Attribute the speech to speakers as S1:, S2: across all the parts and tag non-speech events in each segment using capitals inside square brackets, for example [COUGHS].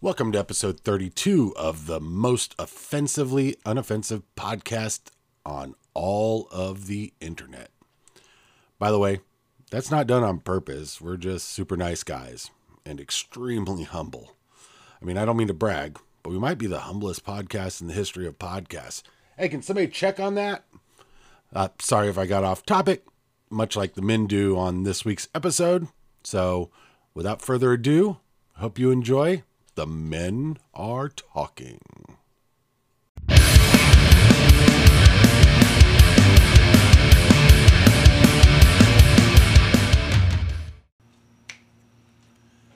S1: Welcome to episode 32 of the most offensively unoffensive podcast on all of the internet. By the way, that's not done on purpose. We're just super nice guys and extremely humble. I mean, I don't mean to brag, but we might be the humblest podcast in the history of podcasts. Hey, can somebody check on that? Uh, sorry if I got off topic, much like the men do on this week's episode. So, without further ado, hope you enjoy. The men are talking.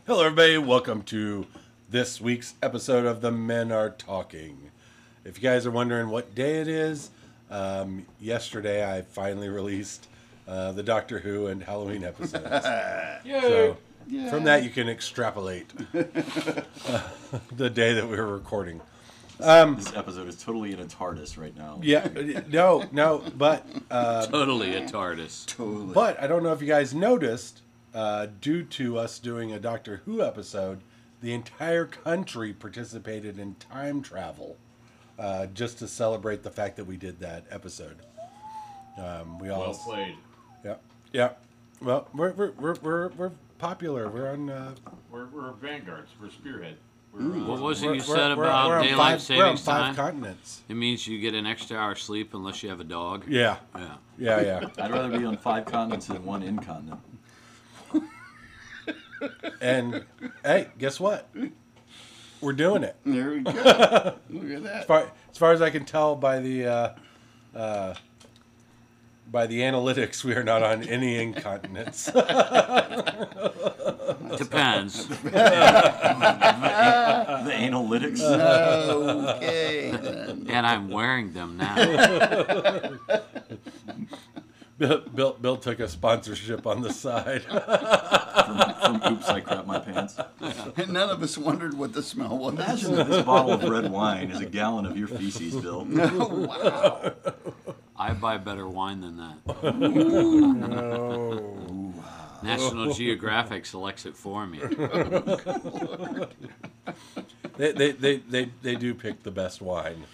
S1: Hello, everybody. Welcome to this week's episode of The Men Are Talking. If you guys are wondering what day it is, um, yesterday I finally released uh, the Doctor Who and Halloween episodes. so from that, you can extrapolate [LAUGHS] uh, the day that we were recording.
S2: This episode is totally in a TARDIS right now.
S1: Yeah, no, no, but uh,
S3: Totally a TARDIS.
S2: Totally.
S1: but I don't know if you guys noticed, uh, due to us doing a Doctor Who episode, the entire country participated in time travel, uh, just to celebrate the fact that we did that episode. Um, we all
S3: played.
S1: Yeah, yeah. Well, we're we're we're we're, we're popular. We're on. Uh,
S4: We're, we're vanguards. We're spearhead. We're,
S3: What
S4: uh,
S3: was it
S1: we're-
S3: you
S1: we're-
S3: said
S1: we're-
S3: about
S1: we're on
S3: daylight
S1: five- we're on
S3: savings time?
S1: Five continents.
S3: It means you get an extra hour sleep unless you have
S1: [LAUGHS]
S3: a dog.
S1: Yeah,
S3: Yeah.
S1: yeah, yeah.
S2: I'd rather be on five continents than one incontinent.
S1: and hey, guess what? We're doing it.
S5: There
S1: [LAUGHS]
S5: we go. Look at
S1: As
S5: that.
S1: far, as far as I can tell by the uh, uh, by the analytics, we are not on any incontinents.
S3: Depends.
S5: Uh,
S2: The analytics. [LAUGHS]
S5: Okay. Then.
S3: and I'm wearing
S1: [LAUGHS]
S3: them now.
S1: [LAUGHS] Bill, Bill, Bill took a sponsorship on the side.
S2: From oops, I crap my pants.
S5: And none of us wondered what the smell was.
S2: Imagine that this bottle of red wine is a gallon of your feces, Bill.
S5: [LAUGHS] Oh, wow.
S3: I buy better wine than
S1: [LAUGHS]
S3: that. National Geographic selects it for
S1: [LAUGHS] [LAUGHS]
S3: me.
S1: they, they, they, they, they do pick the best wine.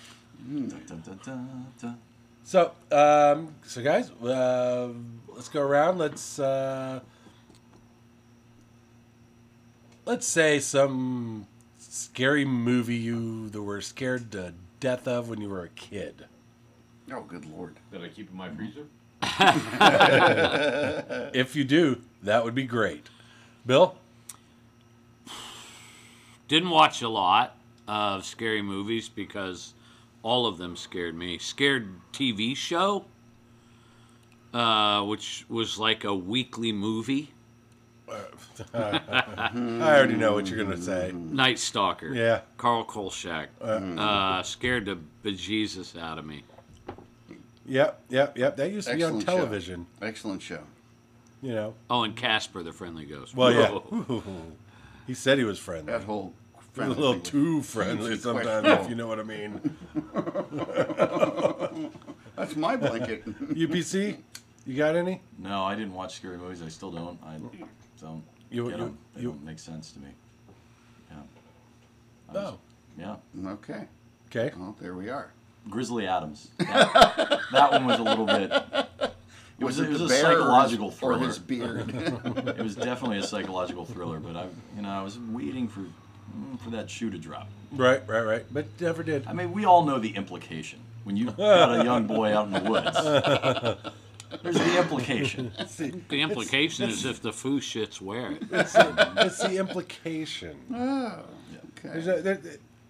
S2: Dun, dun, dun, dun, dun.
S1: So, um, so guys, uh, let's go around. Let's uh, let's say some scary movie you that were scared to death of when you were a kid.
S5: Oh, good lord.
S4: that I keep in my freezer.
S1: If you do, that would be great. Bill,
S3: Didn't watch a lot of scary movies because all of them scared me. Scared TV show, uh, which was like a weekly movie.
S1: I already know what you're gonna say.
S3: Night Stalker.
S1: Yeah. mm-hmm.
S3: Carl Kolchak. Uh, scared the bejesus out of me.
S1: Yep, yep, yep. That used to
S5: Excellent
S1: be on television.
S5: Excellent show.
S1: You know.
S3: Oh, and Casper the Friendly Ghost.
S1: Well, yeah.
S3: Whoa.
S1: [LAUGHS] He said he was friendly.
S5: That whole
S1: a
S5: friendly
S1: little
S5: thing was-
S1: too friendly
S5: Huge
S1: sometimes,
S5: question.
S1: if you know what I mean.
S5: That's my blanket. [LAUGHS]
S1: UPC, you got any?
S2: No, I didn't watch scary movies. I still don't. I don't.
S1: You-
S2: get
S1: you-
S2: 'em. They
S1: you-
S2: don't make sense to me. Yeah. I was-
S1: No.
S2: Yeah.
S5: okay.
S1: Oh, Okay.
S5: Well, there we are.
S2: Grizzly Adams. That, that one was a little
S5: [LAUGHS]
S2: bit. It was, it was
S5: the
S2: a
S5: bear or his-
S2: psychological thriller.
S5: Or his beard.
S1: [LAUGHS]
S2: It was definitely a psychological thriller, but I, you know, I was waiting for mm, for that shoe to drop.
S1: Right, right, right. But never did.
S2: I mean, we all know the implication when you've got a young boy out in the woods. There's the implication.
S1: See,
S3: The implication is if the foo shits wear it.
S1: [LAUGHS] it's, the- it's the implication.
S5: oh,
S1: There's,
S5: okay.
S1: no there,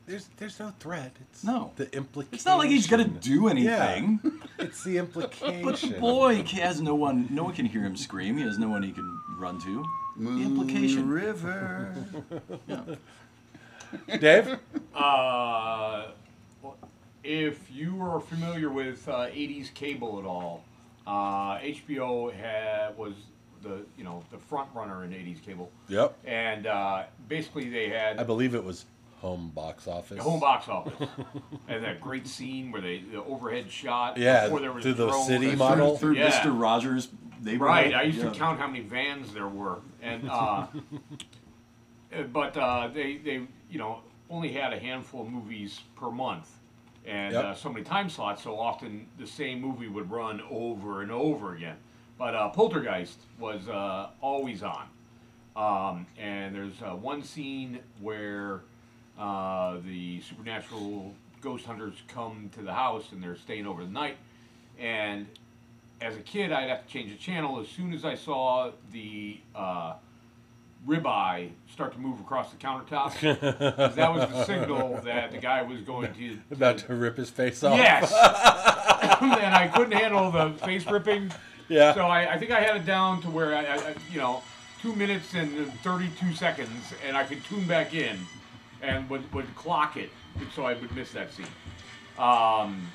S1: there's, there's no threat. It's
S2: No.
S1: the implication.
S2: It's not like he's gonna do anything.
S1: It's
S2: [LAUGHS]
S1: the implication.
S2: But the boy ca- has no one. No one can hear him scream. He has no one he can run to. the implication.
S5: River.
S1: Dave?
S4: Uh, if you are familiar with uh, 80s cable at all, uh, HBO had, was the you know the front runner in 80s cable,
S1: Yep.
S4: and uh, basically they had
S1: I believe it was home box office.
S4: The home
S1: [LAUGHS]
S4: box office. and that great scene where they the overhead shot
S1: Yeah,
S4: before there was
S1: through the
S4: drones.
S1: city
S4: Through-
S1: model.
S2: Through
S4: Yeah.
S2: Mr. Rogers, they were-
S4: Right, I used
S2: yeah.
S4: to count
S2: [LAUGHS]
S4: how many vans there were, and eh, uh, uh, but uh, they they you know, only had a handful of movies per month and
S6: Yep.
S4: uh, so many time slots, so often the same movie would run over and over again. But uh, Poltergeist was uh, always on. Um, and there's uh, one scene where uh, the supernatural ghost hunters come to the house and they're staying over the night. And as a kid, I'd have to change the channel. As soon as I saw the uh, ribeye start to move across the countertop, 'cause that was the signal that the guy was going to.
S6: About to rip his face off.
S4: Yes! and I couldn't handle the face ripping.
S6: Yeah.
S4: So I, I think I had it down to where I, I, I- you know, two minutes and 32 seconds, and I could tune back in and would, would clock it so I would miss that scene. Um,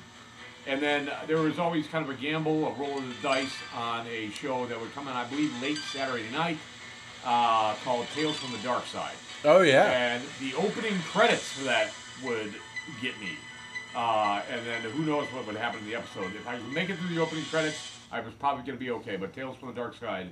S4: and then there was always kind of a gamble, a roll of the dice on a show that would come on, I believe, late Saturday night uh, called Tales from the Dark Side.
S6: Oh yeah.
S4: And the opening credits for that would get me. Uh, and then who knows what would happen in the episode. If I could make it through the opening credits, I was probably going to be okay. But Tales from the Dark Side,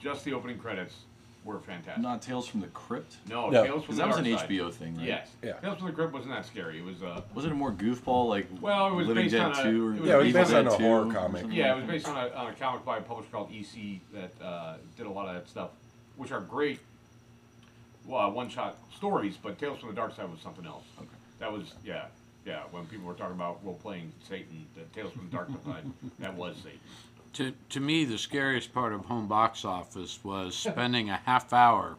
S4: just the opening credits were fantastic.
S2: Not Tales from the Crypt.
S4: no,
S6: No.
S4: Tales
S2: Because
S4: from the
S2: that was
S4: Dark
S2: an
S4: Side.
S2: HBO thing, right?
S4: Yes.
S6: Yeah.
S4: Tales from the Crypt wasn't that scary. It was, uh,
S2: Wasn't it more goofball like
S4: Well, it was
S2: Living
S4: based
S2: Dead
S4: on a-
S2: 2 or
S4: it was
S6: Yeah, it was
S2: Evil
S6: based on
S2: Dead
S6: a
S2: 2
S6: horror
S2: or
S6: comic.
S2: something
S4: yeah, it
S2: like
S4: was
S2: that?
S4: based on a, on a comic by a publisher called EC that uh, did a lot of that stuff, which are great well, one-shot stories. But Tales from the Dark Side was something else.
S2: Okay.
S4: That was yeah, yeah. When people were talking about role-playing Satan, the Tales from the Dark Side, that was Satan.
S3: To, to me, the scariest part of home box office was spending a half hour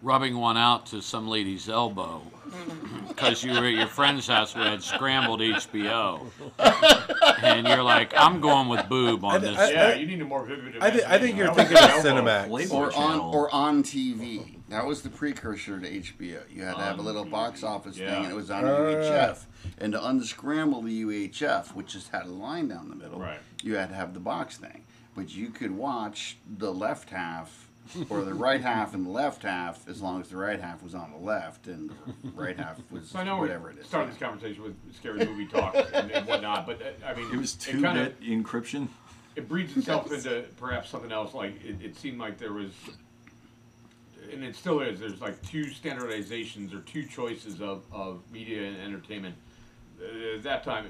S3: rubbing one out to some
S1: [LAUGHS]
S3: lady's elbow because you were at your friend's house who had
S1: [LAUGHS]
S3: scrambled HBO. and you're like, I'm going with boob on this.
S6: I-
S4: Yeah, you need a more vivid.
S6: I, thi- I think
S4: imagination.
S6: you're
S4: That
S6: thinking
S4: was
S6: of
S4: the elbow.
S6: Cinemax.
S2: Playboy
S5: or on
S2: Channel.
S5: or on TV. That was the precursor to HBO. You had to have a
S4: On
S5: little
S4: TV,
S5: box office
S4: yeah.
S5: thing, and it was on
S6: Right, right,
S5: UHF. And to unscramble the UHF, which just had a line down the middle,
S4: Right.
S5: you had to have the box thing. But you could watch the left half or the right half and the left half as long as the right half was on the left and the right half was
S4: So [LAUGHS] I know
S5: whatever
S4: we
S5: it is.
S4: started this conversation with scary movie talk and, and whatnot, but uh, I mean,
S2: It was
S4: it kinda-
S2: 2-bit encryption.
S4: it breeds itself into perhaps something else. Like it, it seemed like there was, and it still is. There's like two standardizations or two choices of, of media and entertainment. Uh, at that time,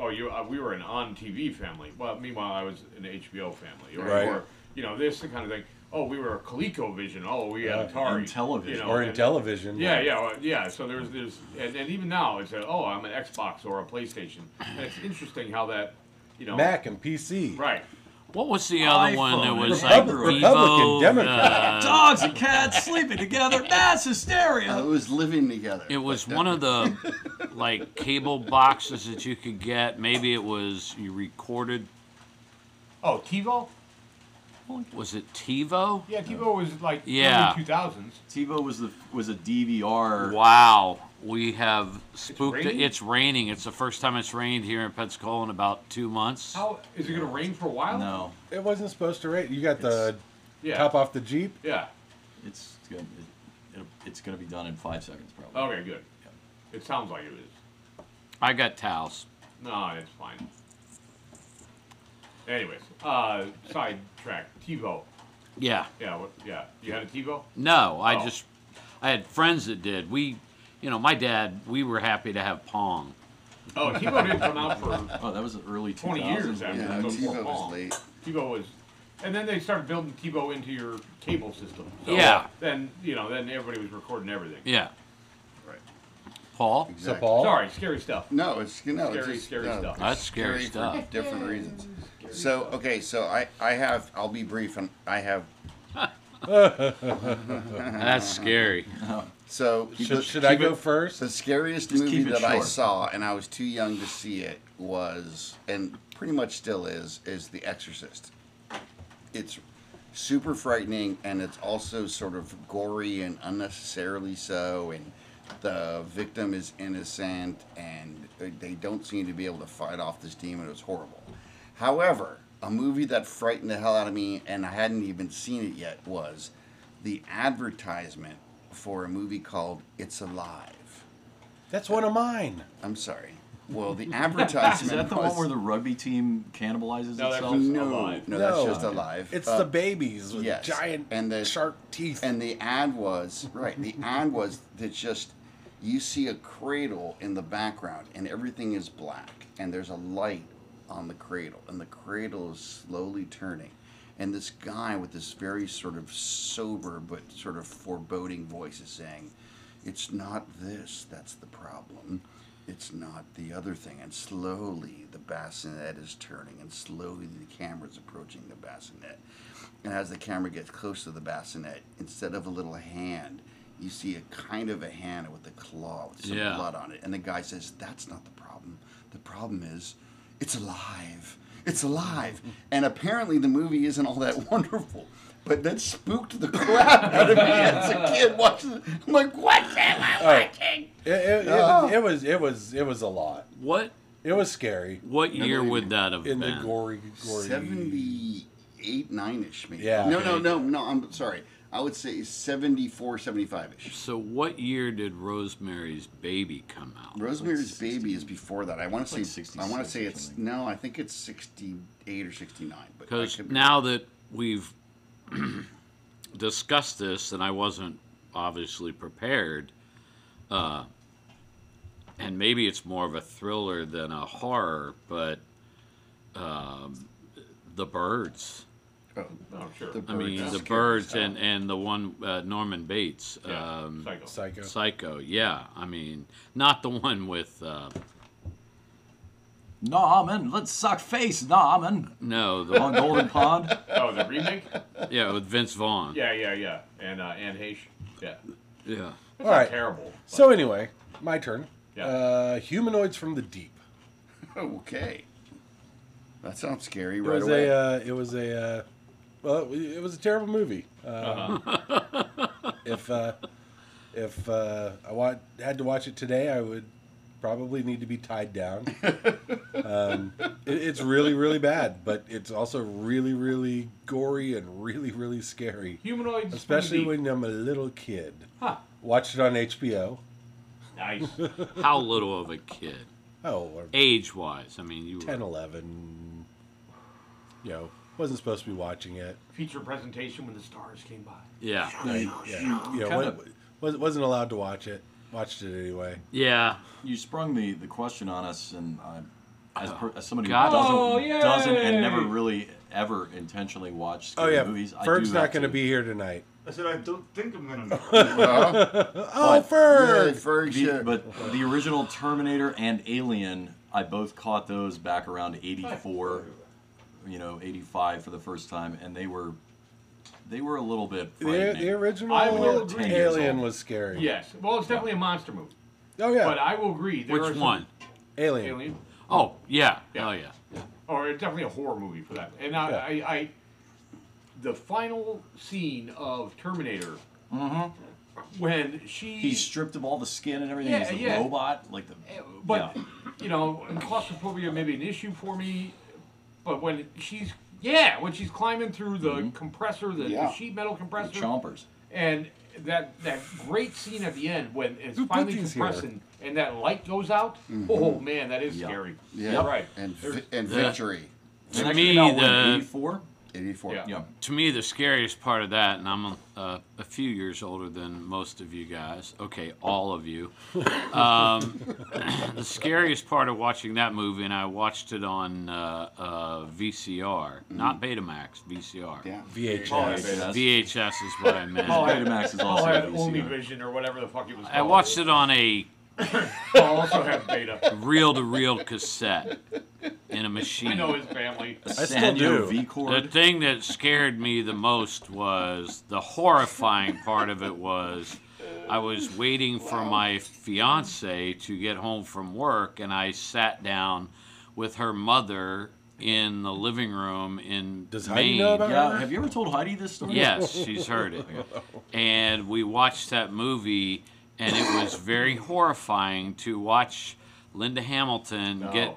S4: oh, you uh, we were an on TV family. Well, meanwhile, I was an HBO family, or,
S6: Right.
S4: or you know this kind of thing. Oh, we were a ColecoVision. Oh, we had
S6: Yeah,
S4: Atari.
S2: and television.
S4: you know,
S6: Or in
S4: and-
S6: television.
S4: yeah, yeah, well, yeah. So there's there's and, and even now it's a, oh I'm an Xbox or a PlayStation. And it's interesting how that you know
S6: Mac and PC.
S4: right
S3: What was the other one that
S2: iPhone.
S3: was like
S6: Republic-
S3: Revo?
S6: Republican,
S2: [LAUGHS]
S6: Democrat.
S3: uh,
S2: Dogs and cats sleeping together. That's hysteria.
S5: Uh, it was living together.
S3: It was one of the like cable boxes that you could get. Maybe it was you recorded.
S4: oh TiVo.
S3: Was it TiVo?
S4: Yeah, TiVo was like
S3: Yeah.
S4: early 2000s.
S2: TiVo was the was a DVR.
S3: Wow, we have spooked. It's
S4: raining?
S3: raining. It's, the first time it's rained here in Pensacola in about two months.
S4: How is it going to rain for a while?
S2: No,
S6: It wasn't supposed to rate. You got the
S4: Yeah.
S6: top off the Jeep.
S4: Yeah.
S2: it's gonna it, it, it's gonna be done in five seconds probably.
S4: Okay, good. It sounds like it is.
S3: I got towels.
S4: No, it's fine. Anyways, uh, sidetrack. TiVo.
S3: Yeah.
S4: Yeah, what, yeah. You had a TiVo?
S3: No, I
S4: Oh.
S3: just I had friends that did. We, you know, my dad. We were happy to have Pong.
S4: Oh, TiVo didn't come out for
S2: Oh, that was the early
S4: 20
S2: 2000s.
S4: years
S2: when
S4: after
S5: Yeah,
S2: that was-
S4: Before
S5: TiVo
S4: Paul.
S5: was late.
S4: TiVo was, and then they started building TiVo into your cable system. So
S3: Yeah.
S4: Then you know, then everybody was recording everything.
S3: Yeah.
S5: Right.
S3: Paul.
S6: So
S5: Exactly.
S6: Paul.
S4: Sorry, scary stuff.
S5: No, it's no, it's
S4: Scary,
S5: just,
S4: scary
S5: no,
S4: stuff.
S5: it's
S3: That's scary
S5: for
S3: stuff.
S5: different reasons. So okay, so I I have I'll be brief and I have
S3: That's scary.
S5: so the,
S6: Should, should I
S5: keep
S6: go
S5: it-
S6: first?
S5: The scariest
S2: Just
S5: movie
S2: keep it
S5: that I
S2: short.
S5: saw and I was too young to see it was and pretty much still is is The Exorcist. It's super frightening and it's also sort of gory and unnecessarily so and the victim is innocent and they- they don't seem to be able to fight off this demon. It was horrible. However, a movie that frightened the hell out of me and I hadn't even seen it yet was the advertisement for a movie called It's Alive.
S6: That's one of mine.
S5: I'm sorry. Well, the
S2: [LAUGHS]
S5: advertisement
S2: Is that the
S5: was,
S2: one where the rugby team cannibalizes
S4: No, that's
S2: itself?
S4: just-
S5: no,
S4: Alive.
S5: no, that's just alive.
S6: It's
S5: Uh,
S6: the babies with
S5: yes,
S6: giant
S5: and the-
S6: shark teeth.
S5: And the ad was right. The ad was that just you see a cradle in the background, and everything is black, and there's a light on the cradle, and the cradle is slowly turning, and this guy with this very sort of sober but sort of foreboding voice is saying, "It's not this that's the problem." It's not the other thing, and slowly the bassinet is turning, and slowly the camera's approaching the bassinet. And as the camera gets close to the bassinet, instead of a little hand, you see a kind of a hand with a claw with some
S3: Yeah.
S5: blood on it. And the guy says, That's not the problem. The problem is, it's alive.
S1: [LAUGHS]
S5: It's alive. and apparently, the movie isn't all that [LAUGHS] wonderful. But that spooked the crap out of me as a kid watching it. I'm like, What am I watching?
S1: It, it, it,
S5: Oh.
S1: it was it was it was a lot.
S3: What
S1: It was scary
S3: what year would that have
S1: in
S3: been?
S1: the gory gory.
S5: 78, 9 ish, maybe.
S1: Yeah.
S5: No, no, no, no. I'm sorry. I would say 74, 75 ish.
S3: so what year did Rosemary's Baby come out?
S5: Rosemary's Baby is before that. I want to
S2: like
S5: say I want
S2: 66
S5: to say
S2: or
S5: it's
S2: something.
S5: no, I think it's 68 or 69, but I
S3: Because
S5: could be-
S3: now that we've [CLEARS THROAT] discussed this, and I wasn't obviously prepared, uh, and maybe it's more of a thriller than a horror, but um, the birds.
S5: oh,
S4: Oh, sure.
S5: the
S3: I mean,
S5: birds
S3: the
S5: scared
S3: birds
S5: us
S3: and, and the one uh, Norman Bates,
S4: Yeah,
S3: um,
S4: psycho.
S1: psycho.
S3: Psycho. Yeah, I mean, not the one with uh,
S2: Nah, man, let's suck face, nah, man.
S3: no the
S2: On
S3: one
S2: Golden Pond.
S4: Oh, the remake?
S3: yeah with Vince Vaughn.
S4: Yeah, yeah, yeah. And uh, Anne Heche. Yeah.
S3: yeah.
S1: All right.
S4: Terrible.
S1: So anyway, my turn.
S4: Yeah.
S1: Uh, humanoids from the deep.
S5: out. Oh, Okay. That sounds scary
S1: It
S5: right
S1: was
S5: away.
S1: a uh, it was a uh, well it was a terrible movie. Um, [LAUGHS] if uh, if uh, I wa- had to watch it today, I would probably need to be tied down. um, it, it's really really bad, but it's also really really gory and really really scary,
S4: Humanoids. from
S1: especially
S4: the-
S1: when I'm a little kid.
S4: Huh.
S1: Watched it on HBO.
S4: Nice.
S3: How little of a kid,
S1: Oh, or
S3: age wise? I mean, you were
S1: 10, 11. You know, wasn't supposed to be watching it.
S4: Feature presentation when the stars came by.
S3: yeah.
S1: yeah, you know,
S2: Kind
S1: wa-
S2: of-
S1: was, wasn't allowed to watch it. Watched it anyway.
S3: Yeah.
S2: You sprung the, the question on us, and I, as, per, as somebody
S3: God.
S4: Oh,
S2: who doesn't, doesn't and never
S4: yay!
S2: really ever intentionally watched
S1: Oh
S2: scary
S1: yeah,
S2: movies, I
S1: Ferg's
S2: do
S1: not
S2: have
S1: going to be here tonight.
S7: I said I don't think I'm gonna. Know.
S1: [LAUGHS] Oh,
S5: Yeah,
S1: Ferg!
S5: Ferg,
S2: The-
S5: sure.
S2: but the original Terminator and Alien, I both caught those back around '84, you know, '85 for the first time, and they were, they were a little bit
S1: The, the
S2: frightening.
S1: original
S4: I will agree.
S1: Alien was scary.
S4: Yes. Well, it's definitely a monster movie.
S1: Oh yeah.
S4: But I will agree. There are
S3: Which
S4: some-
S3: one?
S1: Alien.
S4: Alien.
S3: Oh yeah.
S4: Yeah.
S3: Oh yeah.
S4: Or it's definitely a horror movie for that. And I,
S1: Yeah.
S4: I, I the final scene of Terminator, when she,
S2: He's stripped of all the skin and everything.
S4: Yeah,
S2: He's a
S4: yeah.
S2: robot, like the.
S4: but
S2: yeah.
S4: you know, and claustrophobia may be an issue for me, but when she's yeah, when she's climbing through the compressor, the, the
S5: Yeah.
S4: sheet metal
S2: the
S4: compressor,
S2: chompers.
S4: and that that great scene at the end when it's
S1: Who put
S4: finally
S1: these here?
S4: compressing and that light goes out. Oh man, that is
S2: Yeah.
S4: scary.
S5: yeah,
S4: You're right.
S5: Mm-hmm. And
S4: There's-
S5: vi- and victory.
S3: To
S2: Actually,
S3: me,
S2: about when,
S3: the
S2: 84.
S5: 84.
S4: Yeah.
S2: Yeah.
S3: to me the scariest part of that, and I'm a, uh, a few years older than most of you guys. Okay, all of you. Um, [COUGHS] the scariest part of watching that movie, and I watched it on uh, uh, VCR, not Betamax, VCR.
S5: Yeah.
S1: VHS.
S3: VHS is what I meant.
S2: Paul Betamax is
S4: I'll
S2: also
S4: have
S2: a VCR.
S4: only vision or whatever the fuck it was.
S3: I watched it on a
S4: I'll also have beta.
S3: reel-to-reel cassette in a machine.
S4: I know his family.
S2: I
S1: still do.
S2: V
S3: The
S2: chord.
S3: thing that scared me the most was the horrifying part of it was I was waiting for my fiance to get home from work and I sat down with her mother in the living room in
S1: Does
S3: Maine.
S1: Heidi know about
S2: Yeah, have you ever told Heidi this story?
S3: Yes, she's heard
S4: [LAUGHS]
S3: it. And we watched that movie, and it was very horrifying to watch Linda Hamilton
S4: No.
S3: get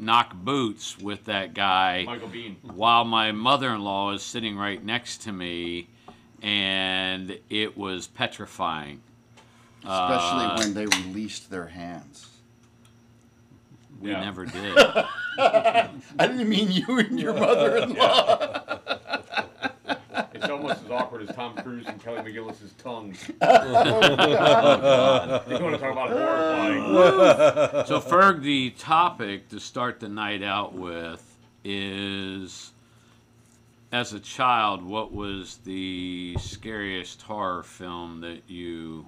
S3: knock boots with that guy
S4: Michael Bean.
S3: while my mother-in-law is sitting right next to me, and it was petrifying.
S5: Especially when they released their hands.
S3: We
S4: Yeah. [LAUGHS]
S3: never did.
S5: I didn't mean you and your mother-in-law.
S4: It's almost as awkward as Tom Cruise and Kelly McGillis's
S5: [LAUGHS]
S4: Oh, tongues. You're going to talk
S5: [LAUGHS]
S4: about horrifying. Oh,
S2: Uh,
S3: so, Ferg, the topic to start the night out with is as a child, what was the scariest horror film that you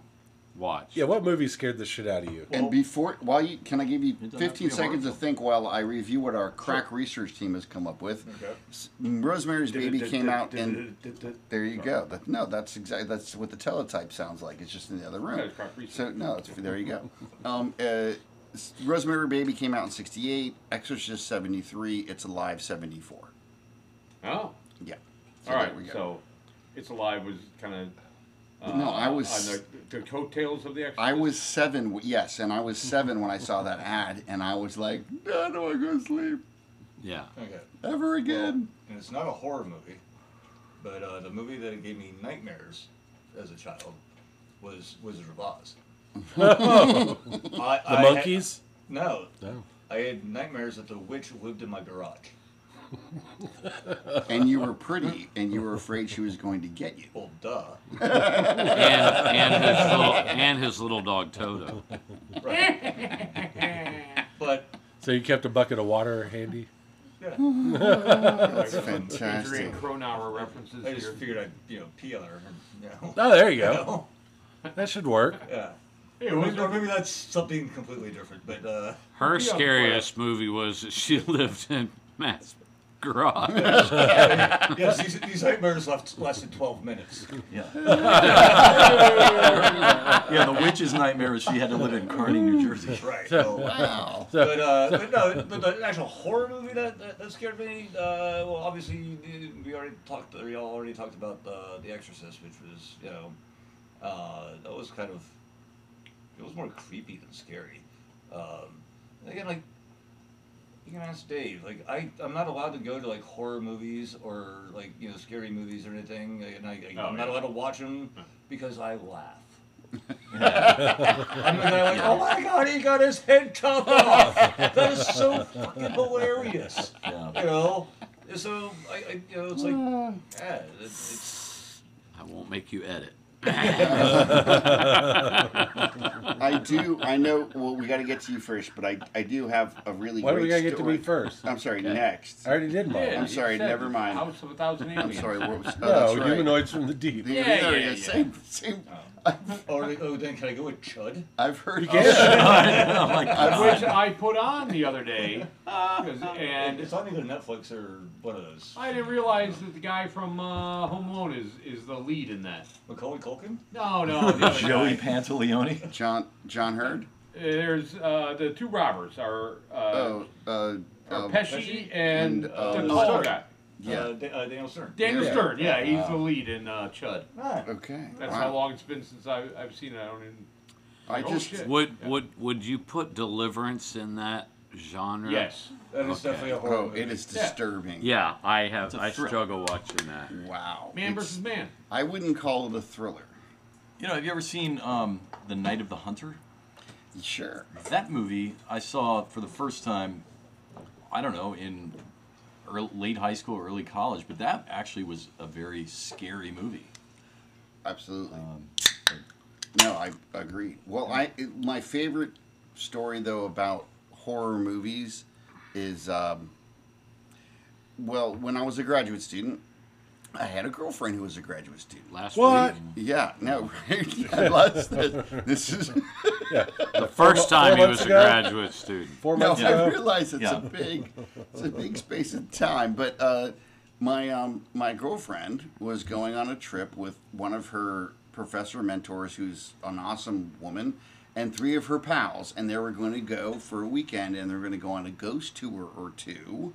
S3: watched?
S1: Yeah, what movie scared the shit out of you?
S5: And before, while you can I give you
S2: doesn't have to
S5: fifteen
S2: be
S5: seconds to
S2: horrible.
S5: think while I review what our crack research team has come up with?
S4: Okay.
S5: S- Rosemary's Baby came out in. There you go. That, no, that's exactly that's what the teletype sounds like. It's just in the other room.
S4: Yeah, it's crack research.
S5: So no, it's there you go. [LAUGHS] Um, uh, s- Rosemary Baby came out in '68. Exorcist '73. It's Alive '74.
S4: Oh,
S5: Yeah.
S4: all right.
S5: there we go.
S4: So, It's Alive was kind of.
S5: No, I was-
S4: On the, the coattails of the Exorcist.
S5: I was seven. w- Yes, and I was seven when I saw that ad, and I was like, "How do I go to sleep
S3: Yeah.
S7: Okay.
S5: ever again?"
S7: And it's not a horror movie, but uh, the movie that gave me nightmares as a child was Wizard of Oz. I,
S1: The
S7: I had-
S1: monkeys?
S7: no,
S2: Oh.
S1: No.
S7: I had nightmares that the witch lived in my garage.
S5: And you were pretty, and you were afraid she was going to get you.
S7: Well, duh.
S3: And, and, his little, and his little dog Toto.
S7: Right. but
S1: So you kept a bucket of water handy?
S7: yeah,
S5: That's
S4: Adrian
S5: fantastic.
S4: Cronauer references
S7: I just
S4: here.
S7: figured I'd you know pee on her. You know.
S1: Oh, there you
S7: [LAUGHS]
S1: go. That should
S2: [LAUGHS]
S1: work. [LAUGHS]
S7: Yeah.
S4: Hey,
S7: Or
S4: Wizard
S7: maybe,
S4: of-
S7: or maybe that's something completely different, but uh,
S3: Her
S4: Yeah,
S3: scariest movie was that she [LAUGHS] lived in Matt's garage.
S7: yes, these, these nightmares left lasted 12 minutes.
S2: Yeah. yeah, the witch's nightmare is she had to live in Kearney, New Jersey.
S7: [LAUGHS] Right. [LAUGHS] So,
S5: Wow.
S7: but, uh, but no, but the actual horror movie that, that, that scared me, uh, well, obviously, you did- we already talked, or y'all already talked about uh, The Exorcist, which was, you know, uh, that was kind of, it was more creepy than scary. Um, and again, like, you can ask Dave. Like I, I'm not allowed to go to like horror movies or like you know scary movies or anything, and I, I,
S4: Oh,
S7: I'm not
S4: yeah.
S7: allowed to watch them because I laugh. I'm not like, oh my god, he got his head chopped off. That is so fucking hilarious.
S2: Yeah.
S7: You know, And so I, I you know, it's like, yeah, it, it's
S3: I won't make you edit.
S5: I do. I know. Well, we got to get to you first, but I, I do have a really.
S1: Why do
S5: great
S1: we gotta get to
S5: story.
S1: me first? I
S5: I'm sorry. Next.
S1: already did mine.
S4: Yeah,
S5: I'm
S4: you
S5: sorry,
S4: said
S5: never mind.
S4: House of a Thousand Aliens.
S5: I'm sorry. What was? Oh,
S1: No,
S5: that's right.
S1: humanoids from the deep.
S5: The-
S4: Yeah,
S5: there
S4: yeah,
S5: it
S4: Oh.
S5: is.
S4: yeah.
S5: Same, same.
S7: or like, oh, then can I go with Chud?
S5: I've heard.
S2: [LAUGHS] I'm like,
S4: [LAUGHS] Which I put on the other
S5: [LAUGHS]
S4: day, 'cause- and
S7: it's on either Netflix or one of those.
S4: I didn't realize that the guy from uh, Home Alone is, is the lead in that.
S7: Macaulay Culkin.
S4: No,
S7: uh,
S5: [LAUGHS]
S4: no, the other
S2: Joey
S4: guy.
S2: Pantaleone.
S5: John John Hurd.
S4: There's uh, the two robbers are, uh,
S5: Oh, uh,
S4: are
S5: uh,
S4: Pesci
S5: and,
S4: and,
S5: uh,
S4: the
S7: Stern.
S4: tall guy.
S5: yeah.
S7: Uh, da- uh, Daniel Stern.
S4: Daniel
S5: Yeah.
S4: Stern, yeah, he's the lead in uh, Chud.
S7: Ah,
S5: Okay.
S4: That's
S5: wow.
S4: how long it's been since I, I've seen it. I don't even.
S5: I
S4: oh,
S5: just.
S4: shit.
S3: Would would would you put Deliverance in that genre?
S4: Yes.
S7: that is
S3: Okay.
S7: definitely a horror.
S5: Oh,
S7: movie.
S5: it is
S4: Yeah.
S5: disturbing.
S3: Yeah, I have.
S2: a
S3: I
S2: thrill.
S3: struggle watching that.
S5: Wow.
S4: Man
S5: It's-
S4: versus man.
S5: I wouldn't call it a thriller.
S2: You know, have you ever seen um, The Night of the Hunter?
S5: Sure.
S2: That movie I saw for the first time, I don't know, in early, late high school, early college, but that actually was a very scary movie.
S5: Absolutely.
S2: Um,
S5: No, I agree. Well, I it, my favorite story though about horror movies is um, well, when I was a graduate student, I had a girlfriend who was a graduate student.
S3: Last
S1: What?
S3: week,
S5: Yeah, no, [LAUGHS] right? I lost this. This is
S3: the first time he
S1: four
S3: was a
S1: months ago?
S3: graduate student.
S1: Four
S5: no.
S1: months
S5: I
S1: ago.
S5: realize it's
S2: Yeah.
S5: a big, it's a big space of time. But uh, my um, my girlfriend was going on a trip with one of her professor mentors, who's an awesome woman, and three of her pals, and they were going to go for a weekend, and they were going to go on a ghost tour or two,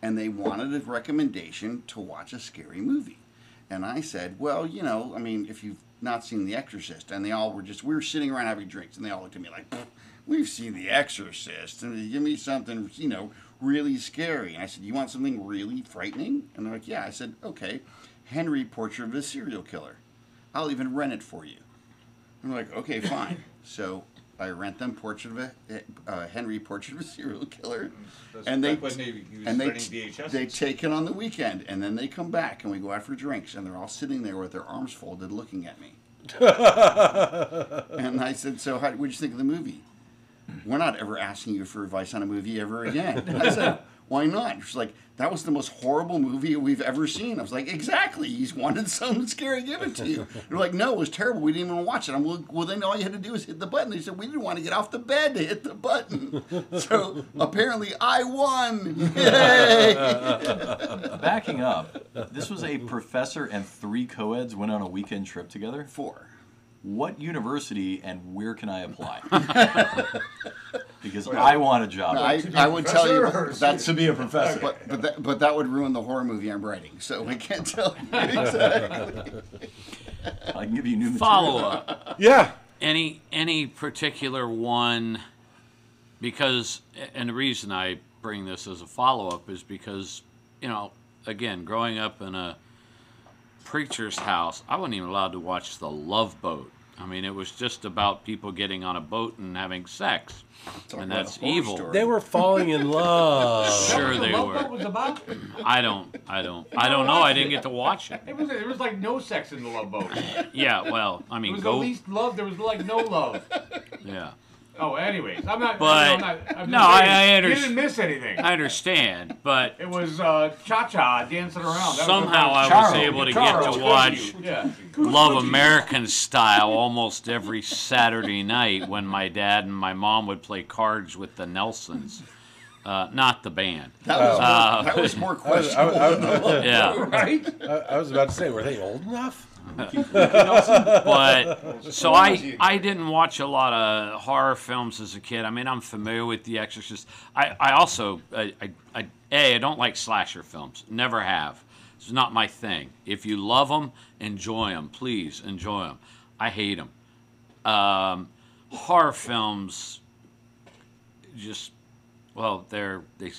S5: and they wanted a recommendation to watch a scary movie. And I said, well, you know, I mean, if you've not seen The Exorcist, and they all were just, we were sitting around having drinks, and they all looked at me like, "Pfft, we've seen The Exorcist, and give me something, you know, really scary. And I said, you want something really frightening? And they're like, yeah. I said, okay, Henry Portrait of a
S7: [LAUGHS]
S5: Serial Killer. I'll even rent it for you. I'm like, okay, fine. So by Rent Them, Portrait of a, uh, Henry, Portrait of a Serial Killer.
S7: That's
S5: and they,
S7: back when they- he was
S5: and they,
S7: renting VHSs.
S5: they take it on the weekend, and then they come back, and we go out for drinks, and they're all sitting there with their arms folded looking at
S7: [LAUGHS]
S5: me. and I said, So, how, what'd you think of the movie? We're not ever asking you for advice on a movie ever again. [LAUGHS] I said, Why not? She's like, That was the most horrible movie we've ever seen. I was like, Exactly. He's wanted [LAUGHS] something scary to give it to you. They're like, No, it was terrible. We didn't even watch it. I'm like, Well, then all you had to do was hit the button. They said, We didn't want to get off the bed to hit the button. [LAUGHS] So apparently I won. [LAUGHS] Yay!
S2: Backing up, this was a professor and three co-eds went on a weekend trip together.
S5: Four.
S2: What university and where can I apply? because I want a job.
S5: I, I would tell you
S7: professor or-
S5: that's
S2: be a professor.
S5: [LAUGHS] But but that, but that would ruin the horror movie I'm writing, so I can't tell you exactly.
S2: I can give you new material.
S3: Follow up.
S1: Yeah.
S3: any any particular one because and the reason i bring this as a follow-up is because you know again growing up in a preacher's house i wasn't even allowed to watch the love boat i mean it was just about people getting on a boat and having sex and
S5: about
S3: that's
S5: a horror
S3: evil
S5: story.
S1: They were falling in love.
S3: sure they
S4: Love Boat
S3: were
S4: was about?
S3: i don't i don't i don't know i didn't get to watch it
S4: It was, it was like no sex in the love boat. It
S3: yeah well i mean
S4: was the
S3: go
S4: least love. There was like no love.
S3: yeah
S4: Oh, anyways, I'm not.
S3: But-
S4: I'm not, I'm
S3: no,
S4: just
S3: I-
S4: saying,
S3: I under-
S4: You didn't miss anything.
S3: i understand but
S4: It was uh, cha cha dancing around. That was
S3: Somehow
S4: about-
S3: I was able to get to watch
S4: Yeah.
S3: Love American Style almost every Saturday night when my dad and my mom would play cards with the Nelsons. Uh, not the band.
S5: That was, more, that was more
S1: [LAUGHS] I was, I,
S5: questionable.
S1: I-
S3: Yeah.
S1: I- I was about to say, were they old enough?
S3: But so I, I didn't watch a lot of horror films as a kid. I mean, I'm familiar with The Exorcist. I, I also, I, I, I, A, I don't like slasher films. Never have. It's not my thing. If you love them, enjoy them. Please enjoy them. I hate them. Um, horror films just, well, they're, they,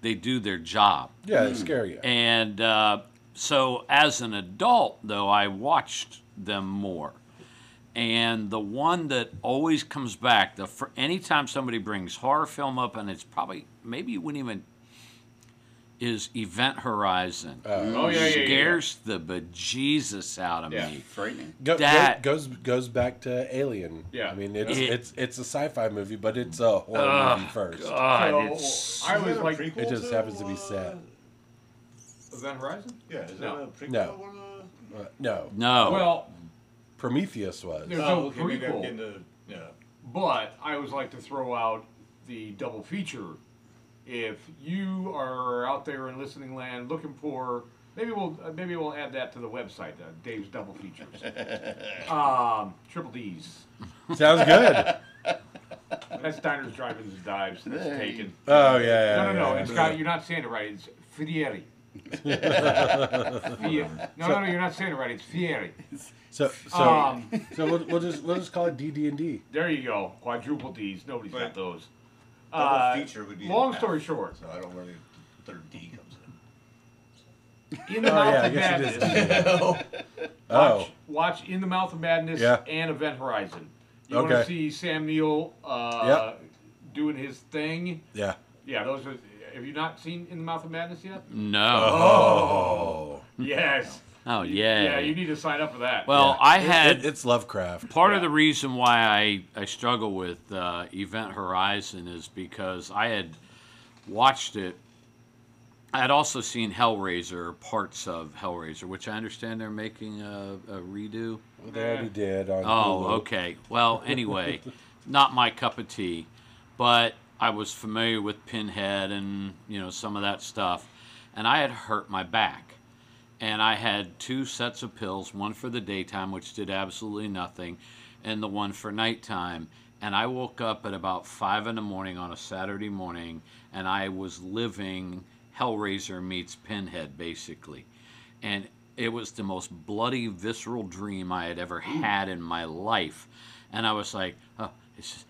S3: they do their job.
S1: Yeah, they scare you.
S3: And uh, so as an adult, though, I watched them more. And the one that always comes back, the fir- anytime somebody brings horror film up, and it's probably maybe you wouldn't even is Event Horizon
S4: Oh yeah, yeah, yeah.
S3: scares the bejesus out of
S4: Yeah.
S3: me.
S5: Frightening.
S1: Go,
S3: that-
S1: go, goes goes back to Alien.
S4: Yeah.
S1: I mean it's
S3: It-
S1: it's it's a sci-fi movie, but it's a horror movie first.
S3: God,
S4: So,
S3: it's
S4: I was like, was
S1: It just happens
S5: uh,
S1: to be sad.
S4: that Horizon?
S7: Yeah, is
S4: No.
S7: that a prequel?
S1: No.
S7: Or a...
S1: Uh, no,
S3: no.
S4: Well,
S1: Prometheus was.
S4: There's
S7: Oh,
S4: no
S7: okay, maybe I'm
S4: prequel.
S7: getting the yeah.
S4: But I always like to throw out the double feature. If you are out there in listening land looking for, maybe we'll uh, maybe we'll add that to the website. Uh, Dave's
S3: [LAUGHS]
S4: double features. um, triple D's.
S1: Sounds good.
S4: That's diners, drive-ins, and dives. That's
S5: Hey.
S4: taken.
S1: Oh yeah. yeah
S4: No, no, no.
S1: yeah.
S4: It's got, you're not saying it right. It's Fieri. Fieri. No, no, no. You're not saying it right. It's Fieri.
S1: So so
S4: Um,
S1: so we'll, we'll just we'll just call it DD and D.
S4: There you go. Quadruple D's. Nobody's got
S7: Right.
S4: those.
S7: Double
S4: Uh,
S7: feature would be
S4: long
S7: half, [LAUGHS]
S1: [LAUGHS]
S4: story short.
S7: So I don't really the third D comes in.
S4: In the
S1: Oh
S4: Mouth
S1: yeah, I
S4: of
S1: guess
S4: Madness.
S1: it is. DD. [LAUGHS]
S4: Watch,
S1: Oh.
S4: watch In the Mouth of Madness
S1: Yeah.
S4: and Event Horizon. You want
S1: Okay.
S4: to see Sam Neill uh, doing his thing.
S1: Yeah.
S4: Yeah, those are. Have you not seen In the Mouth of Madness yet?
S1: Mm-hmm.
S3: no.
S1: Oh.
S4: Yes.
S3: Oh, yeah.
S4: Yeah, you need to sign up for that.
S3: well, I
S1: It-
S3: had
S1: it- it's Lovecraft.
S3: Part of the reason why I, I struggle with uh, Event Horizon is because I had watched it. I had also seen Hellraiser, parts of Hellraiser, which I understand they're making a, a redo.
S1: They already did on
S3: Oh,
S1: Hulu.
S3: okay. Well, anyway, not my cup of tea, but I was familiar with Pinhead and you know some of that stuff, and I had hurt my back, and I had two sets of pills, one for the daytime, which did absolutely nothing, and the one for nighttime. And I woke up at about five in the morning on a Saturday morning, and I was living Hellraiser meets Pinhead, basically and it was the most bloody, visceral dream I had ever had in my life. And I was like, "Oh, it's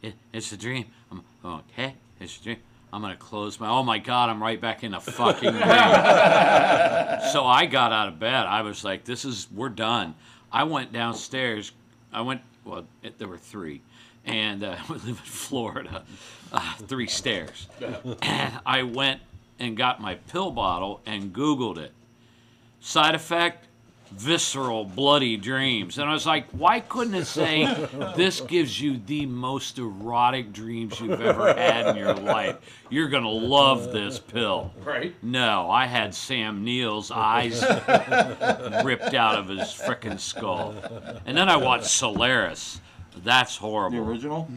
S3: it, eh, it's a dream. I'm okay. It's a dream. I'm gonna close my. Oh my God! I'm right back in a fucking dream." so I got out of bed. I was like, "This is we're done." I went downstairs. I went well, it, there were three, and uh, [LAUGHS] we live in Florida, uh, three stairs. And I went and got my pill bottle and Googled it. Side effect: visceral, bloody dreams. And I was like, why couldn't it say this gives you the most erotic dreams you've ever had in your life? You're gonna love this pill.
S4: Right.
S3: No, I had Sam Neill's eyes ripped out of his frickin' skull. And then I watched Solaris. That's
S2: The
S3: horrible.
S2: original?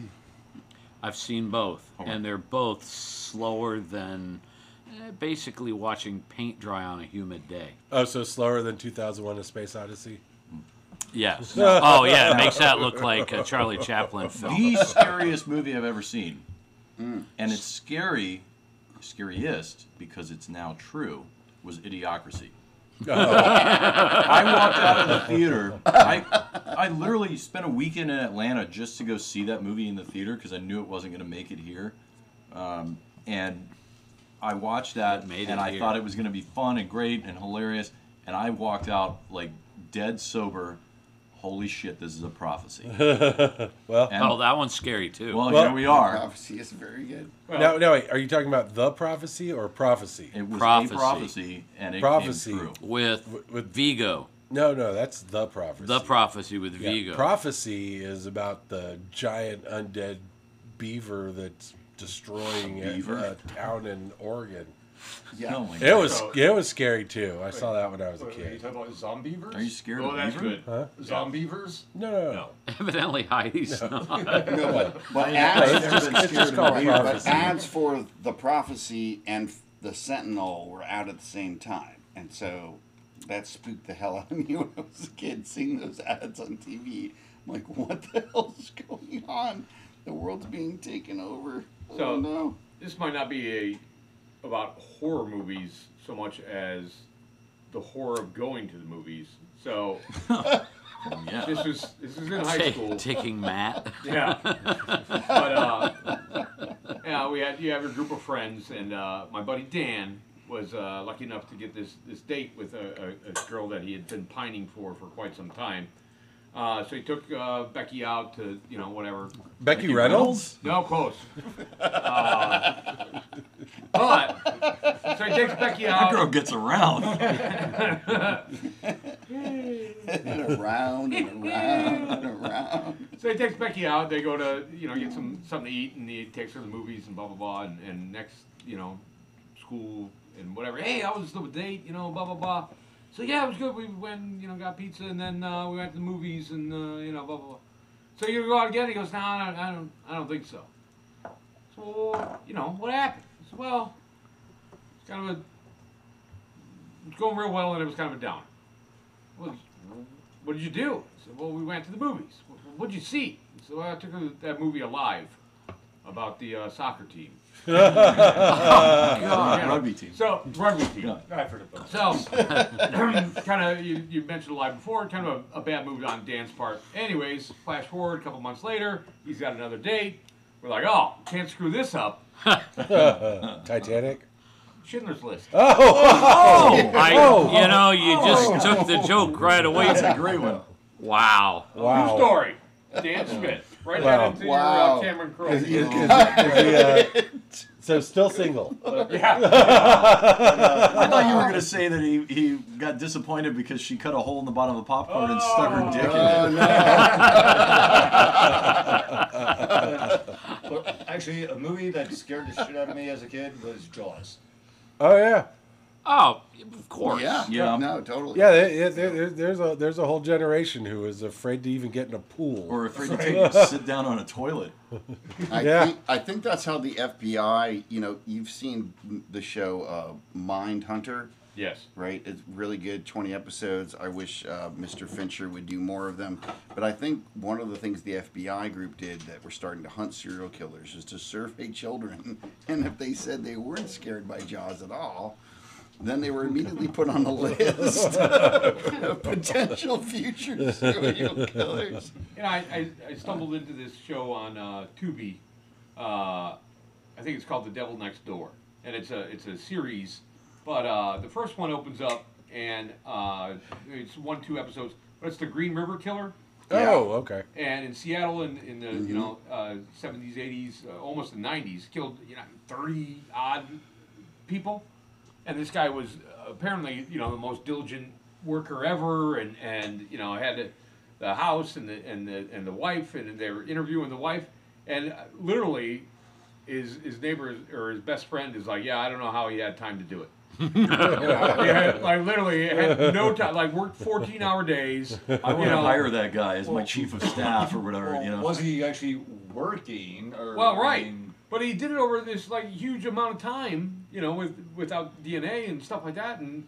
S3: I've seen both, and they're both slower than eh, basically watching paint dry on a humid day.
S1: Oh, so slower than 2001: A Space Odyssey.
S3: Yes. Oh, yeah, it makes that look like a Charlie Chaplin film.
S2: The scariest movie I've ever seen. And it's scary, scariest, because it's now true, was Idiocracy. I walked out of the theater. I, I literally spent a weekend in Atlanta just to go see that movie in the theater because I knew it wasn't going to make it here. Um, and I watched that
S3: It made
S2: and
S3: it
S2: I
S3: here.
S2: thought it was going to be fun and great and hilarious. And I walked out like dead sober. Holy shit, this is a prophecy.
S1: Well-
S2: and,
S3: Oh, that one's scary too.
S2: well,
S1: Well-
S2: here we are.
S5: Prophecy is very good.
S1: No, no, wait. Are you talking about the prophecy or prophecy?
S2: It was
S3: Prophecy.
S2: a prophecy, and it
S1: Prophecy.
S2: came true.
S3: with,
S1: with-
S3: Vigo.
S1: No, no, that's the prophecy.
S3: The prophecy with
S1: Yeah,
S3: Vigo.
S1: Prophecy is about the giant undead beaver that's destroying a,
S2: Beaver?
S1: a town in Oregon.
S5: Yeah.
S2: Oh my
S1: It
S2: God.
S1: was it was scary too. I saw that when I was a
S4: Wait, are you
S1: kid.
S4: talking about zombievers?
S2: Are you scared
S4: oh,
S2: of
S4: that's
S2: beaver?
S4: good. Zombievers?
S1: No, no, no.
S4: No.
S3: Evidently, Heidi's not. [LAUGHS]
S5: No, but, but
S1: it's
S5: ads,
S1: just- it's just called
S5: but
S1: prophecy.
S5: ads for the prophecy and f- the Sentinel were out at the same time, and so that spooked the hell out of me [LAUGHS] when I was a kid seeing those ads on TV. I'm like, what the hell's going on? The world's being taken over. I
S4: So-
S5: don't know. [LAUGHS]
S4: This might not be a about horror movies so much as the horror of going to the movies. So
S2: Yeah.
S4: this was this was in high
S3: Tick- [LAUGHS]
S4: school.
S3: Ticking Matt.
S4: Yeah. but uh, yeah, we had you have your group of friends, and uh, my buddy Dan was uh, lucky enough to get this this date with a, a, a girl that he had been pining for for quite some time. Uh, so he took uh, Becky out to you know whatever.
S1: Becky,
S2: Becky
S1: Reynolds?
S4: No, close. Uh, but so he takes Becky
S2: That girl
S4: out.
S1: [LAUGHS]
S2: gets around.
S5: And around and around and around.
S4: So he takes Becky out. They go to you know get some something to eat, and he takes her to the movies and blah blah blah. And, and next you know school and whatever. Hey, I was with a date, you know, blah blah blah. So yeah, it was good. We went, and, you know, got pizza, and then uh, we went to the movies, and uh, you know, blah blah blah. So you go out again? He goes, no, I don't, I don't, I don't think so. So well, you know, what happened? I said, well, it's kind of a, it's going real well, and it was kind of a downer. Well, what did you do? I said, well, we went to the movies. "Well, What'd you see? I said, well, I took her to that movie Alive about the uh, soccer team. [LAUGHS] Yeah.
S2: Rugby team.
S4: So rugby team.
S2: Yeah.
S7: I've heard of those.
S4: So, [CLEARS THROAT] kind of, you, you mentioned live before, kind of a, a bad move on Dan's part. Anyways, flash forward a couple months later, he's got another date. We're like, oh, can't screw this up.
S1: Titanic.
S4: Schindler's List.
S3: Oh, I, you know, you just took the joke right away.
S2: That's a great one.
S3: Wow.
S1: Wow.
S4: True story. Dan Schmidt. Right
S1: Wow.
S4: out into
S5: Wow.
S4: your uh, Cameron Crowe.
S1: [LAUGHS] So still single.
S4: yeah.
S2: I thought you were going to say that he, he got disappointed because she cut a hole in the bottom of the popcorn and stuck her dick in
S1: Oh,
S5: Oh,
S2: it.
S7: But actually, a movie that scared the shit out of me as a kid was Jaws.
S1: Oh yeah,
S3: Oh, of course.
S5: Yeah.
S2: Yeah.
S5: No, totally.
S1: yeah. There, yeah, there, there- there's a there's a whole generation who is afraid to even get in a pool.
S2: Or afraid to take a sit down on a toilet.
S5: I,
S1: Yeah.
S5: think, I think that's how the FBI, you know, you've seen the show uh, Mind Hunter,
S4: Yes.
S5: right? It's really good, 20 episodes. I wish uh, Mr. Fincher would do more of them. But I think one of the things the FBI group did that were starting to hunt serial killers is to survey children. [LAUGHS] And if they said they weren't scared by Jaws at all, then they were immediately put on the [LAUGHS] list of [LAUGHS] potential future [LAUGHS] serial killers. [LAUGHS]
S4: You know, I, I, I stumbled into this show on uh, Tubi. Uh, I think it's called The Devil Next Door, and it's a it's a series. But uh, the first one opens up, and uh, it's one two episodes. But it's the Green River Killer,
S5: Yeah.
S1: Oh, okay.
S4: And in Seattle, in, in the you know uh, seventies, eighties, uh, almost the nineties, killed you know thirty odd people, and this guy was uh, apparently you know the most diligent worker ever, and and you know had the, the house and the and the and the wife, and they were interviewing the wife, and uh, literally, his his neighbor or his best friend is like, yeah, I don't know how he had time to do it. [LAUGHS] He had, like literally had no time. Like worked fourteen hour days.
S2: I want
S4: you
S2: to
S4: know.
S2: hire that guy as my chief of staff or whatever.
S7: Well,
S2: you know,
S7: Was he actually working? Or
S4: Well,
S7: I
S4: right,
S7: mean,
S4: but he did it over this like huge amount of time, you know, with without DNA and stuff like that, and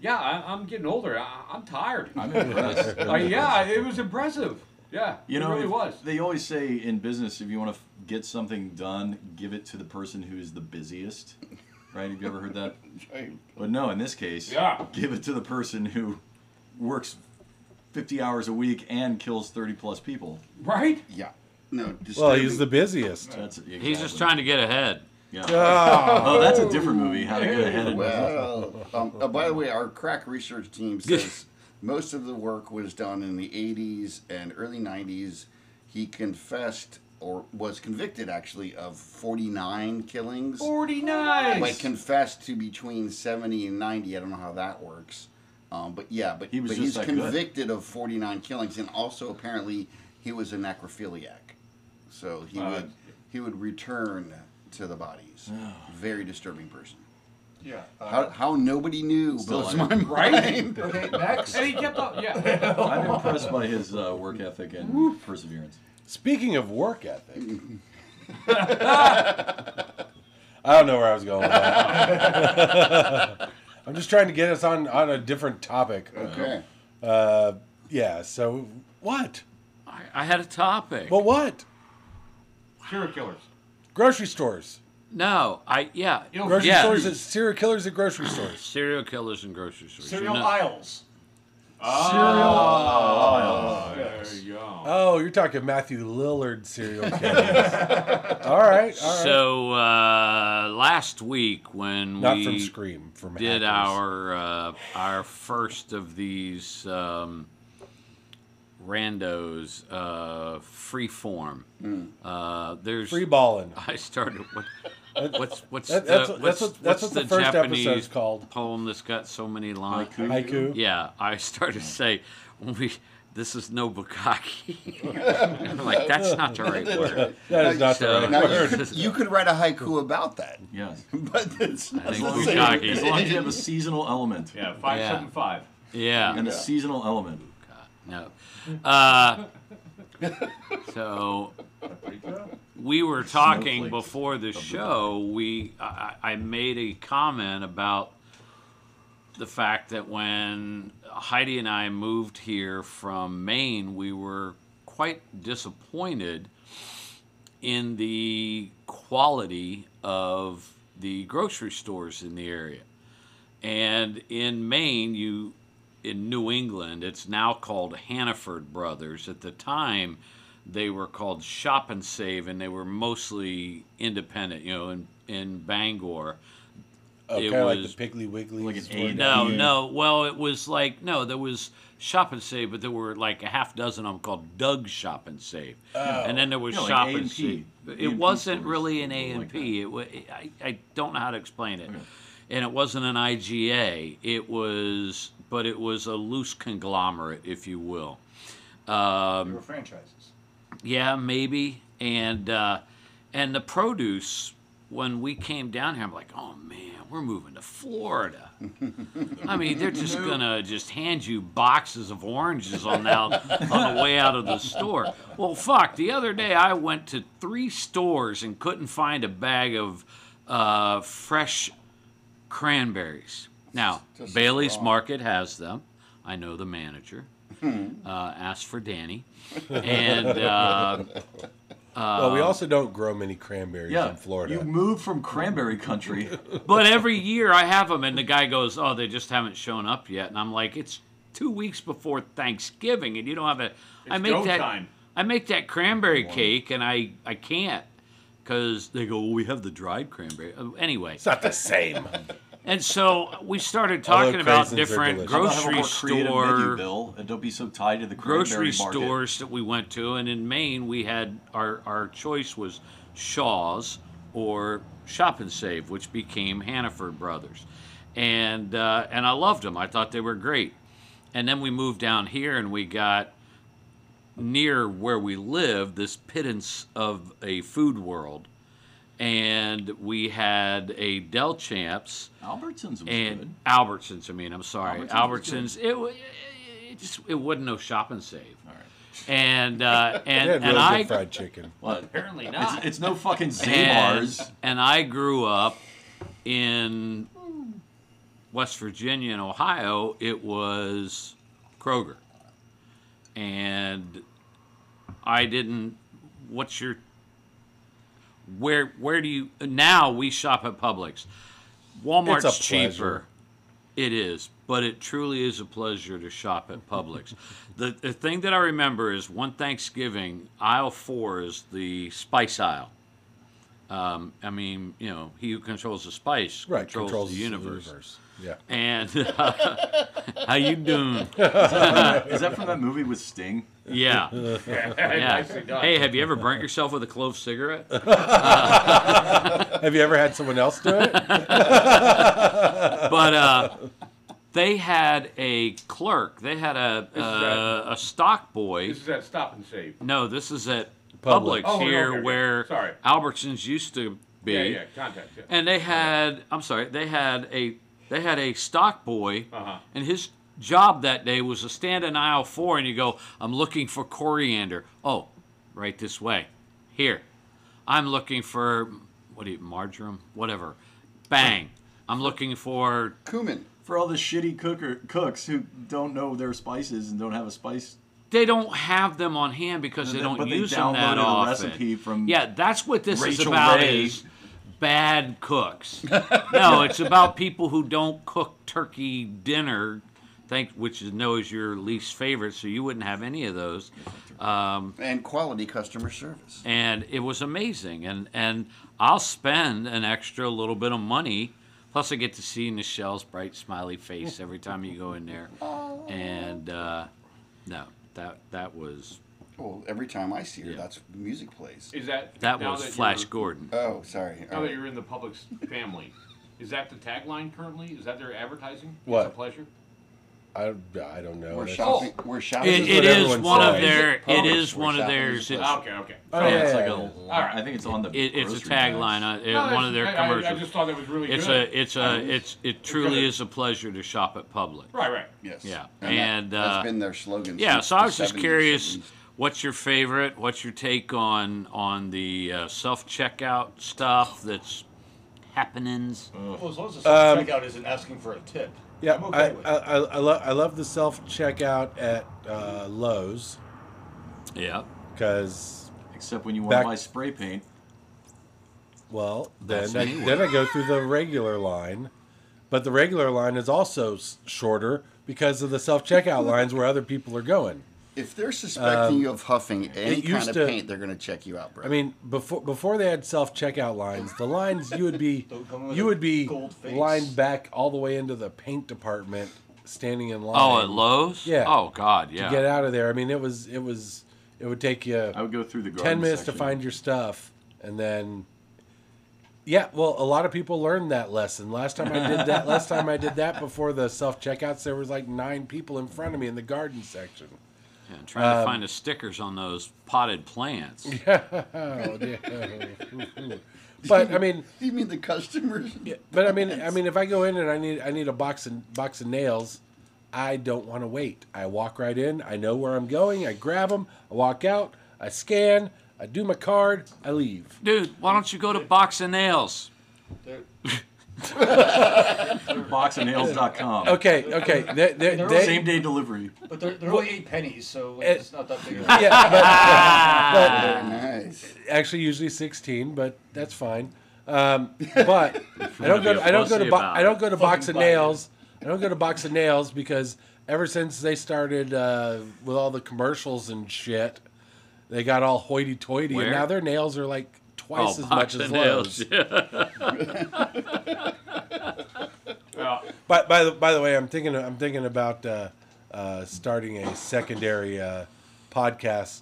S4: yeah, I, I'm getting older. I, I'm tired.
S2: I'm
S4: [LAUGHS]
S2: impressed.
S4: Like, yeah, it was impressive. Yeah,
S2: You know,
S4: it really
S2: if-
S4: was.
S2: They always say in business, if you want to f- get something done, give it to the person who is the busiest. Right? Have you ever heard that? But no, in this case,
S4: Yeah.
S2: give it to the person who works 50 hours a week and kills 30 plus people.
S4: Right?
S5: Yeah. No. Disturbing.
S1: Well, he's the busiest. Ah.
S2: That's exactly.
S3: He's just trying to get ahead.
S2: Yeah. Oh, that's a different movie. How to get ahead in business.
S5: Well, um, uh, by the way, our crack
S2: [LAUGHS]
S5: research team says most of the work was done in the 80s and early 90s. He confessed or was convicted actually of 49 killings.
S2: Oh,
S4: Forty nine.
S5: Like confessed to between 70 and 90. I don't know how that works. Um, but yeah, but,
S2: He was
S5: but
S2: just
S5: he's
S2: that good.
S5: convicted of 49 killings and also apparently he was a necrophiliac. So he
S4: Uh,
S5: would he would return to the bodies.
S2: oh.
S5: Very disturbing person.
S7: yeah. uh,
S5: How, how nobody knew
S2: Still
S5: blows my
S2: alive.
S5: mind.
S3: [LAUGHS]
S4: Right?
S7: okay, next.
S4: and he kept up. Yeah.
S2: I'm impressed by his uh, work ethic and perseverance.
S1: Speaking of work ethic, [LAUGHS] I don't know where I was going with that. [LAUGHS] I'm just trying to get us on, on a different topic.
S5: Okay.
S1: Uh, yeah, so what?
S3: I, I had a topic.
S1: Well, what?
S4: Serial killers.
S1: Grocery stores.
S3: no, I yeah.
S4: You know,
S1: Grocery
S3: Yeah.
S1: stores, at, serial killers at grocery stores.
S3: Serial killers in grocery stores. You're
S7: Cereal
S3: not-
S7: aisles.
S4: There you go.
S1: Oh, you're talking Matthew Lillard serial killers. [LAUGHS] all right, all right.
S3: So uh, last week when
S1: Not
S3: we
S1: from Scream, from
S3: did
S1: Hackers.
S3: our uh, our first of these um, randos uh, free form, uh, there's
S1: Hmm. free balling.
S3: [LAUGHS] I started. What, what's what's
S1: that-
S3: the,
S1: that's what-
S3: what's,
S1: that's what-
S3: what's
S1: that's what
S3: the,
S1: the first episode's
S3: Japanese
S1: called.
S3: poem that's got so many lines?
S1: Haiku.
S3: Yeah, I started to say we. This is no bukkake. [LAUGHS] I'm like that's not
S1: [LAUGHS]
S3: the right word.
S1: That is not
S3: So-
S1: the
S5: Now
S1: right
S5: you,
S1: word.
S5: could, you could write a haiku about that, [LAUGHS]
S2: Yes.
S5: but it's not
S3: think
S5: the
S3: we
S5: same.
S3: got-
S2: As long as
S1: [LAUGHS]
S3: [LAUGHS]
S2: you have a seasonal element.
S4: [LAUGHS] Yeah. Five
S3: Yeah.
S4: seven five. [LAUGHS]
S3: Yeah.
S2: And a seasonal element.
S3: No. Uh, so we were talking
S2: Snowflakes
S3: before the show. We I, I I made a comment about the fact that when Heidi and I moved here from Maine, we were quite disappointed in the quality of the grocery stores in the area. And in Maine, you in New England, it's now called Hannaford Brothers. At the time, they were called Shop and Save, and they were mostly independent. You know, in in Bangor,
S1: Oh,
S3: It
S1: kind of like the
S3: was-
S1: Piggly Wiggly.
S2: Like an
S1: store down
S2: eight-
S3: no,
S1: here.
S3: no. Well, it was like no, there was Shop and Save, but there were like a half dozen of them called Doug's Shop and Save, and then there was
S2: Yeah, like
S3: Shop and
S2: A&P.
S3: Save.
S2: A&P
S3: It wasn't
S2: stores
S3: really an
S2: were
S3: A
S2: like
S3: and P. It was I, I don't know how to explain it, and it wasn't an IGA. It was, but it was a loose conglomerate, if you will.
S7: They were franchises.
S3: Yeah, maybe. And uh, and the produce when we came down here, I'm like, oh man, we're moving
S5: [LAUGHS]
S3: to Florida. I mean, they're just gonna just hand you boxes of oranges on now on the way out of the store. Well, fuck. The other day I went to three stores and couldn't find a bag of uh, fresh cranberries. Now
S5: Just as
S3: Bailey's
S5: wrong.
S3: Market has them. I know the manager.
S5: Hmm.
S3: Uh, asked for Danny, and uh,
S1: Well,
S3: um,
S1: we also don't grow many cranberries
S2: Yeah.
S1: in Florida.
S2: You moved from cranberry
S3: [LAUGHS]
S2: country.
S3: but every year I have them, and the guy goes, "Oh, they just haven't shown up yet." And I'm like, "It's two weeks before Thanksgiving, and you don't have a." I
S4: It's
S3: make
S4: go
S3: that
S4: time.
S3: I make that cranberry cake, and I I can't because they go, "Well, we have the dried cranberry." Uh, Anyway,
S1: it's not the same.
S3: And so we started talking
S1: Although
S3: about
S1: craisins are
S3: different
S1: delicious. How
S2: How about have a more
S3: grocery
S2: creative menu,
S3: store
S2: Bill, and don't be so tied to the cranberry
S3: grocery
S2: market.
S3: stores that we went to, and in Maine we had our our choice was Shaw's or Shop and Save, which became Hannaford Brothers, and uh, and I loved them. I thought they were great. And then we moved down here, and we got near where we lived this pittance of a food world, and we had a Del Champs
S2: Albertsons was
S3: and
S2: good.
S3: Albertsons. I mean, I'm sorry,
S2: Albertsons
S3: Albertsons. it, wa- it just it wasn't no shop and save.
S1: [LAUGHS]
S3: And uh, and
S1: They had
S3: and
S1: really
S3: I
S1: good fried chicken.
S2: Well,
S3: apparently
S2: it's,
S3: not.
S2: it's no [LAUGHS] fucking
S3: and,
S2: Zabar's.
S3: and I grew up in West Virginia and Ohio. It was Kroger, and I didn't. What's your where where do you now we shop at Publix. Walmart's
S1: It's a pleasure.
S3: cheaper. It is, but it truly is a pleasure to shop at
S1: [LAUGHS]
S3: Publix. the, the thing that I remember is one Thanksgiving, aisle four is the spice aisle. Um, I mean, you know, he who controls the spice
S1: Right,
S3: controls, the universe.
S1: Yeah.
S3: And [LAUGHS] how you doing?
S2: Is that from that movie with Sting?
S3: [LAUGHS] Yeah. yeah.
S4: Nicely done.
S3: Hey, have you ever burnt yourself with a clove cigarette?
S1: Have you ever had someone else do
S3: [LAUGHS]
S1: it?
S3: but uh, they had a clerk. They had a uh, a, a stock boy.
S4: This is at Stop and Save.
S3: No, this is at
S1: Publix.
S3: Publix,
S4: Oh, no,
S3: here,
S4: okay, okay.
S3: where
S4: Sorry.
S3: Albertsons used to be.
S4: Yeah, yeah, contact. Yeah.
S3: And they had, I'm sorry, they had a they had a stock boy,
S4: Uh-huh.
S3: and his job that day was to stand in aisle four, and you go, I'm looking for coriander. Oh, right this way, here. I'm looking for what do you marjoram, whatever. Bang. I'm looking for
S5: Cumin.
S2: For all the shitty cooker cooks who don't know their spices and don't have a spice.
S3: they don't have them on hand because they
S2: But
S3: don't
S2: they
S3: use them that
S2: downloaded a
S3: often.
S2: recipe from
S3: yeah, that's what this is
S2: Rachel
S3: about
S2: Ray.
S3: is bad cooks.
S2: [LAUGHS]
S3: no, it's about people who don't cook turkey dinner, think which is no is your least favorite, so you wouldn't have any of those. Um,
S5: And quality customer service.
S3: And it was amazing. And and I'll spend an extra little bit of money. Plus, I get to see Michelle's bright, smiley face every time you go in there. And uh, no, that that was
S5: Well, every time I see her,
S3: Yeah.
S5: that's the music plays.
S4: Is that
S3: That
S4: now
S3: was
S4: you're-
S3: Flash Gordon.
S5: Oh, sorry.
S4: Now that you're in the Publix family, is that the tagline currently? Is that their advertising?
S1: What?
S4: It's a pleasure.
S1: I, I don't know.
S5: We're
S1: Oh, That's-
S5: shopping. We're shopping.
S3: It,
S1: what
S3: it is
S1: everyone
S3: one of
S1: says.
S3: their. It
S5: Publix?
S3: is
S5: We're
S3: one of
S5: shopping
S3: theirs.
S5: at
S3: It's,
S4: Ah, okay, okay.
S1: Oh,
S2: yeah,
S1: yeah,
S2: it's
S1: yeah,
S2: like a.
S1: yeah.
S2: line.
S4: right.
S2: I think it's on the.
S3: it, it's a
S2: grocery bags.
S3: tagline. On, in
S4: No, that's-
S3: one of their
S4: I- I-
S3: commercials.
S4: I, just thought that was really
S3: it's
S4: good.
S3: a. It's a. It's. It truly is a pleasure to shop at public.
S4: right, right.
S5: Yes.
S3: Yeah. And,
S5: that, has
S3: uh,
S5: been their slogan.
S3: Yeah.
S5: since
S3: So I
S5: the
S3: was just
S5: 70s,
S3: curious.
S5: at least.
S3: What's your favorite? What's your take on on the uh, self checkout stuff that's happenings?
S4: Oh.
S7: Well, as long as the
S1: Um,
S7: checkout isn't asking for a tip.
S1: Yeah,
S7: I'm okay
S1: I,
S7: with
S1: I, I, I, lo- I love the self checkout at uh, Lowe's
S3: Yeah.
S1: because,
S2: Except when you want
S1: Back-
S2: to buy spray paint.
S1: well,
S3: That's
S1: then I,
S3: anywhere.
S1: then I go through the regular line, but the regular line is also s- shorter because of the self
S7: [LAUGHS]
S1: checkout lines where other people are going.
S5: If they're suspecting you of huffing any kind
S1: Um, used
S5: of
S1: to-
S5: paint, they're going to check you out, bro.
S1: I mean, before before they had self checkout lines, the lines you would be
S7: Don't come with
S1: you
S7: a
S1: would be
S7: gold face.
S1: lined back all the way into the paint department, standing in line.
S3: Oh, at Lowe's.
S1: Yeah.
S3: Oh God.
S1: to
S3: Yeah.
S1: get out of there. I mean, it was it was it would take you
S2: I would go through the garden
S1: ten minutes
S2: section.
S1: to find your stuff, and then yeah. Well, a lot of people learned that lesson. Last time I did that. last time I did that before the self checkouts, there was like nine people in front of me in the garden section.
S3: Yeah, trying
S4: um,
S3: to find the stickers on those potted
S4: [LAUGHS]
S3: plants.
S1: Oh, yeah. [LAUGHS] but I mean,
S5: you mean the customers?
S1: but I mean, I mean, if I go in and I need I need a box and box of nails. I don't want to wait. I walk right in. I know where I'm going. I grab them. I walk out. I scan. I do my card. I leave.
S3: Dude, why don't you go to Box of Nails?
S1: [LAUGHS]
S2: Boxandnails.com.
S1: Okay, okay. They, they,
S7: They're
S1: they,
S2: Same day delivery.
S7: But they're, they're only eight pennies, so
S1: It-
S7: it's not that big. [LAUGHS] of a
S1: yeah, but,
S5: [LAUGHS] nice.
S1: but actually usually 16, but that's fine. Um, but I don't go. To, I don't go to. Bo- I don't go to box of
S7: Fucking buy it.
S1: nails. I don't go to box of nails because ever since they started uh, with all the commercials and shit, they got all hoity-toity,
S3: Where?
S1: and now their nails are like twice
S3: Oh,
S1: as
S3: Box
S1: much
S3: of
S1: as
S3: Nails,
S1: Lowe's.
S4: [LAUGHS] Yeah.
S1: By, by the by the way, I'm thinking I'm thinking about uh, uh, starting a secondary uh, podcast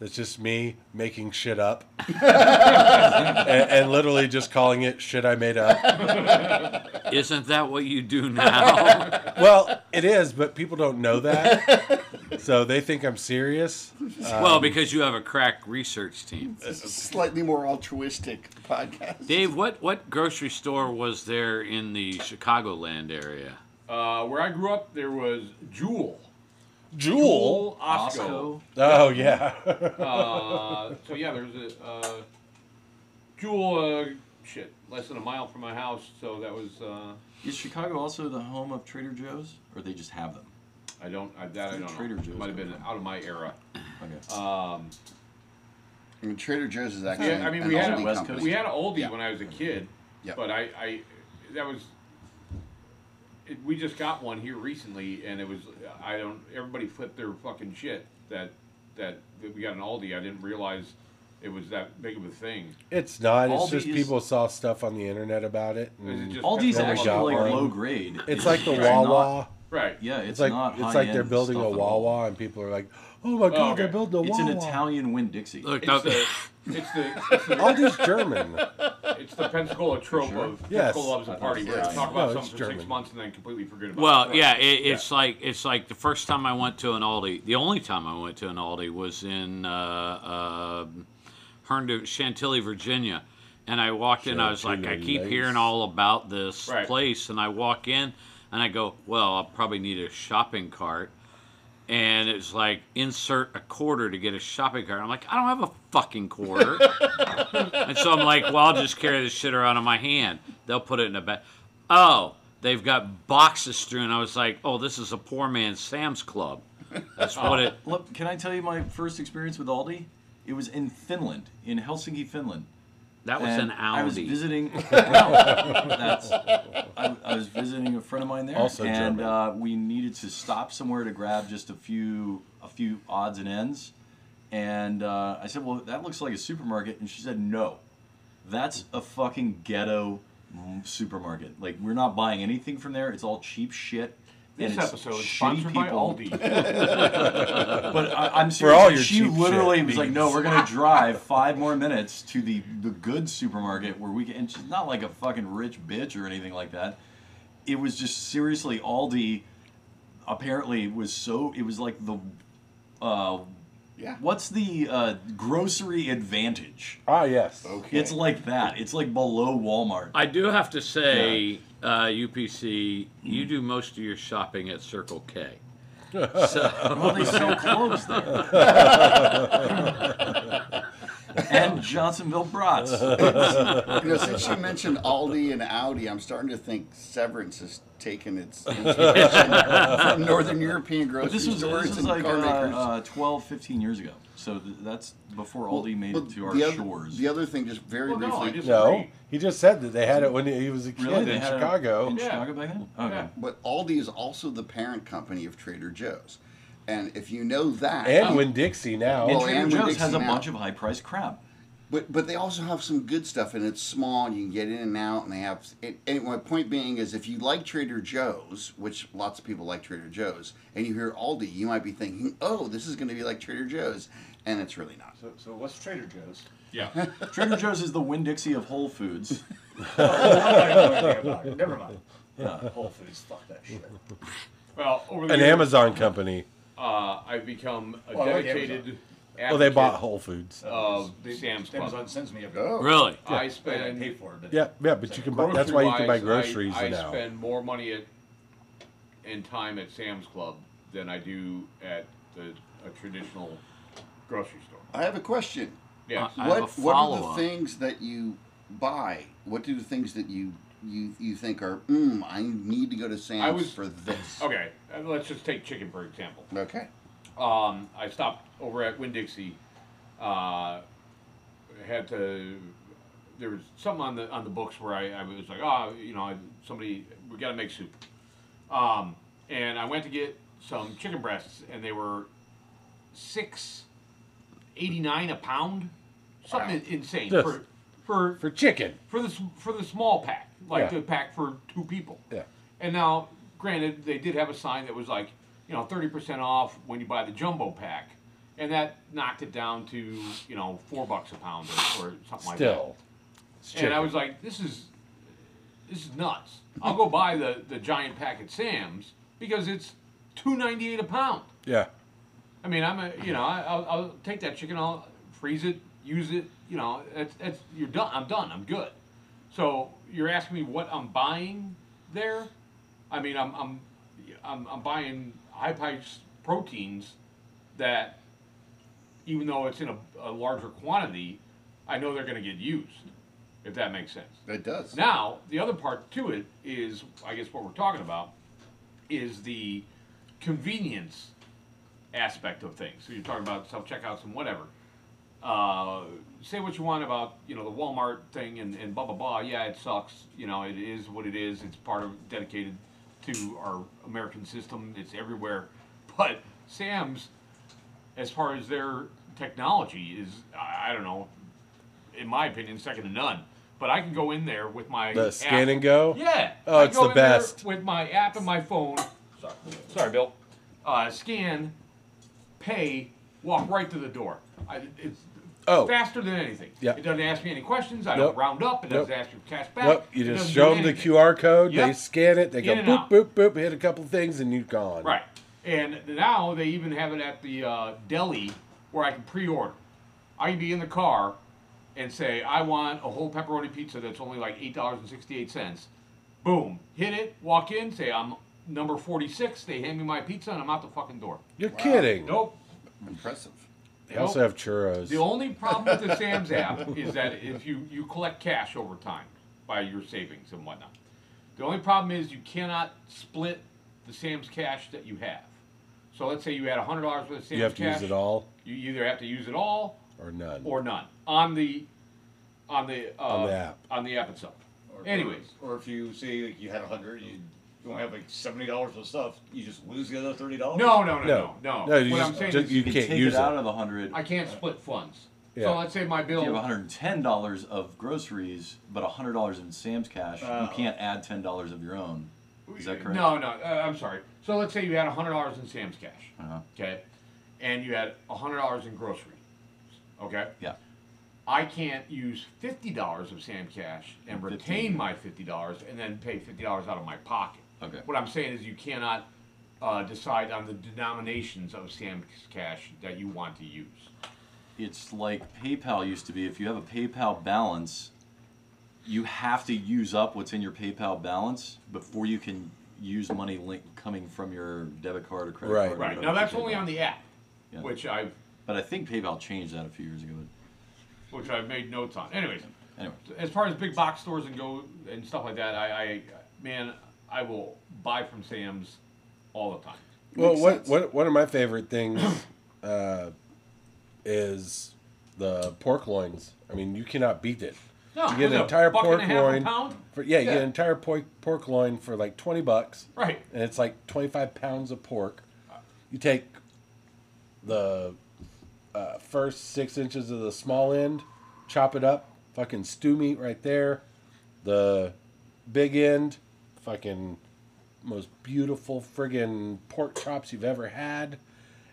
S1: that's just me making shit up, [LAUGHS] and, and literally just calling it "shit I made up."
S3: Isn't that what you do now?
S1: Well, it is, but people don't know that, so they think I'm serious.
S3: well, because you have a crack research team.
S5: It's a slightly more altruistic podcast.
S3: Dave, what, what grocery store was there in the Chicagoland area?
S4: Uh, where I grew up, there was Jewel.
S1: Jewel.
S4: Jewel Osco.
S1: Oh yeah. [LAUGHS]
S4: Uh, so yeah, there's a uh, Jewel. Uh, shit, less than a mile from my house. So that was. Uh,
S2: Is Chicago also the home of Trader Joe's, or they just have them?
S4: I don't. I, that I don't
S2: Trader
S4: know.
S2: Joe's
S4: Might have been
S2: over.
S4: out of my era.
S2: Okay.
S4: Um,
S5: I mean, Trader Joe's is actually.
S4: yeah, I mean,
S5: an
S4: we had, a,
S5: oldie
S2: West
S5: company.
S2: Coast.
S4: we had an oldie
S5: Yeah.
S4: when I was a kid,
S5: Yeah.
S4: but I, I that was. It, we just got one here recently, and it was I don't. Everybody flipped their fucking shit that that, that we got an oldie. I didn't realize it was that big of a thing.
S1: It's not. It's
S2: Aldi
S1: just
S2: is-
S1: people saw stuff on the internet about it.
S4: Is it
S1: and
S4: just-
S2: All these
S1: Never
S2: actually
S1: got
S2: like
S1: one.
S2: low grade.
S1: It's like the
S2: not-
S1: Wawa.
S4: Right.
S2: yeah, it's,
S1: It's, like
S2: not.
S1: it's like they're
S2: high-end
S1: building a
S2: stuff at all.
S1: Wawa, and people are like, "Oh my god,
S4: okay.
S1: they're building a
S2: It's
S1: Wawa."
S2: an Italian Win Dixie.
S3: Look,
S4: It's
S3: now-
S4: the, it's the it's the
S1: Aldi's
S4: [LAUGHS]
S1: German.
S4: It's the Pensacola trope
S2: sure.
S4: of
S1: Yes.
S4: Pensacola loves a party where you
S5: Yes.
S4: talk
S1: No,
S4: about
S1: it's
S4: something for six
S1: German.
S4: months and then completely forget about
S3: Well,
S4: it.
S3: yeah, it, it's like it's like the first time I went to an Aldi. The only time I went to an Aldi was in uh, uh, Herndon, Chantilly, Virginia, and I walked in. I was like, I
S1: Chantilly
S3: keep
S1: lace.
S3: hearing all about this
S4: Right.
S3: place, and I walk in, and I go, well, I'll probably need a shopping cart. And it's like insert a quarter to get a shopping cart. I'm like, I don't have a fucking quarter. And so I'm like, well, I'll just carry this shit around in my hand. They'll put it in a bag. Oh, they've got boxes strewn. I was like, oh, this is a poor man's Sam's Club. That's what it.
S2: Look, can I tell you my first experience with Aldi? It was in Finland, in Helsinki, Finland.
S3: That was an
S2: And I was
S3: Aldi. [LAUGHS]
S2: visiting. no, that's, I, I was visiting a friend of mine there,
S1: Also
S2: and
S1: German.
S2: uh, we needed to stop somewhere to grab just a few a few odds and ends. And uh, I said, "Well, that looks like a supermarket," and she said, "No, that's a fucking ghetto mm, supermarket. Like, we're not buying anything from there. It's all cheap shit."
S4: This
S2: and it's
S4: episode is
S2: shitty
S4: sponsored by
S2: people." [LAUGHS]
S4: Aldi.
S2: But I, I'm
S1: For
S2: serious.
S1: all your
S2: she
S1: cheap
S2: literally
S1: shit
S2: was like, "No, we're
S1: [LAUGHS]
S2: gonna drive five more minutes to the the good supermarket where we can." And she's not like a fucking rich bitch or anything like that. It was just seriously Aldi. Apparently, was so it was like the, uh,
S5: Yeah.
S2: what's the uh, grocery advantage?
S1: Ah, yes.
S5: Okay.
S2: It's like that. It's like below Walmart.
S3: I do have to say, uh, UPC,
S4: Mm-hmm.
S3: you do most of your shopping at Circle K. So,
S2: [LAUGHS] Well, they sell clothes there. and Johnsonville [LAUGHS] brats.
S5: You know, since you mentioned Aldi and Audi, I'm starting to think Severance has
S2: [LAUGHS]
S5: taken its inspiration from Northern European grocery
S2: But this was,
S5: stores
S2: this was
S5: and
S2: like uh,
S5: car makers.
S2: uh, 12, 15 years ago. So th- that's before Aldi made
S5: Well,
S2: it to our
S5: the other,
S2: shores.
S5: The other thing, just very
S4: Well, no, I
S5: briefly,
S4: just-
S1: No, he just said that they had it when he was a kid
S2: really? They
S1: in
S2: had a-
S1: Chicago.
S2: in
S4: Yeah.
S2: Chicago back then? Okay.
S4: Yeah.
S5: but Aldi is also the parent company of Trader Joe's, and if you know that,
S1: and Winn Dixie now.
S2: And
S5: Well,
S2: Trader
S5: and
S2: Joe's
S5: Dixie
S2: has a
S5: now.
S2: bunch of high priced crap.
S5: But but they also have some good stuff, and it's small, and you can get in and out, and they have. And, and my point being is, if you like Trader Joe's, which lots of people like Trader Joe's, and you hear Aldi, you might be thinking, "Oh, this is going to be like Trader Joe's," and it's really not.
S7: So, so what's Trader [LAUGHS] Joe's?
S4: Yeah.
S2: Trader Joe's is the Winn Dixie of Whole
S5: [LAUGHS]
S2: Foods.
S7: Never mind. Whole Foods, fuck that
S4: [LAUGHS]
S7: shit.
S4: Well, over the
S1: An
S4: years,
S1: Amazon company.
S4: Uh, I've become a
S7: Well, I like
S4: dedicated.
S1: Well, they
S4: advocate
S1: bought Whole Foods.
S4: of
S7: They-
S4: Um, Sam's Club.
S7: Amazon sends me a
S3: really?
S4: I
S7: I gotta pay
S4: spend.
S7: for it. [LAUGHS] but-
S1: Oh. Yeah, yeah, but you can buy. That's why you can buy groceries
S4: I, I
S1: now.
S4: spend more money at and time at Sam's Club than I do at the a traditional grocery store.
S5: I have a question.
S4: Yes.
S3: I have a
S5: what what are the
S3: follow-up.
S5: things that you buy? What do the things that you you you think are? Mm, I need to go to Sam's
S4: was-
S5: for this.
S4: okay. uh, Let's just take chicken for example.
S5: Okay.
S4: Um, I stopped over at Winn Dixie. Uh, had to. There was something on the on the books where I, I was like, oh, you know, I, somebody we got to make soup. Um, and I went to get some chicken breasts, and they were six eighty nine a pound, something insane
S1: Yes.
S4: for for
S1: for chicken.
S4: for the s- for the small pack, like
S1: Yeah.
S4: the pack for two people.
S1: Yeah.
S4: And now, granted, they did have a sign that was like, you know, thirty percent off when you buy the jumbo pack, and that knocked it down to you know four bucks a pound or, or something
S1: Still.
S4: like that. And I was like, this is this is nuts. I'll go buy the the giant pack at Sam's because it's two ninety eight a pound.
S1: Yeah.
S4: I mean, I'm a, you know, I, I'll, I'll take that chicken, I'll freeze it, use it, you know, that's, that's, you're done, I'm done, I'm good. So you're asking me what I'm buying there? I mean, I'm, I'm, I'm, I'm buying high price proteins that, even though it's in a, a larger quantity, I know they're going to get used, if that makes sense.
S5: It does.
S4: Now, the other part to it is, I guess, what we're talking about is the convenience aspect of things. So you're talking about self checkouts and whatever. Uh, say what you want about you know the Walmart thing and, and blah blah blah. Yeah, it sucks. You know, it is what it is. It's part of dedicated to our American system. It's everywhere. [LAUGHS] But Sam's, as far as their technology is, I, I don't know, in my opinion, second to none. But I can go in there with my
S1: The
S4: app.
S1: scan and go?
S4: Yeah.
S1: Oh,
S4: I
S1: it's
S4: go
S1: the
S4: in there
S1: best.
S4: With my app and my phone. Sorry, sorry Bill. Uh, scan, pay, walk right to the door. I, it's
S1: Oh.
S4: faster than anything.
S1: Yeah.
S4: It doesn't ask me any questions. I
S1: Nope.
S4: don't round up. It doesn't
S1: Nope.
S4: ask for cash back.
S1: Nope, you
S4: It
S1: just
S4: doesn't
S1: show
S4: do
S1: them the
S4: anything.
S1: QR code. They
S4: Yep.
S1: scan it. They
S4: In and
S1: go boop,
S4: out.
S1: boop, boop, hit a couple things, and you're gone.
S4: Right. And now they even have it at the uh, deli where I can pre-order. I can be in the car and say, I want a whole pepperoni pizza that's only like $8.68. Boom. Hit it, walk in, say, I'm number 46. They hand me my pizza and I'm out the fucking door.
S1: You're kidding.
S4: Nope.
S5: Impressive.
S1: They also have churros.
S4: The only problem with the Sam's app is that if you, you collect cash over time by your savings and whatnot. The only problem is you cannot split the Sam's cash that you have. So let's say you had hundred dollars worth of Sam's
S1: you have to
S4: cash.
S1: use it all
S4: You either have to use it all
S1: or none.
S4: or none on the on the uh,
S1: On the app.
S4: on the app itself.
S7: Or-
S4: Anyways,
S7: or if you say like, you had a hundred, you you only have like seventy dollars of stuff, you just lose the other thirty dollars.
S4: no, no, no,
S1: no,
S4: no, no.
S1: No, you
S4: what
S1: just,
S4: I'm saying
S1: just-
S4: is
S1: you
S2: You
S1: can't
S2: take
S1: use
S2: it
S1: it.
S2: out of the hundred.
S4: I can't split funds.
S1: Yeah.
S4: So let's say my bill.
S2: You have one hundred and ten dollars of groceries, but hundred dollars in Sam's cash.
S7: Oh.
S2: you can't add ten dollars of your own. Is that correct?
S4: Uh, No, no, uh, I'm sorry. So let's say you had hundred dollars in Sam's cash,
S2: Uh-huh.
S4: okay, and you had hundred dollars in groceries, okay.
S2: Yeah.
S4: I can't use fifty dollars of Sam Cash and retain
S2: 15.
S4: my fifty dollars and then pay fifty dollars out of my pocket.
S2: Okay.
S4: What I'm saying is you cannot uh, decide on the denominations of Sam's Cash that you want to use.
S2: It's like PayPal used to be. If you have a PayPal balance, you have to use up what's in your PayPal balance before you can use money link coming from your debit card or credit
S1: Right.
S2: card. or
S4: Right.
S2: whatever
S4: Now that's
S2: PayPal.
S4: only on the app,
S2: Yeah.
S4: which I've
S2: But I think PayPal changed that a few years ago.
S4: which I've made notes on. Anyways,
S2: But anyway,
S4: as far as big box stores and go and stuff like that, I, I man, I will buy from Sam's all the time.
S1: Well,
S5: Makes
S1: what,
S5: sense.
S1: what one of my favorite things uh, is the pork loins. I mean, you cannot beat it.
S4: No,
S1: you get
S4: with
S1: an
S4: a
S1: entire
S4: buck
S1: pork
S4: and a half a
S1: loin
S4: pound?
S1: for yeah, you get
S5: Yeah.
S1: an entire pork pork loin for like twenty bucks,
S4: Right.
S1: and it's like twenty five pounds of pork. You take the uh, first six inches of the small end, chop it up, fucking stew meat right there. The big end, fucking most beautiful friggin' pork chops you've ever had.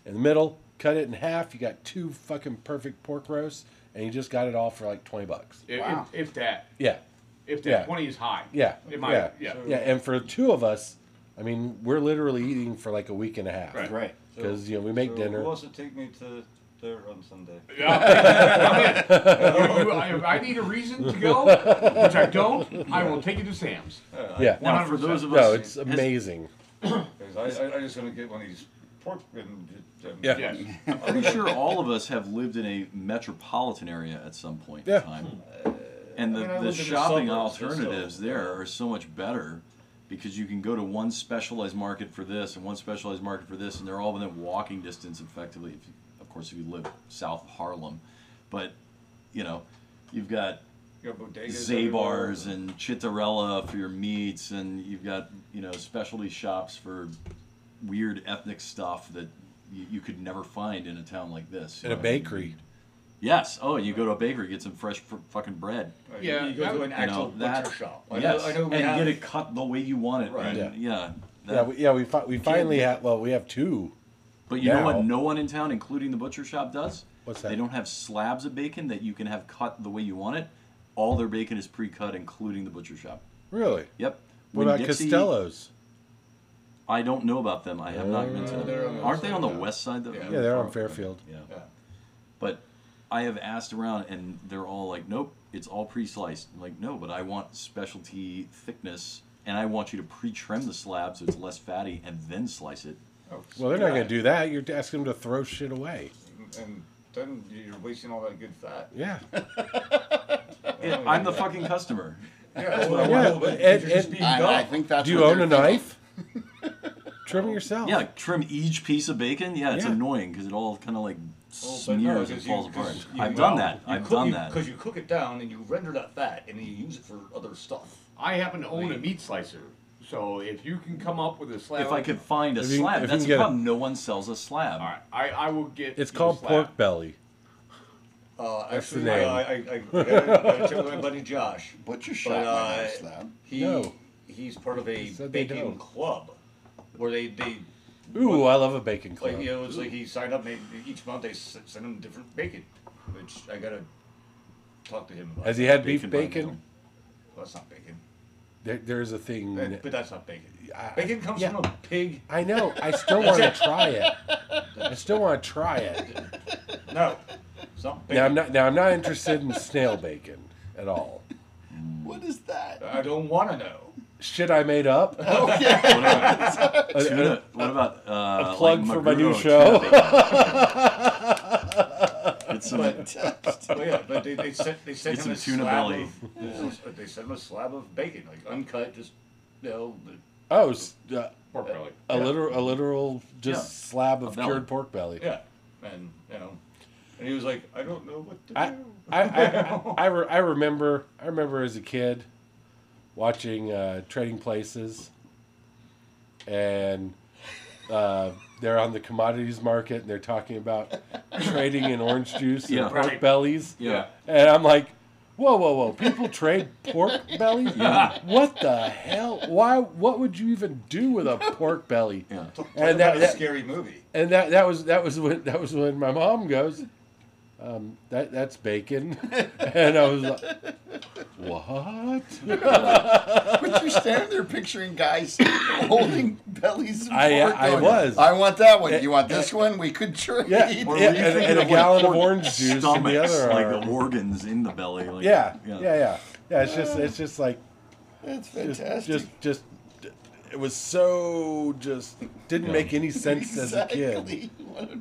S1: In the middle, cut it in half. You got two fucking perfect pork roasts, and you just got it all for like twenty bucks.
S4: If,
S5: Wow.
S4: if, if that,
S1: Yeah,
S4: if that
S1: Yeah.
S4: twenty is high.
S1: yeah,
S4: It might,
S1: yeah, [LAUGHS]
S4: yeah.
S1: yeah. And for the two of us, I mean, we're literally eating for like a week and a half.
S4: Right.
S5: Right.
S1: Because you know we make
S7: So
S1: dinner.
S7: Who wants to take me to there on Sunday?
S4: Yeah. You- you- I- if I need a reason to go, which I don't, I will take you to Sam's.
S1: yeah.
S2: now for those of us,
S1: No, it's amazing.
S7: Because I, I, I just gonna get one of these pork and. and
S1: Yeah.
S7: [LAUGHS]
S4: Yes.
S2: I'm pretty sure all of us have lived in a metropolitan area at some point
S1: Yeah.
S2: in time. Uh, And the,
S7: I mean, I
S2: the
S7: lived in the
S2: shopping
S7: suburbs, but still,
S2: alternatives there
S7: yeah.
S2: are so much better because you can go to one specialized market for this and one specialized market for this, and they're all within walking distance, effectively. If you, of course, if you live south of Harlem, but you know, you've got
S7: You got bodegas.
S2: Zabar's and Chittarella for your meats, and you've got you know specialty shops for weird ethnic stuff that you, you could never find in a town like this. you
S1: And a
S2: know what I mean?
S1: bakery.
S2: Yes. Oh, you go to a bakery, get some fresh fr- fucking bread.
S7: Right?
S4: Yeah,
S7: you go to
S4: that-
S7: an actual
S2: you know, that-
S7: butcher shop. I
S2: yes.
S7: know, I know we
S2: and
S7: have,
S2: get it cut the way you want it.
S7: Right.
S2: and- yeah. that-
S1: Yeah, we, yeah, we fi- we finally have. Well, we have two.
S2: but you know
S1: now-
S2: what? No one in town, including the butcher shop, does.
S1: What's
S2: They
S1: that?
S2: don't have slabs of bacon that you can have cut the way you want it. All their bacon is pre-cut, including the butcher shop.
S1: Really?
S2: Yep.
S1: What about
S2: Winn-Dixie-
S1: Costello's?
S2: I don't know about them. I have not been to
S7: they're
S2: them.
S7: on the
S2: Aren't they on the
S7: outside, yeah.
S2: west side? Though?
S7: Yeah.
S1: Yeah, they're on Fairfield.
S2: Yeah.
S7: Yeah.
S2: But I have asked around, and they're all like, "Nope, it's all pre-sliced." I'm like, no, but I want specialty thickness, and I want you to pre-trim the slab so it's less fatty, and then slice it.
S7: Oh,
S1: Well, they're not
S7: yeah.
S1: going to do that. You're asking them to throw shit away.
S7: And then you're wasting all that good fat.
S1: Yeah.
S2: Yeah, I'm the fucking customer.
S7: Yeah, that's
S1: I
S7: what
S1: want.
S7: But
S1: And-
S7: you're just
S1: and-
S7: being
S5: I, I
S7: dumb.
S5: think that's.
S1: Do you
S5: what
S1: own
S5: they're
S1: a
S5: thinking.
S1: knife?
S5: [LAUGHS]
S1: Trim it yourself.
S2: Yeah, trim each piece of bacon. Yeah, it's
S1: Yeah.
S2: annoying because it all kind of like
S7: Oh,
S2: smears
S7: but no, 'cause
S2: and
S7: you-
S2: falls
S7: 'cause
S2: apart.
S7: you-
S2: I've
S7: you
S2: done
S7: know,
S2: that.
S7: you
S2: I've
S7: cook-
S2: done
S7: you-
S2: that.
S7: Because you cook it down and you render that fat and then you use it for other stuff.
S4: I happen to own a meat slicer, so if you can come up with a slab,
S2: If I could find a
S1: If you- if
S2: slab,
S1: you
S2: that's
S1: can
S2: the
S1: get a-
S2: problem. No one sells a slab.
S4: all right, I, I will get.
S1: It's
S4: you a
S1: called
S4: slab.
S1: pork belly.
S7: Uh,
S1: That's the
S7: actually,
S1: name.
S7: I, I, I, I gotta check with my buddy Josh.
S5: Butcher shop.
S7: But
S5: might have a
S7: uh,
S5: slab.
S7: he
S1: No.
S7: he's part of a
S1: said they
S7: baking
S1: don't.
S7: club where they they
S1: Ooh, I love a bacon club.
S7: like you know it's like he signed up. And they, each month they s- send him different bacon, which I gotta talk to him about.
S1: Has he had
S2: Bacon
S1: beef
S2: by
S1: bacon?
S2: mail.
S7: Well, that's not bacon,
S1: There, there's a thing.
S7: That- but that's not bacon.
S1: I-
S7: Bacon comes
S1: yeah.
S7: from a pig.
S1: I know. I still want
S7: [LAUGHS]
S1: to try it. I still want to try it.
S7: No, it's not bacon.
S1: Now I'm not. Now I'm not interested in snail bacon at all.
S5: What is that?
S7: I don't want to know.
S1: Shit I made
S7: [LAUGHS]
S1: up. [LAUGHS]
S2: Tuna. What about uh,
S1: a plug
S2: like
S1: for my new
S2: Magruno
S1: show.
S4: [LAUGHS]
S2: tuna bacon? Get some-
S5: [LAUGHS]
S7: But uh, yeah, but they, they sent they sent
S2: Get
S7: him a
S2: some tuna
S7: slab
S2: belly.
S7: of they sent him a slab of bacon, like uncut, just you know. but-
S1: Oh, s- uh,
S4: Pork belly.
S1: a
S7: Yeah.
S1: literal, a literal, just
S2: Yeah.
S1: slab of
S2: A belly.
S1: cured pork belly.
S7: Yeah, and you know, and he was like, I don't know what to
S1: I,
S7: do.
S1: I, I, I, re- I remember, I remember as a kid watching uh, Trading Places, and uh, they're on the commodities market and they're talking about trading in orange juice
S2: Yeah.
S1: and pork
S7: Right.
S1: bellies.
S2: [LAUGHS] Yeah.
S1: And I'm like, whoa, whoa, whoa! People trade pork bellies? What the hell? Why? What would you even do with a pork belly?
S2: Yeah.
S7: Talk
S1: And
S7: about
S1: that,
S7: a
S1: that,
S7: scary movie.
S1: and that that was that was when that was when my mom goes, um, that that's bacon, [LAUGHS] and I was like, what?
S5: But you're standing there picturing guys holding bellies. Of
S1: I-
S5: pork
S1: I
S5: going,
S1: was.
S5: I want that one. You want this one? We could trade.
S1: Yeah,
S2: Or
S1: yeah,
S2: were you
S1: and,
S2: thinking
S1: and a
S2: like
S1: gallon of
S2: pork
S1: orange juice in the
S2: stomachs,
S1: other
S2: like
S1: arm.
S2: the organs in the belly. Like,
S1: yeah, yeah, yeah, yeah. It's just it's just like
S5: That's
S1: just
S5: fantastic.
S1: just just it was so just didn't make any sense as a kid
S5: exactly.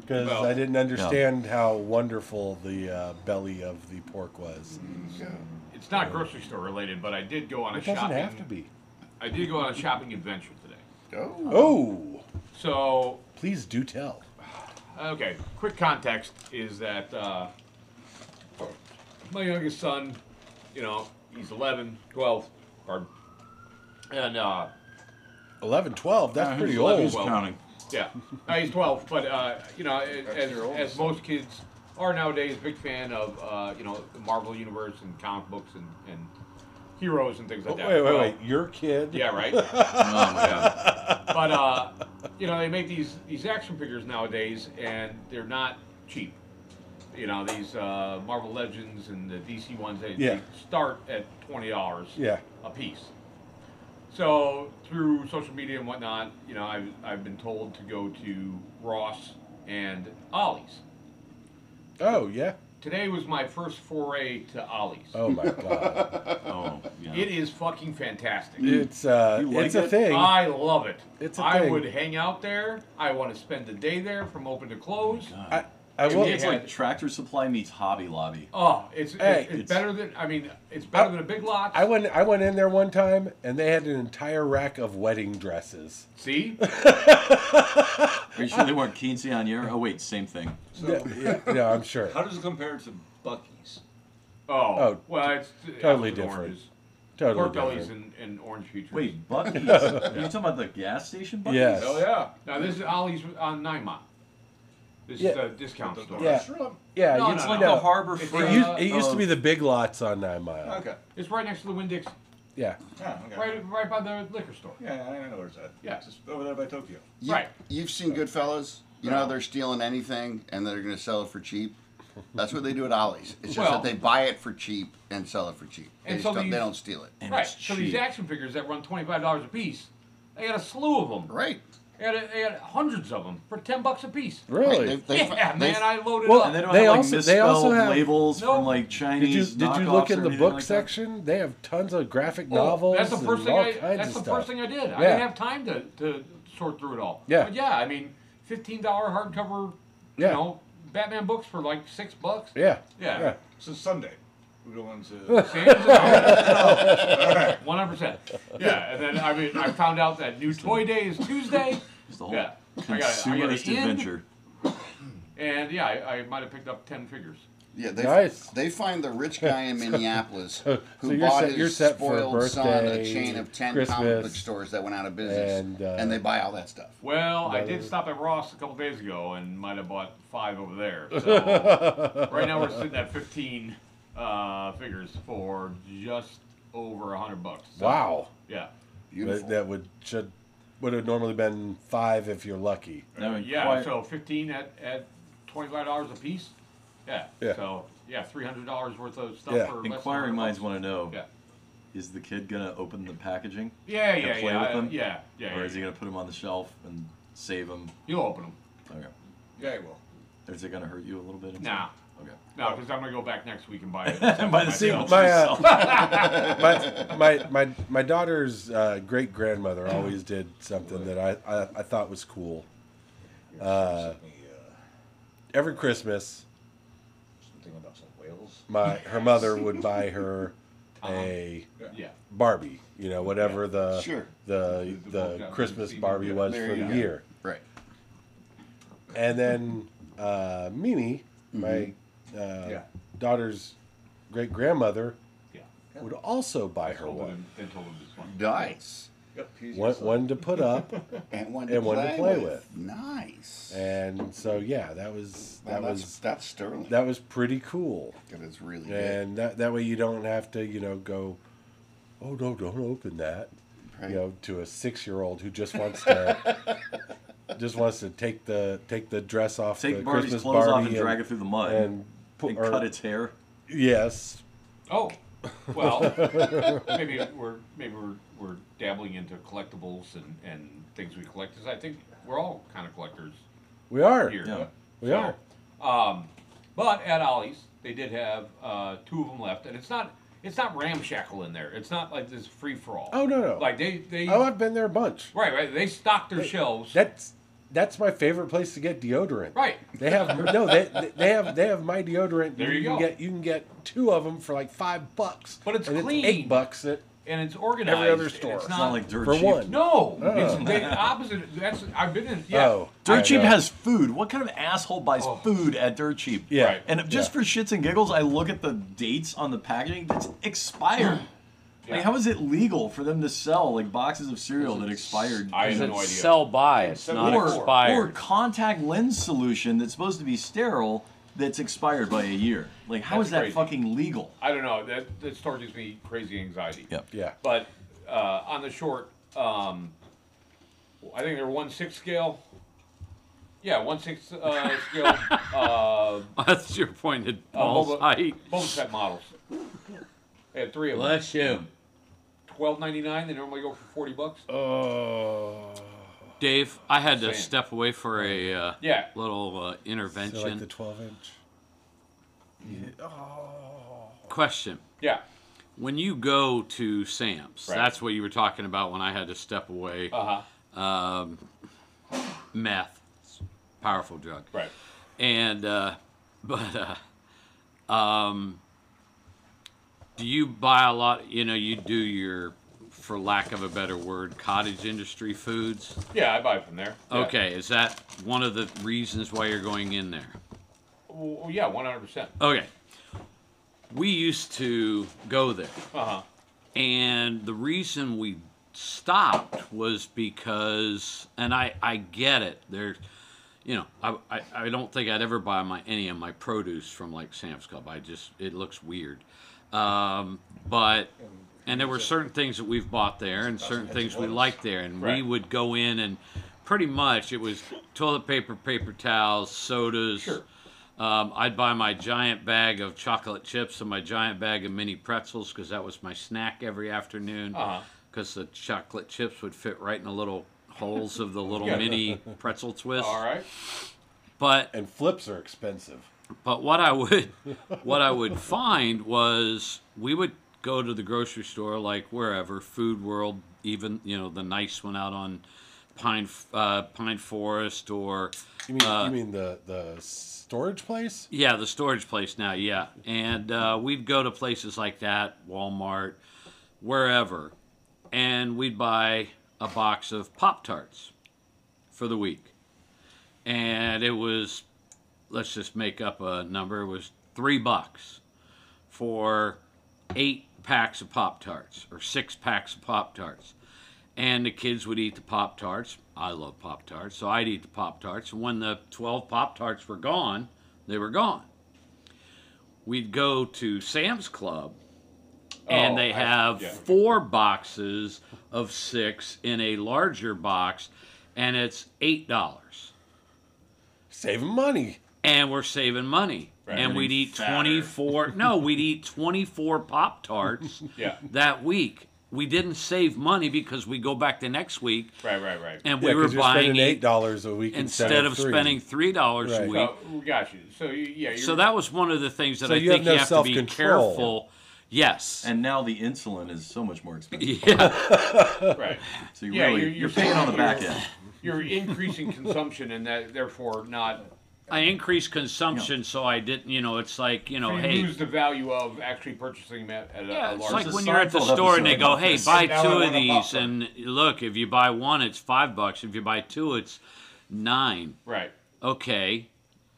S1: because I didn't understand how wonderful the uh, belly of the pork was.
S4: It's not grocery store related, but I did go on a
S1: It doesn't
S4: shopping.
S1: have to be.
S4: I did go on a shopping adventure today.
S5: Oh.
S1: Oh,
S4: So
S1: please do tell.
S4: Okay, quick context is that uh, my youngest son, you know, he's 11, 12, pardon. And, uh,
S1: 11, 12, that's
S2: Who's-
S1: pretty old.
S2: Who's
S4: well.
S1: [LAUGHS]
S2: counting?
S4: yeah, [LAUGHS] uh, he's 12, but, uh, you know, as,
S7: That's your oldest
S4: as, as most kids are nowadays, big fan of, uh, you know, the Marvel Universe and comic books and, and heroes and things like
S1: Wait,
S4: that.
S1: Oh, wait,
S4: Well,
S1: wait. Your kid?
S4: Yeah, right?
S2: Oh my god.
S4: but uh, you know, they make these these action figures nowadays, and they're not cheap. You know, these uh, Marvel Legends and the DC ones, they,
S1: Yeah.
S4: they start at twenty dollars
S1: Yeah.
S4: a piece. So through social media and whatnot, you know, I've I've been told to go to Ross and Ollie's.
S1: Oh, yeah.
S4: Today was my first foray to Ollie's.
S1: Oh, my
S4: [LAUGHS]
S1: God.
S2: Oh, yeah.
S4: It is fucking fantastic.
S1: it's uh,
S2: You like
S1: it's a
S2: it?
S1: thing.
S4: I love it.
S1: It's a
S4: I
S1: thing.
S4: would hang out there. I want to spend the day there from open
S2: Oh
S4: to close.
S1: I, I
S2: To
S1: will.
S2: me, it's
S4: Yeah.
S2: like Tractor Supply meets Hobby Lobby.
S4: Oh, it's it's,
S1: Hey,
S4: it's,
S2: it's-
S4: better than I mean, it's better than a big lot.
S1: I went. I went in there one time, and they had an entire rack of wedding dresses.
S4: [LAUGHS]
S1: [LAUGHS]
S4: see.
S2: Are you sure they weren't quinceanera? Oh wait, same thing.
S7: So
S1: Yeah, yeah, yeah, I'm sure.
S7: how does it compare to Bucky's?
S4: Oh,
S1: Oh,
S4: well, it's
S1: totally
S4: apples and
S1: different.
S4: oranges.
S1: Totally
S4: Pork bellies
S1: different.
S4: and, and orange features.
S1: [LAUGHS]
S2: Wait, Bucky's. Are you talking about the gas station Bucky's?
S1: Yes.
S4: Oh yeah. Now this is Ollie's on Nine Mile. This is
S1: Yeah.
S4: a discount store.
S1: Yeah. Yeah,
S4: No,
S1: it's
S4: no,
S2: like
S4: no.
S2: the Harbor
S4: It's
S2: Freight.
S1: It used,
S4: Uh,
S1: it used to
S5: oh.
S1: be the big lots on Nine Mile.
S7: Okay.
S4: It's right next to the Winn Dixie,
S1: Yeah.
S7: Yeah, okay.
S4: right, right by the liquor store.
S7: Yeah, I know where it's at.
S4: Yeah.
S7: Just over there by Tokyo.
S5: You,
S4: Right.
S5: You've seen Goodfellas. You know how they're stealing anything and they're going to sell it for cheap. That's what they do at Ollie's. It's just
S4: Well-
S5: that they buy it for cheap and sell it for cheap. They,
S4: And
S5: just
S4: so
S5: don't, they
S4: these-
S5: don't steal it.
S2: And
S4: right.
S2: it's
S4: So these
S2: cheap.
S4: action figures that run twenty five dollars a piece, they got a slew of them.
S5: Right.
S4: They had, a, they had hundreds of them for ten bucks a piece.
S1: Really?
S5: Right. They, they,
S4: yeah,
S5: they-
S4: man, I loaded
S1: Well,
S4: up.
S2: And they don't
S1: They
S2: have like
S1: also-
S2: misspelled
S1: they also have-
S2: labels
S4: No.
S2: from like
S1: Did you
S2: Chinese
S1: did you
S2: knockoffs
S1: look
S2: or
S1: in the
S2: anything
S1: book
S2: like that?
S1: section? They have tons of graphic
S4: Oh,
S1: novels.
S4: That's the first
S1: and
S4: thing.
S1: all
S4: I,
S1: kinds
S4: that's
S1: of
S4: the
S1: stuff.
S4: first thing I did. I
S1: Yeah.
S4: didn't have time to, to sort through it all.
S1: Yeah.
S4: But yeah, I mean, fifteen dollar hardcover,
S1: Yeah.
S4: you know, Batman books for like six bucks.
S1: Yeah.
S7: Yeah.
S1: Yeah.
S7: So Sunday, we're going to.
S1: [LAUGHS]
S4: One hundred percent. Yeah, and then I mean, I found out that new toy day is Tuesday,
S2: It's the whole
S4: Yeah. I got- I got an
S2: consumerist
S4: end.
S2: adventure.
S4: and yeah, I, I might have picked up ten figures.
S5: yeah, they,
S1: Nice.
S5: they find the rich
S1: [LAUGHS]
S5: guy in Minneapolis who
S1: so you're
S5: bought
S1: set- you're
S5: his
S1: set for a
S5: spoiled son a
S1: birthday,
S5: chain of 10 comic
S1: Christmas,
S5: book stores that went out of business.
S1: and, uh,
S5: and they buy all that stuff.
S4: Well, I did stop at Ross a couple days ago and might have bought five
S1: [LAUGHS]
S4: over there. So right now we're sitting at fifteen uh, figures for just over a hundred bucks. So,
S1: Wow.
S4: Yeah.
S5: Beautiful.
S1: That- That would should would have normally been five if you're
S5: [LAUGHS]
S1: lucky.
S2: That would
S4: Yeah,
S2: quite-
S4: so fifteen at, at twenty-five dollars a piece. Yeah.
S1: Yeah.
S4: So yeah, three hundred dollars worth of stuff.
S1: Yeah.
S4: For less than
S2: Inquiring
S4: 100
S2: minds
S4: bucks.
S2: want to know:
S4: Yeah.
S2: Is the kid gonna open the packaging,
S4: Yeah,
S2: Gonna
S4: yeah,
S2: play
S4: yeah,
S2: with
S4: I-
S2: them?
S4: yeah, yeah, yeah.
S2: or is he
S4: yeah.
S2: gonna put them on the shelf and save them?
S4: You'll open them.
S2: Okay.
S7: yeah, you will.
S2: Is it gonna hurt you a little bit?
S4: Nah.
S2: Okay.
S4: No, because I'm gonna go back next week and buy it.
S2: Oh. [LAUGHS] By the
S4: myself.
S2: sequel.
S1: My, uh, [LAUGHS] my my my my daughter's uh, great grandmother always did something that I, I, I thought was cool.
S7: Uh, me, uh,
S1: Every Christmas,
S7: something about some whales.
S1: my her mother would buy
S5: [LAUGHS]
S1: her
S5: Uh-huh.
S1: a
S4: Yeah.
S1: Barbie, you know, whatever the
S5: Sure.
S1: the
S4: The- the
S1: the,
S4: bulk out
S1: Christmas
S4: season,
S1: Barbie
S4: yeah.
S1: was
S5: There
S1: for
S5: you
S1: the
S5: go.
S1: year.
S5: Right.
S1: And then uh, Mimi,
S5: Mm-hmm.
S1: my uh,
S4: Yeah.
S1: daughter's great grandmother,
S4: Yeah.
S1: would also buy
S4: I
S1: her
S4: told
S1: one.
S4: him. I told him this one.
S5: Nice.
S7: Yep, he's
S1: One,
S7: your son.
S1: one to
S2: [LAUGHS]
S1: put up,
S5: And one
S1: And one to play with.
S5: Nice.
S1: and so yeah, that was
S5: Wow,
S1: that
S5: that's,
S1: was
S5: that's sterling.
S1: that was pretty cool.
S5: that is really good.
S1: and that that way you don't have to you know go oh no don't open that
S5: Right.
S1: you know to a six year old who just wants to
S5: [LAUGHS]
S1: just wants to take the take the dress off
S2: Take
S1: the
S2: Barbie's
S1: Christmas
S2: clothes
S1: Barbie
S2: off and, drag it through the mud
S1: and, pu-
S2: and
S1: or-
S2: cut its hair.
S1: yes
S4: Oh, well,
S1: [LAUGHS]
S4: maybe we're maybe we're, we're dabbling into collectibles and, and things we collect. 'cause I think we're all kind of collectors
S1: we are
S4: here.
S2: Yeah.
S1: we are
S4: Um, but at Ollie's, they did have uh, two of them left, and it's not it's not ramshackle in there. It's not like this free for all.
S1: Oh, no, no.
S4: Like they they
S1: oh I've been there a bunch
S4: right right they stock their shelves.
S1: that's that's my favorite place to get deodorant
S4: right.
S1: they have no they they- they have they have my deodorant
S4: There you
S1: can
S4: go.
S1: get you can get two of them for like five bucks
S4: But it's
S1: and
S4: clean.
S1: eight bucks at
S4: And it's organized.
S1: Every other
S4: and
S1: store.
S4: It's
S2: It's
S4: not,
S2: not like dirt
S1: for
S2: cheap.
S1: one
S4: No,
S1: Oh.
S4: it's the opposite. That's I've been in. Yeah.
S1: oh I
S2: Dirt Cheap
S1: know.
S2: has food. What kind of asshole buys
S4: Oh.
S2: food at Dirt Cheap?
S1: Yeah.
S4: Right.
S2: And just for shits and giggles, I look at the dates on the packaging. It's expired.
S4: Yeah.
S2: Like, how is it legal for them to sell like boxes of cereal that expired?
S4: I have
S3: Because
S4: no
S3: it's
S4: idea.
S3: sell by. It's not
S2: or, or
S3: expired.
S2: contact lens solution that's supposed to be sterile that's expired by a year. Like, how
S4: That's
S2: is that
S4: crazy.
S2: fucking legal?
S4: I don't know. That that store gives me crazy anxiety.
S2: Yep.
S1: yeah
S4: But uh, on the short, um, I think they're one six scale. Yeah, one six uh, scale
S3: [LAUGHS]
S4: uh,
S3: [LAUGHS] That's your point at Paul's
S4: Boba-
S3: height.
S4: both set models. They had three of them.
S3: Bless you.
S4: Twelve ninety nine. They normally go for forty bucks.
S1: Oh.
S3: Dave, I had to
S4: Saying.
S3: step away for a uh,
S4: Yeah.
S3: little uh,
S1: So like
S3: intervention.
S1: the 12 inch.
S3: Question.
S4: Yeah.
S3: When you go to Sam's,
S4: Right.
S3: that's what you were talking about when I had to step away.
S4: Uh huh.
S3: Um, meth, It's a powerful drug.
S4: Right.
S3: And, uh, [LAUGHS] but, uh, um, do you buy a lot? You know, you do your, for lack of a better word, cottage industry foods.
S4: Yeah, I buy from there. Yeah.
S3: Okay, is that one of the reasons why you're going in there?
S4: Well, yeah, one hundred percent.
S3: Okay. We used to go there.
S4: Uh huh.
S3: And the reason we stopped was because, and I, I get it. There, you know, I, I, I don't think I'd ever buy my any of my produce from like Sam's Club. I just it looks weird. Um, but and there were certain things that we've bought there and certain things we liked there, and we
S8: Right.
S3: would go in and pretty much it was toilet paper, paper towels, sodas. Um, I'd buy my giant bag of chocolate chips and my giant bag of mini pretzels because that was my snack every afternoon.
S8: Uh-huh.
S3: Because the chocolate chips would fit right in the little holes
S8: [LAUGHS]
S3: of the little mini pretzel twist.
S8: All right.
S3: But
S1: And flips are expensive.
S3: but what I would what I would find was we would go to the grocery store like wherever Food World, even you know the nice one out on Pine uh, Pine Forest or
S1: You mean
S3: Uh,
S1: you mean the the storage place?
S3: yeah the storage place now yeah, and uh, we'd go to places like that, Walmart, wherever, and we'd buy a box of Pop Tarts for the week, and it was let's just make up a number it was three bucks for eight packs of pop tarts or six packs of pop tarts and the kids would eat the pop tarts i love pop tarts so i'd eat the pop tarts and when the 12 pop tarts were gone they were gone we'd go to sam's club and
S8: Oh,
S3: they
S8: I-
S3: have
S8: yeah.
S3: four boxes of six in a larger box and it's eight dollars
S1: Saving money.
S3: and we're saving money.
S8: Right.
S3: And we'd
S8: Getting
S3: eat
S8: fatter.
S3: 24 no, we'd eat 24 Pop Tarts
S8: Yeah.
S3: that week. We didn't save money because we go back the next week
S8: Right. Right. Right.
S3: and
S1: Yeah,
S3: we were
S1: 'cause you're
S3: buying
S1: spending eight
S3: eight
S1: dollars a week
S3: instead, of
S1: three.
S3: spending $3 a
S1: Right.
S3: week.
S4: So, we got you. So you, yeah, you're,
S3: So that was one of the things that
S1: So
S3: I
S1: you have
S3: think
S1: no
S3: you have to be
S1: self-control.
S3: careful. Yes.
S2: And now the insulin is so much more expensive.
S3: yeah.
S4: right.
S2: So you
S4: Yeah,
S2: really
S4: you're-
S2: you're,
S4: you're
S2: paying on the back
S4: paying-
S2: end.
S4: You're increasing consumption, and that therefore not
S3: I increased consumption so I didn't, you know, it's like, you know,
S4: you
S3: Oh, hey,
S4: lose the value of actually purchasing that at a,
S3: Yeah,
S4: a
S3: it's
S4: large.
S3: like
S2: It's a
S3: when you're at the
S2: Seinfeld
S3: store and they
S2: episode.
S3: go, "Hey, buy
S7: Now I
S3: two
S7: want
S3: of
S7: a
S3: these,"
S7: popcorn.
S3: and look, if you buy one, it's five bucks. If you buy two, it's nine.
S4: right.
S3: Okay,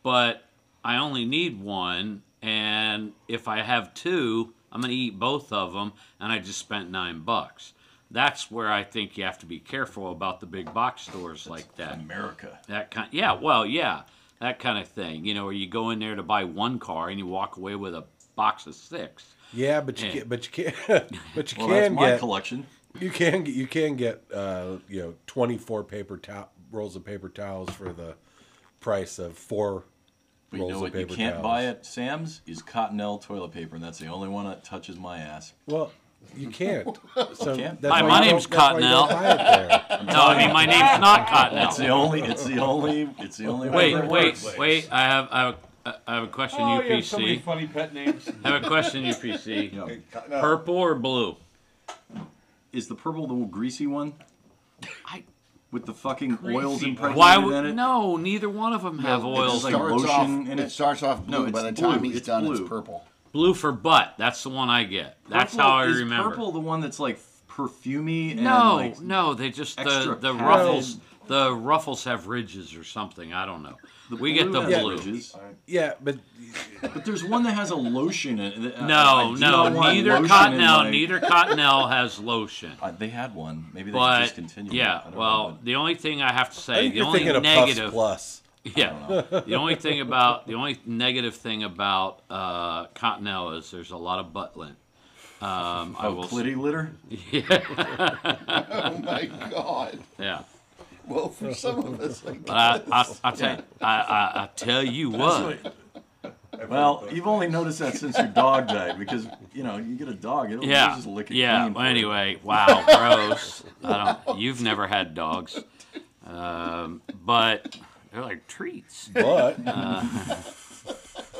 S3: but I only need one, and if I have two, I'm gonna eat both of them, and I just spent nine bucks. That's where I think you have to be careful about the big box stores like that.
S2: America.
S3: That kind, yeah, well, yeah, that kind of thing. You know, or you go in there to buy one car and you walk away with a box of six.
S1: Yeah, but you
S3: Yeah.
S1: can, [LAUGHS] but
S4: [LAUGHS]
S1: you can, but you
S2: Well, that's
S1: can
S2: my
S1: get
S2: collection.
S1: you can get you can get uh, you know twenty four paper towel rolls of paper towels for the price of four
S2: But you
S1: rolls
S2: know
S1: of
S2: what? You
S1: paper
S2: can't
S1: towels.
S2: buy at Sam's is Cottonelle toilet paper, and that's the only one that touches my ass.
S1: Well, you
S2: [LAUGHS]
S1: can't. So
S2: Can't?
S1: that's
S3: Hi,
S1: why
S3: my
S1: you
S3: name's
S1: don't- that's why you don't
S3: Cottonelle.
S1: buy it there. [LAUGHS]
S3: No, I mean my name's not
S2: It's the
S3: Cottonelle.
S2: only. It's the only. It's the only.
S3: Wait,
S2: one that
S3: wait,
S2: works.
S3: wait. I have, I have, a- I have a question,
S4: Oh, you have so many
S3: UPC.
S4: funny pet names.
S3: I have a question, UPC.
S2: Yeah.
S7: No,
S3: Purple or blue?
S2: Is the purple the greasy one
S3: I,
S2: with the fucking oils impregnated
S3: why
S2: in it?
S3: would no? Neither one of them have
S2: it's
S3: oils.
S2: like
S5: starts
S2: lotion
S5: off,
S2: and
S5: it
S2: it-
S5: starts off
S2: No,
S5: blue. by the
S2: it's
S5: time
S2: blue,
S5: he's
S2: it's
S5: done,
S2: blue.
S5: it's purple. [LAUGHS]
S3: blue for butt. That's the one I get. That's
S2: Purple-
S3: how I
S2: is
S3: remember.
S2: Purple, the one that's like perfumey. and
S3: no,
S2: like,
S3: no, they just the
S2: extra
S3: the
S2: padded.
S3: ruffles. The ruffles have ridges or something. I don't know. we get the
S2: blue has
S3: blue.
S2: ridges.
S1: Yeah, but
S2: But there's one that has a lotion in it. I- I
S3: No,
S2: do
S3: no,
S2: not want
S3: neither
S2: lotion in
S3: Cottonelle,
S2: my-
S3: neither Cottonelle has lotion.
S2: Uh, [LAUGHS] they had one. Maybe they should
S3: But
S2: discontinue. it. I
S3: yeah,
S2: don't know,
S3: well,
S2: but-
S3: the only thing I have to say,
S1: I think
S3: the
S1: you're
S3: only
S1: thinking of
S3: negative,
S1: Puffs
S3: yeah, the
S1: [LAUGHS]
S3: only thing about the only negative thing about uh, Cottonelle is there's a lot of butt lint. Um, I
S2: Oh,
S3: will, s-
S2: clitty
S3: [LAUGHS]
S2: litter.
S5: Oh my god!
S3: yeah.
S5: Well, for some of us, like
S3: But I, I, I tell, I, I, I tell you what,
S2: Well, you've only noticed that since your dog died, because you know you get a dog, it'll it'll
S3: yeah,
S2: just lick it
S3: yeah.
S2: clean.
S3: Well,
S2: for you.
S3: anyway, wow, gross. I don't, you've never had dogs, um, but they're like treats. [LAUGHS]
S1: plus, but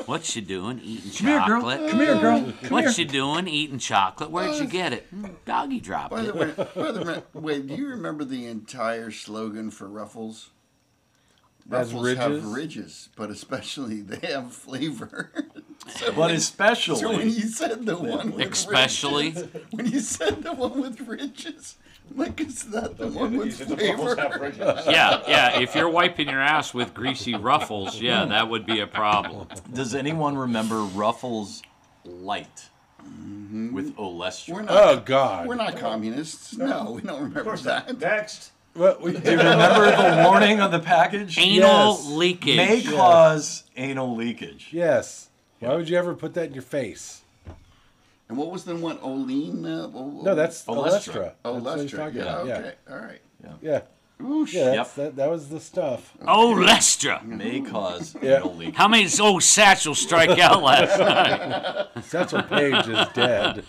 S3: What you doing? Eating
S2: Come here, girl.
S3: chocolate.
S2: Come here, girl.
S3: Ah, What you doing? Eating chocolate? Where'd you get it? Mm, Doggy dropped
S5: By the
S1: [LAUGHS]
S3: it.
S5: way, by the way, wait, do you remember the entire slogan for Ruffles?
S1: As
S5: Ruffles
S1: ridges?
S5: have ridges, but especially they have flavor. [LAUGHS]
S2: But
S5: so so
S3: [LAUGHS]
S5: when
S2: especially,
S5: you said the one, with
S3: Especially?
S5: ridges, [LAUGHS] when you said the one with ridges, I'm like is that the one with
S7: these are the bubbles have
S5: flavor?
S7: ridges.
S3: Yeah, yeah. If you're wiping your ass with greasy ruffles, yeah, that would be a problem.
S2: does anyone remember Ruffles Light with Olestra?
S5: We're not.
S1: oh god,
S5: We're not communists. No, we don't remember
S7: Of course
S5: that.
S7: not. Next.
S1: Well, we,
S2: Do you [LAUGHS] remember the warning on the package?
S3: Anal
S1: Yes.
S3: leakage.
S2: May cause anal leakage.
S1: yes. Why would you ever put that in your face?
S5: And what was the one? Olean? Uh, o-
S1: No, that's Olestra.
S2: Olestra.
S1: That's what
S5: Oh,
S1: he's
S5: Lustra.
S1: talking
S5: Yeah,
S1: about.
S5: okay. All right.
S1: Yeah.
S5: Oosh.
S1: Yeah, that's,
S2: Yep.
S1: that, that was the stuff.
S3: Oh, Lester.
S2: May cause
S1: Yeah.
S2: anal leakage.
S3: How many does old Satchel strike
S2: [LAUGHS]
S3: out last night?
S1: Satchel Page is dead.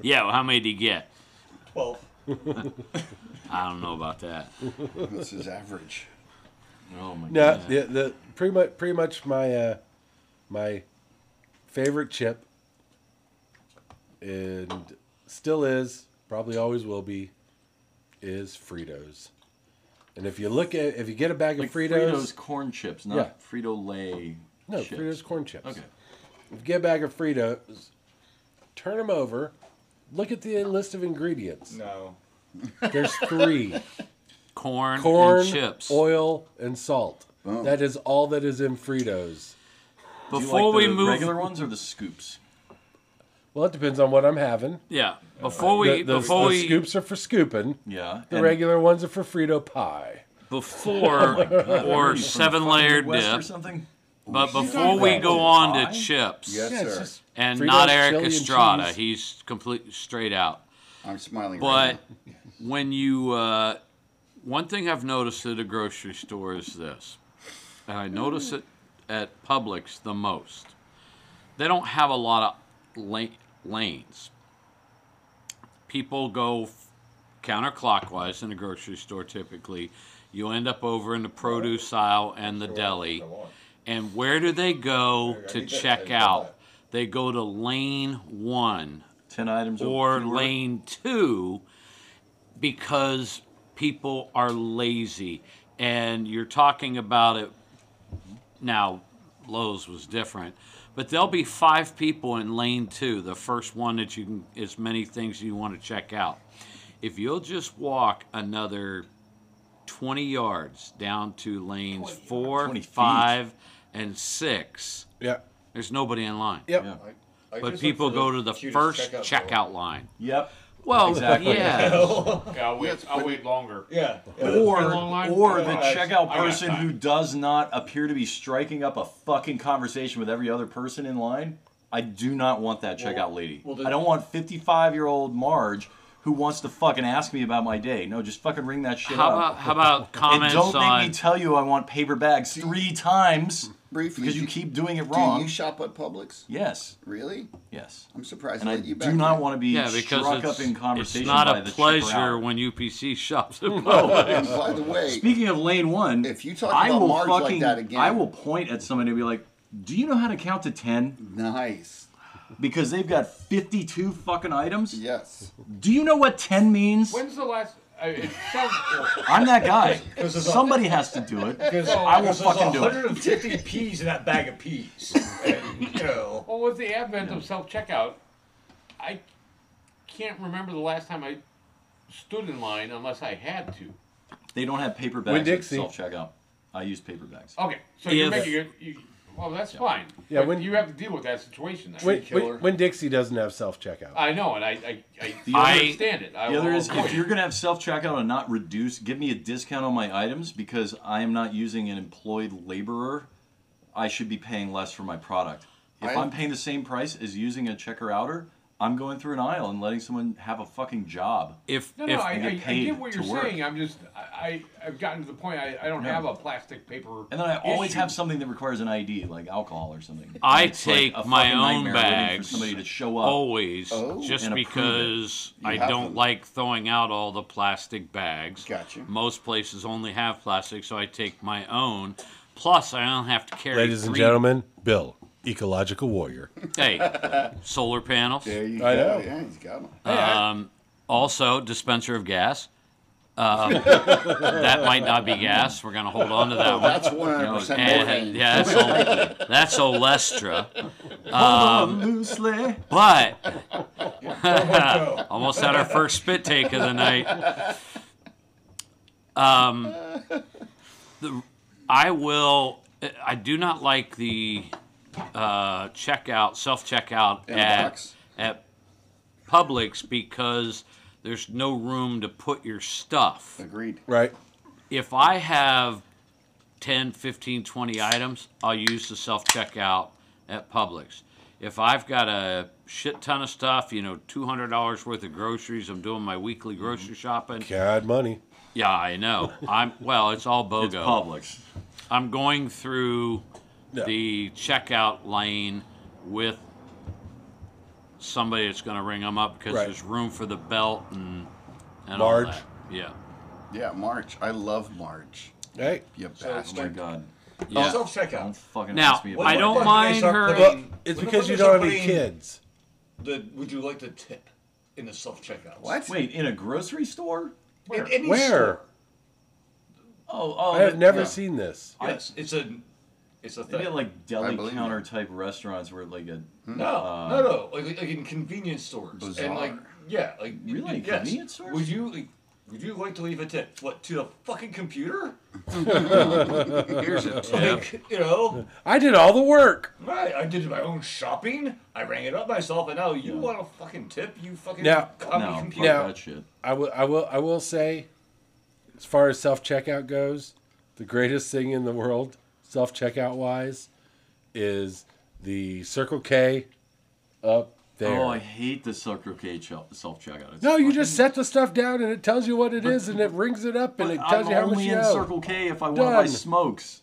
S3: Yeah, well, how many did he get?
S7: Twelve.
S3: [LAUGHS] I don't know about that.
S5: This is average.
S2: Oh my
S1: No,
S2: god.
S1: the, the pretty much pretty much my uh, my favorite chip, and still is probably always will be, is Fritos. And if you look at if you get a bag of
S2: Like
S1: Fritos,
S2: Fritos corn chips, not
S1: Yeah.
S2: Frito Lay.
S1: no
S2: chips.
S1: Fritos corn chips.
S2: Okay.
S1: If you get a bag of Fritos, turn them over, look at the list of ingredients.
S7: No.
S1: There's three.
S3: Corn,
S1: corn,
S3: and chips.
S1: oil, and salt. That is all that is in Fritos.
S2: Do you
S3: Before
S2: like
S3: we
S2: the
S3: move,
S2: regular ones or the scoops?
S1: Well, it depends on what I'm having.
S3: yeah. Before we,
S1: the, the-
S3: before
S1: the
S3: we,
S1: scoops are for scooping.
S2: Yeah.
S1: The
S2: and
S1: regular ones are for Frito pie.
S2: [LAUGHS] Oh
S3: before or
S2: from
S3: seven
S2: fucking
S3: layered
S2: Midwest or
S3: dip.
S2: something.
S3: But before we go on to chips,
S5: Yes,
S1: Yeah, it's
S5: sir.
S1: just
S3: and
S1: Fritos,
S3: not Eric
S1: chili, and
S3: Estrada,
S1: cheese.
S3: he's complete straight out.
S5: I'm smiling. right
S3: But when you, uh, one thing I've noticed at a grocery store is this, and I notice it at Publix the most. They don't have a lot of la- lanes. People go f- counterclockwise in a grocery store typically. You end up over in the produce aisle and the deli. And where do they go to check out? They go to lane one
S2: Ten items
S3: or
S2: fewer.
S3: lane two because people are lazy. And you're talking about it now, Lowe's was different, but there'll be five people in lane two, the first one that you can, as many things you want to check out. If you'll just walk another 20 yards down to lanes four,
S2: 20 feet.
S3: five, and six,
S1: Yeah.
S3: there's nobody in line.
S1: Yep.
S2: Yeah.
S7: I
S3: But
S7: just
S3: people
S7: looked for
S3: go to the
S7: cutest
S3: first
S7: checkout.
S3: checkout line.
S2: Yep.
S3: Well,
S2: Exactly.
S3: [LAUGHS] yeah.
S4: [LAUGHS] Yeah, I'll wait,
S5: Yes,
S4: I'll
S5: but-
S4: wait longer.
S7: Yeah. yeah.
S2: Or,
S4: a long line?
S2: or
S4: Oh,
S2: the
S4: I-
S2: checkout
S4: I got
S2: person
S4: time.
S2: who does not appear to be striking up a fucking conversation with every other person in line. I do not want that checkout lady.
S7: well, the-
S2: I don't want 55 year old Marge who wants to fucking ask me about my day. No, just fucking ring that shit
S3: How
S2: up.
S3: about how about
S2: and
S3: comments
S2: don't make
S3: on
S2: me tell you I want paper bags three times
S5: Briefly,
S2: because you
S5: do-
S2: keep doing it
S5: now.
S2: wrong.
S5: Do you shop at Publix?
S2: yes,
S5: Really?
S2: yes.
S5: I'm surprised.
S2: And
S5: they
S2: I
S5: let you
S2: do
S5: back
S2: not
S5: in.
S2: want to be
S3: yeah because
S2: struck
S3: it's,
S2: up in
S3: it's
S2: conversation.
S3: not
S2: by
S3: a
S2: the chipper
S3: pleasure
S2: out.
S3: when UPC shops.
S2: [LAUGHS]
S3: oh,
S5: And by the way,
S2: Speaking of lane one,
S5: If you talk
S2: I
S5: about
S2: will
S5: Marge like
S2: fucking,
S5: that again-
S2: I will point at somebody and be like, "Do you know how to count to ten?
S5: nice.
S2: Because they've got fifty-two fucking items.
S5: Yes.
S2: Do you know what ten means?
S4: When's the last? uh, I it sounds.
S2: I'm that guy.
S7: it's
S2: somebody has to do it.
S7: So
S2: I will
S7: there's
S2: fucking do it.
S7: 150 peas in that bag of peas. And, you know.
S4: [LAUGHS] Well, with the advent of self checkout, I can't remember the last time I stood in line unless I had to.
S2: They don't have paper bags. at
S1: Dixie.
S2: self-checkout. I use paper bags.
S4: Okay, so you're
S3: If-
S4: making it. You, well, that's fine.
S1: Yeah,
S4: but
S1: when-
S4: you have to deal with that situation. Then.
S1: When,
S7: killer.
S1: when, when Dixie doesn't have self checkout.
S4: I know, and I I, I,
S2: The other-
S4: understand it. I
S2: The other
S4: will
S2: is if
S3: Oh,
S4: avoid
S2: you're
S4: it.
S2: gonna have self-checkout and not reduce, give me a discount on my items because I am not using an employed laborer. I should be paying less for my product. If
S5: I-
S2: I, am paying the same price as using a checker outer, I'm going through an aisle and letting someone have a fucking job.
S3: if
S4: No,
S3: if
S4: no, I,
S2: get
S4: I, I
S2: paid
S4: get what you're
S2: to work.
S4: saying. I'm just, I, I, I've gotten to the point. I, I don't have a plastic paper.
S2: And then I always
S4: issue.
S2: have something that requires an ID, like alcohol or something. And
S3: I
S2: it's like
S3: take
S2: a
S3: my
S2: fucking
S3: own
S2: nightmare waiting
S3: bags.
S2: For somebody to show up.
S3: always
S5: Oh.
S3: just
S2: And approve it.
S3: because I
S5: have
S3: don't
S5: them.
S3: like throwing out all the plastic bags.
S5: Gotcha.
S1: [LAUGHS]
S3: Most places only have plastic, so I take my own. Plus, I don't have to carry.
S1: Ladies and
S3: three-
S1: gentlemen, Bill, ecological [LAUGHS] warrior.
S2: [LAUGHS]
S3: hey, solar panels.
S5: There you
S1: I
S5: go.
S1: know.
S5: Yeah, he's got one.
S3: Um, also, dispenser
S2: [LAUGHS]
S3: of gas. Um, that might not be gas. We're gonna hold on to that one.
S5: That's 100
S2: No,
S5: percent
S3: And-
S5: morphine.
S3: yeah, that's, Ol- that's Olestra.
S2: Hold on loosely.
S3: But almost had our first spit take of the night. Um, the, I will. I do not like the uh, checkout, self checkout
S5: In a
S3: at
S5: box.
S3: at Publix because there's no room to put your stuff.
S5: Agreed.
S1: Right.
S3: If I have 10, 15, 20 items, I'll use the self checkout at Publix. If I've got a shit ton of stuff, you know, $200 worth of groceries, I'm doing my weekly
S1: Mm-hmm.
S3: grocery shopping.
S1: God, money.
S3: Yeah,
S1: [LAUGHS]
S3: I know. I'm well, it's all BOGO.
S2: It's Publix. Oh,
S3: I'm going through
S1: Yeah.
S3: the checkout lane with somebody that's going to ring them up because
S1: Right.
S3: there's room for the belt and and
S1: Marge.
S3: All that. Yeah.
S5: Yeah, March. I love March.
S1: Right.
S5: You
S7: So
S2: Oh
S5: bastard.
S2: my god.
S1: Oh,
S3: Yeah.
S7: Self
S2: Don't
S7: checkout.
S2: fucking
S3: Now,
S2: ask me about
S3: I
S2: it.
S3: don't
S7: When the fuck do they
S3: mind
S7: start
S3: her-
S7: putting-
S1: Well, it's
S7: when the
S1: because
S7: fuck
S1: you
S7: they start
S1: don't have any
S7: putting
S1: kids.
S7: The, would you like to tip in the self checkout?
S5: What?
S2: Wait, in a grocery store?
S7: In any
S1: Where?
S7: store.
S2: Oh, oh.
S1: I have
S2: that-
S1: never
S2: yeah.
S1: seen this.
S7: Yes, it's a, it's a
S2: They
S7: thing.
S2: did like
S5: I
S2: deli
S5: believe
S2: counter
S5: you. Hmm.
S2: type restaurants where like a
S7: no,
S2: uh,
S7: no, no, like, like in convenience stores and like
S5: Bizarre.
S7: yeah, like y-
S2: Really?
S7: yes.
S2: Convenience stores?
S7: Would you like, would you like to leave a tip? What to the fucking computer?
S1: [LAUGHS]
S5: Here's a tip.
S7: Like you know,
S1: I did all the work.
S7: right? I did my own shopping. I rang it up myself, and now you want a fucking tip? You fucking
S1: Now-
S7: commie
S2: no, fuck
S7: computer.
S1: Now-
S2: that shit.
S1: I will. I will. I will say, as far as self checkout goes, the greatest thing in the world, self checkout wise, is the Circle K up there.
S2: Oh, I hate the Circle K self checkout.
S1: no, you just set the stuff down and it tells you what it is and it rings it up and it tells
S2: I'm
S1: you how much
S2: only
S1: you
S2: in
S1: owe.
S2: Circle K if I want to buy
S1: Done.
S2: smokes.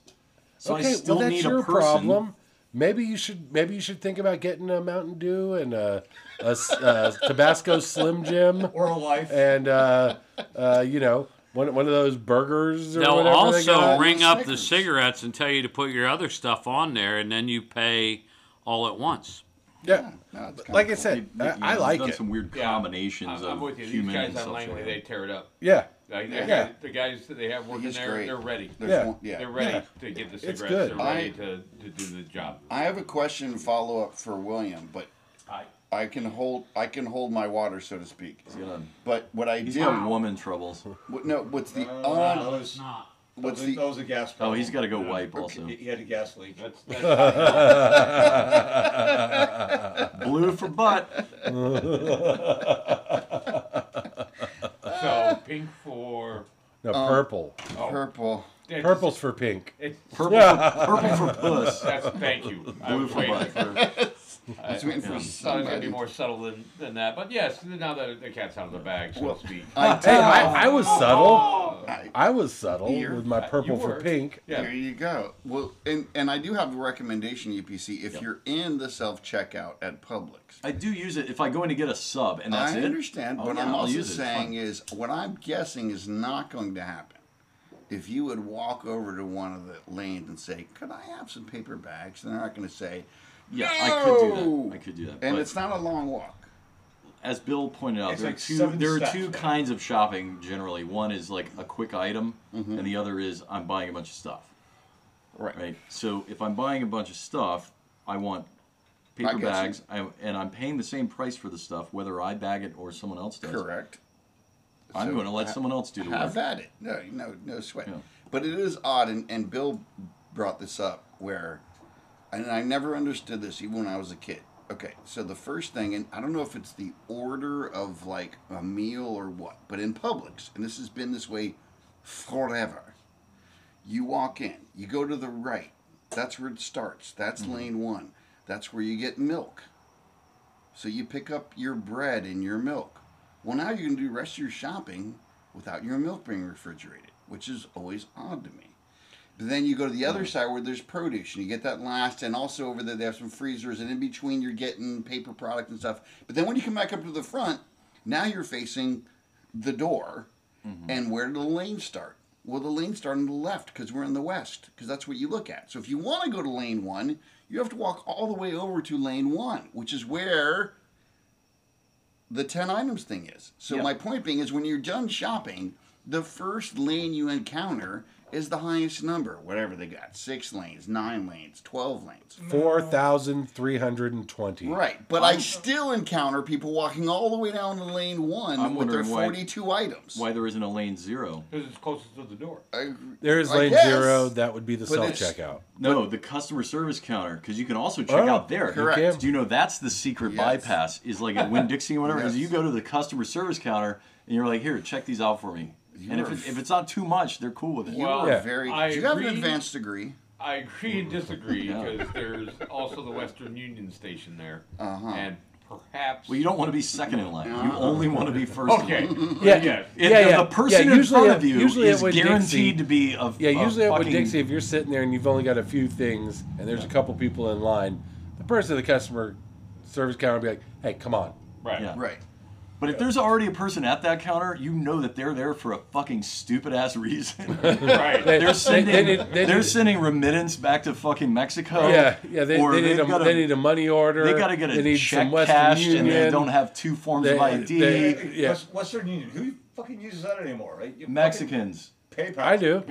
S2: So
S1: okay,
S2: I still
S1: well that's
S2: need
S1: your
S2: a person.
S1: problem. Maybe you should maybe you should think about getting a Mountain Dew and a, a s- uh, Tabasco Slim Jim
S7: Or a life.
S1: and uh, uh, you know one one of those burgers. Or
S3: They'll
S1: whatever they
S3: also
S1: got.
S3: ring up the
S5: Snickers.
S3: cigarettes and tell you to put your other stuff on there, and then you pay all at once.
S1: Yeah,
S5: No, it's kinda
S1: like I
S5: cool.
S2: They-
S1: said,
S2: they- you know,
S1: I, I
S2: they've
S1: like
S2: done
S1: it.
S2: some weird
S4: Yeah.
S2: combinations
S4: I'm,
S2: of
S4: I'm with you. These
S2: human
S4: guys
S2: and
S4: on
S2: self
S4: Langley, they tear it up.
S1: Yeah,
S4: Like,
S1: Yeah.
S4: yeah. The guys that they have working
S5: He's
S4: there,
S5: great.
S4: they're ready.
S5: There's
S1: Yeah.
S5: one- yeah.
S4: They're ready
S1: Yeah.
S4: to get the
S1: It's
S4: cigarettes.
S1: good.
S4: They're ready
S5: I-
S4: to, to do the job.
S5: I have a question follow up for William, but
S4: I,
S5: I can hold I can hold my water, so to speak.
S2: gonna-
S5: But what I
S2: He's
S5: do,
S2: got woman
S5: [LAUGHS]
S2: troubles.
S5: what- no, what's the
S4: Uh,
S7: Uh, that
S5: un,
S7: was
S3: Not.
S5: what's
S7: that
S5: the
S7: was a gas.
S2: Oh,
S7: problem.
S2: he's got to go wipe also.
S5: [LAUGHS]
S7: He, he had a gas leak.
S4: that's, that's
S2: Blue for butt.
S4: so pink for.
S1: no
S2: Um,
S1: purple.
S5: purple?
S4: that's-
S1: Purple's for pink.
S4: It's,
S2: Purple, for, purple for
S4: [LAUGHS]
S2: puss.
S4: that's thank you. I
S2: Blue
S4: was
S2: for
S4: waiting
S2: butt.
S4: for.
S5: [LAUGHS] I was waiting for
S4: Thought it was gonna be
S5: somebody.
S4: more subtle than, than that, but yes, now that the cat's out of the bag, so to speak.
S5: [LAUGHS] I
S1: [LAUGHS]
S5: did.
S1: Hey, I, I was subtle.
S2: Oh,
S5: I-
S1: I was subtle
S5: Here.
S1: with my purple
S4: You
S1: for
S4: were.
S1: pink.
S5: There
S4: [LAUGHS] Yeah,
S5: you go. Well, and and I do have a recommendation, UPC. If you're in the self checkout at Publix,
S2: I do use it if I go in to get a sub, and that's
S5: I
S2: it.
S5: understand.
S2: Oh,
S5: what
S2: yeah,
S5: I'm
S2: I'll
S5: also
S2: use it. It's
S5: saying
S2: fine.
S5: is what I'm guessing is not going to happen. If you would walk over to one of the lanes and say, "Could I have some paper bags?" they're not going to say,
S2: yeah, I could do
S5: No!
S2: that. I could do that.
S5: and
S2: but-
S5: it's not a long walk.
S2: as Bill pointed out,
S7: It's
S2: there
S7: like
S2: are two
S7: seven
S2: there are
S7: steps,
S2: two
S7: man.
S2: kinds of shopping generally. One is like a quick item,
S5: Mm-hmm.
S2: and the other is I'm buying a bunch of stuff.
S5: Right.
S2: Right. So if I'm buying a bunch of stuff, I want
S5: I
S2: paper
S5: get you.
S2: bags, I, and I'm paying the same price for the stuff, whether I bag it or someone else does.
S5: Correct.
S2: I'm
S5: So
S2: going to let
S5: ha-
S2: someone else do the work.
S5: Have at it. No, no, no sweat.
S2: Yeah.
S5: But it is odd, and, and Bill brought this up where, and I never understood this even when I was a kid. Okay, so the first thing, and I don't know if it's the order of like a meal or what, but in Publix, and this has been this way forever. You walk in, you go to the right. That's where it starts. That's
S2: Mm-hmm.
S5: lane one. That's where you get milk. So you pick up your bread and your milk. Well, now you can do the rest of your shopping without your milk being refrigerated, which is always odd to me. But then you go to the other side where there's produce and you get that last, and also over there they have some freezers, and in between you're getting paper product and stuff. But then when you come back up to the front, now you're facing the door, and where do the lanes start? Well, the lanes start on the left because we're in the west, because that's what you look at. So if you want to go to lane one, you have to walk all the way over to lane one, which is where the 10 items thing is. So my point being is when you're done shopping, the first lane you encounter is the highest number. Whatever they got, six lanes, nine lanes, twelve lanes.
S1: Four thousand three hundred and twenty.
S5: Right, but i still encounter people walking all the way down to lane one
S2: I'm
S5: with their
S2: wondering why-
S5: forty-two items.
S2: Why there isn't a lane zero?
S4: Because it's closest to the door.
S5: I-
S1: There is
S5: I
S1: lane
S5: guess.
S1: zero. That would be the
S5: But
S1: self
S5: it's-
S1: checkout.
S2: No, the customer service counter, because you can also check
S1: Oh,
S2: out there.
S5: correct.
S2: Do you know that's the secret
S5: Yes.
S2: bypass? Is like at Winn Dixie or whatever. Is
S5: Yes.
S2: you go to the customer service counter and you're like, here, check these out for me. and if,
S5: are
S2: it,
S5: f-
S2: if it's not too much, they're cool with it.
S5: You
S4: Well,
S5: are
S1: Yeah.
S5: very.
S4: I
S5: do you have an
S4: agree.
S5: advanced degree?
S4: I agree and disagree
S2: Yeah.
S4: because there's also the Western Union station there,
S5: Uh-huh.
S4: and perhaps
S2: well, you don't want to be second in line. You only want to be first. [LAUGHS]
S4: Okay.
S2: In line.
S1: Yeah.
S4: Yes.
S2: If,
S1: Yeah,
S2: if
S1: yeah.
S2: the person
S1: Yeah,
S2: in
S1: usually
S2: front
S1: at-
S2: of you
S1: usually at
S2: is
S1: Winn-Dixie-
S2: guaranteed to be a
S1: Yeah,
S2: a
S1: usually at Winn
S2: fucking-
S1: Dixie, if you're sitting there and you've only got a few things and there's a couple people in line, the person at the customer service counter will be like, hey, come on.
S4: right.
S2: Yeah.
S5: Right.
S2: But if there's already a person at that counter, you know that they're there for a fucking stupid ass reason.
S4: Right.
S1: They-
S2: They're sending they,
S1: they need- they
S2: are
S1: need-
S2: sending remittance back to fucking Mexico.
S1: Yeah, yeah. They,
S2: or
S1: they, need
S2: they've
S1: a,
S2: gotta-
S1: they need a money order.
S2: They gotta get a
S1: they need
S2: check
S1: some Western
S2: cashed,
S1: Union.
S2: and they don't have two forms
S1: They-
S2: of ID.
S1: they-
S7: Hey,
S1: Yeah.
S7: West- Western Union. Who fucking uses that anymore, right? You fucking
S2: Mexicans.
S7: PayPal.
S1: I do.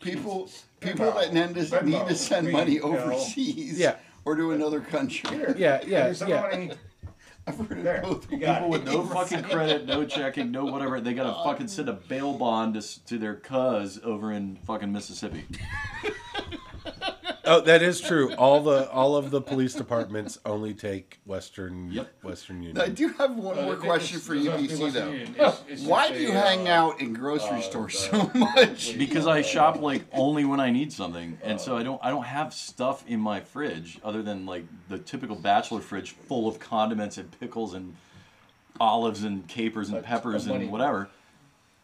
S5: People, people that need to,
S7: Venmo,
S5: need to send money
S7: you know.
S5: overseas
S1: Yeah.
S5: or to another country.
S7: Here.
S1: Yeah, yeah,
S7: Here's some
S1: yeah.
S7: money.
S5: [LAUGHS] I've heard of
S7: There.
S5: both.
S7: You got
S2: People with
S7: it.
S2: no fucking credit, no checking, no whatever. They gotta fucking send a bail bond to, s- to their cuz over in fucking Mississippi.
S1: Oh, that is true. All the all of the police departments only take Western
S2: Yep.
S1: Western
S5: I
S1: Union.
S5: do have one [LAUGHS] more question for you, BC, though. Why do you hang
S7: uh,
S5: out in grocery stores so much?
S2: Because I shop like only when I need something, and so I don't I don't have stuff in my fridge other than like the typical bachelor fridge full of condiments and pickles and olives and capers and peppers and whatever.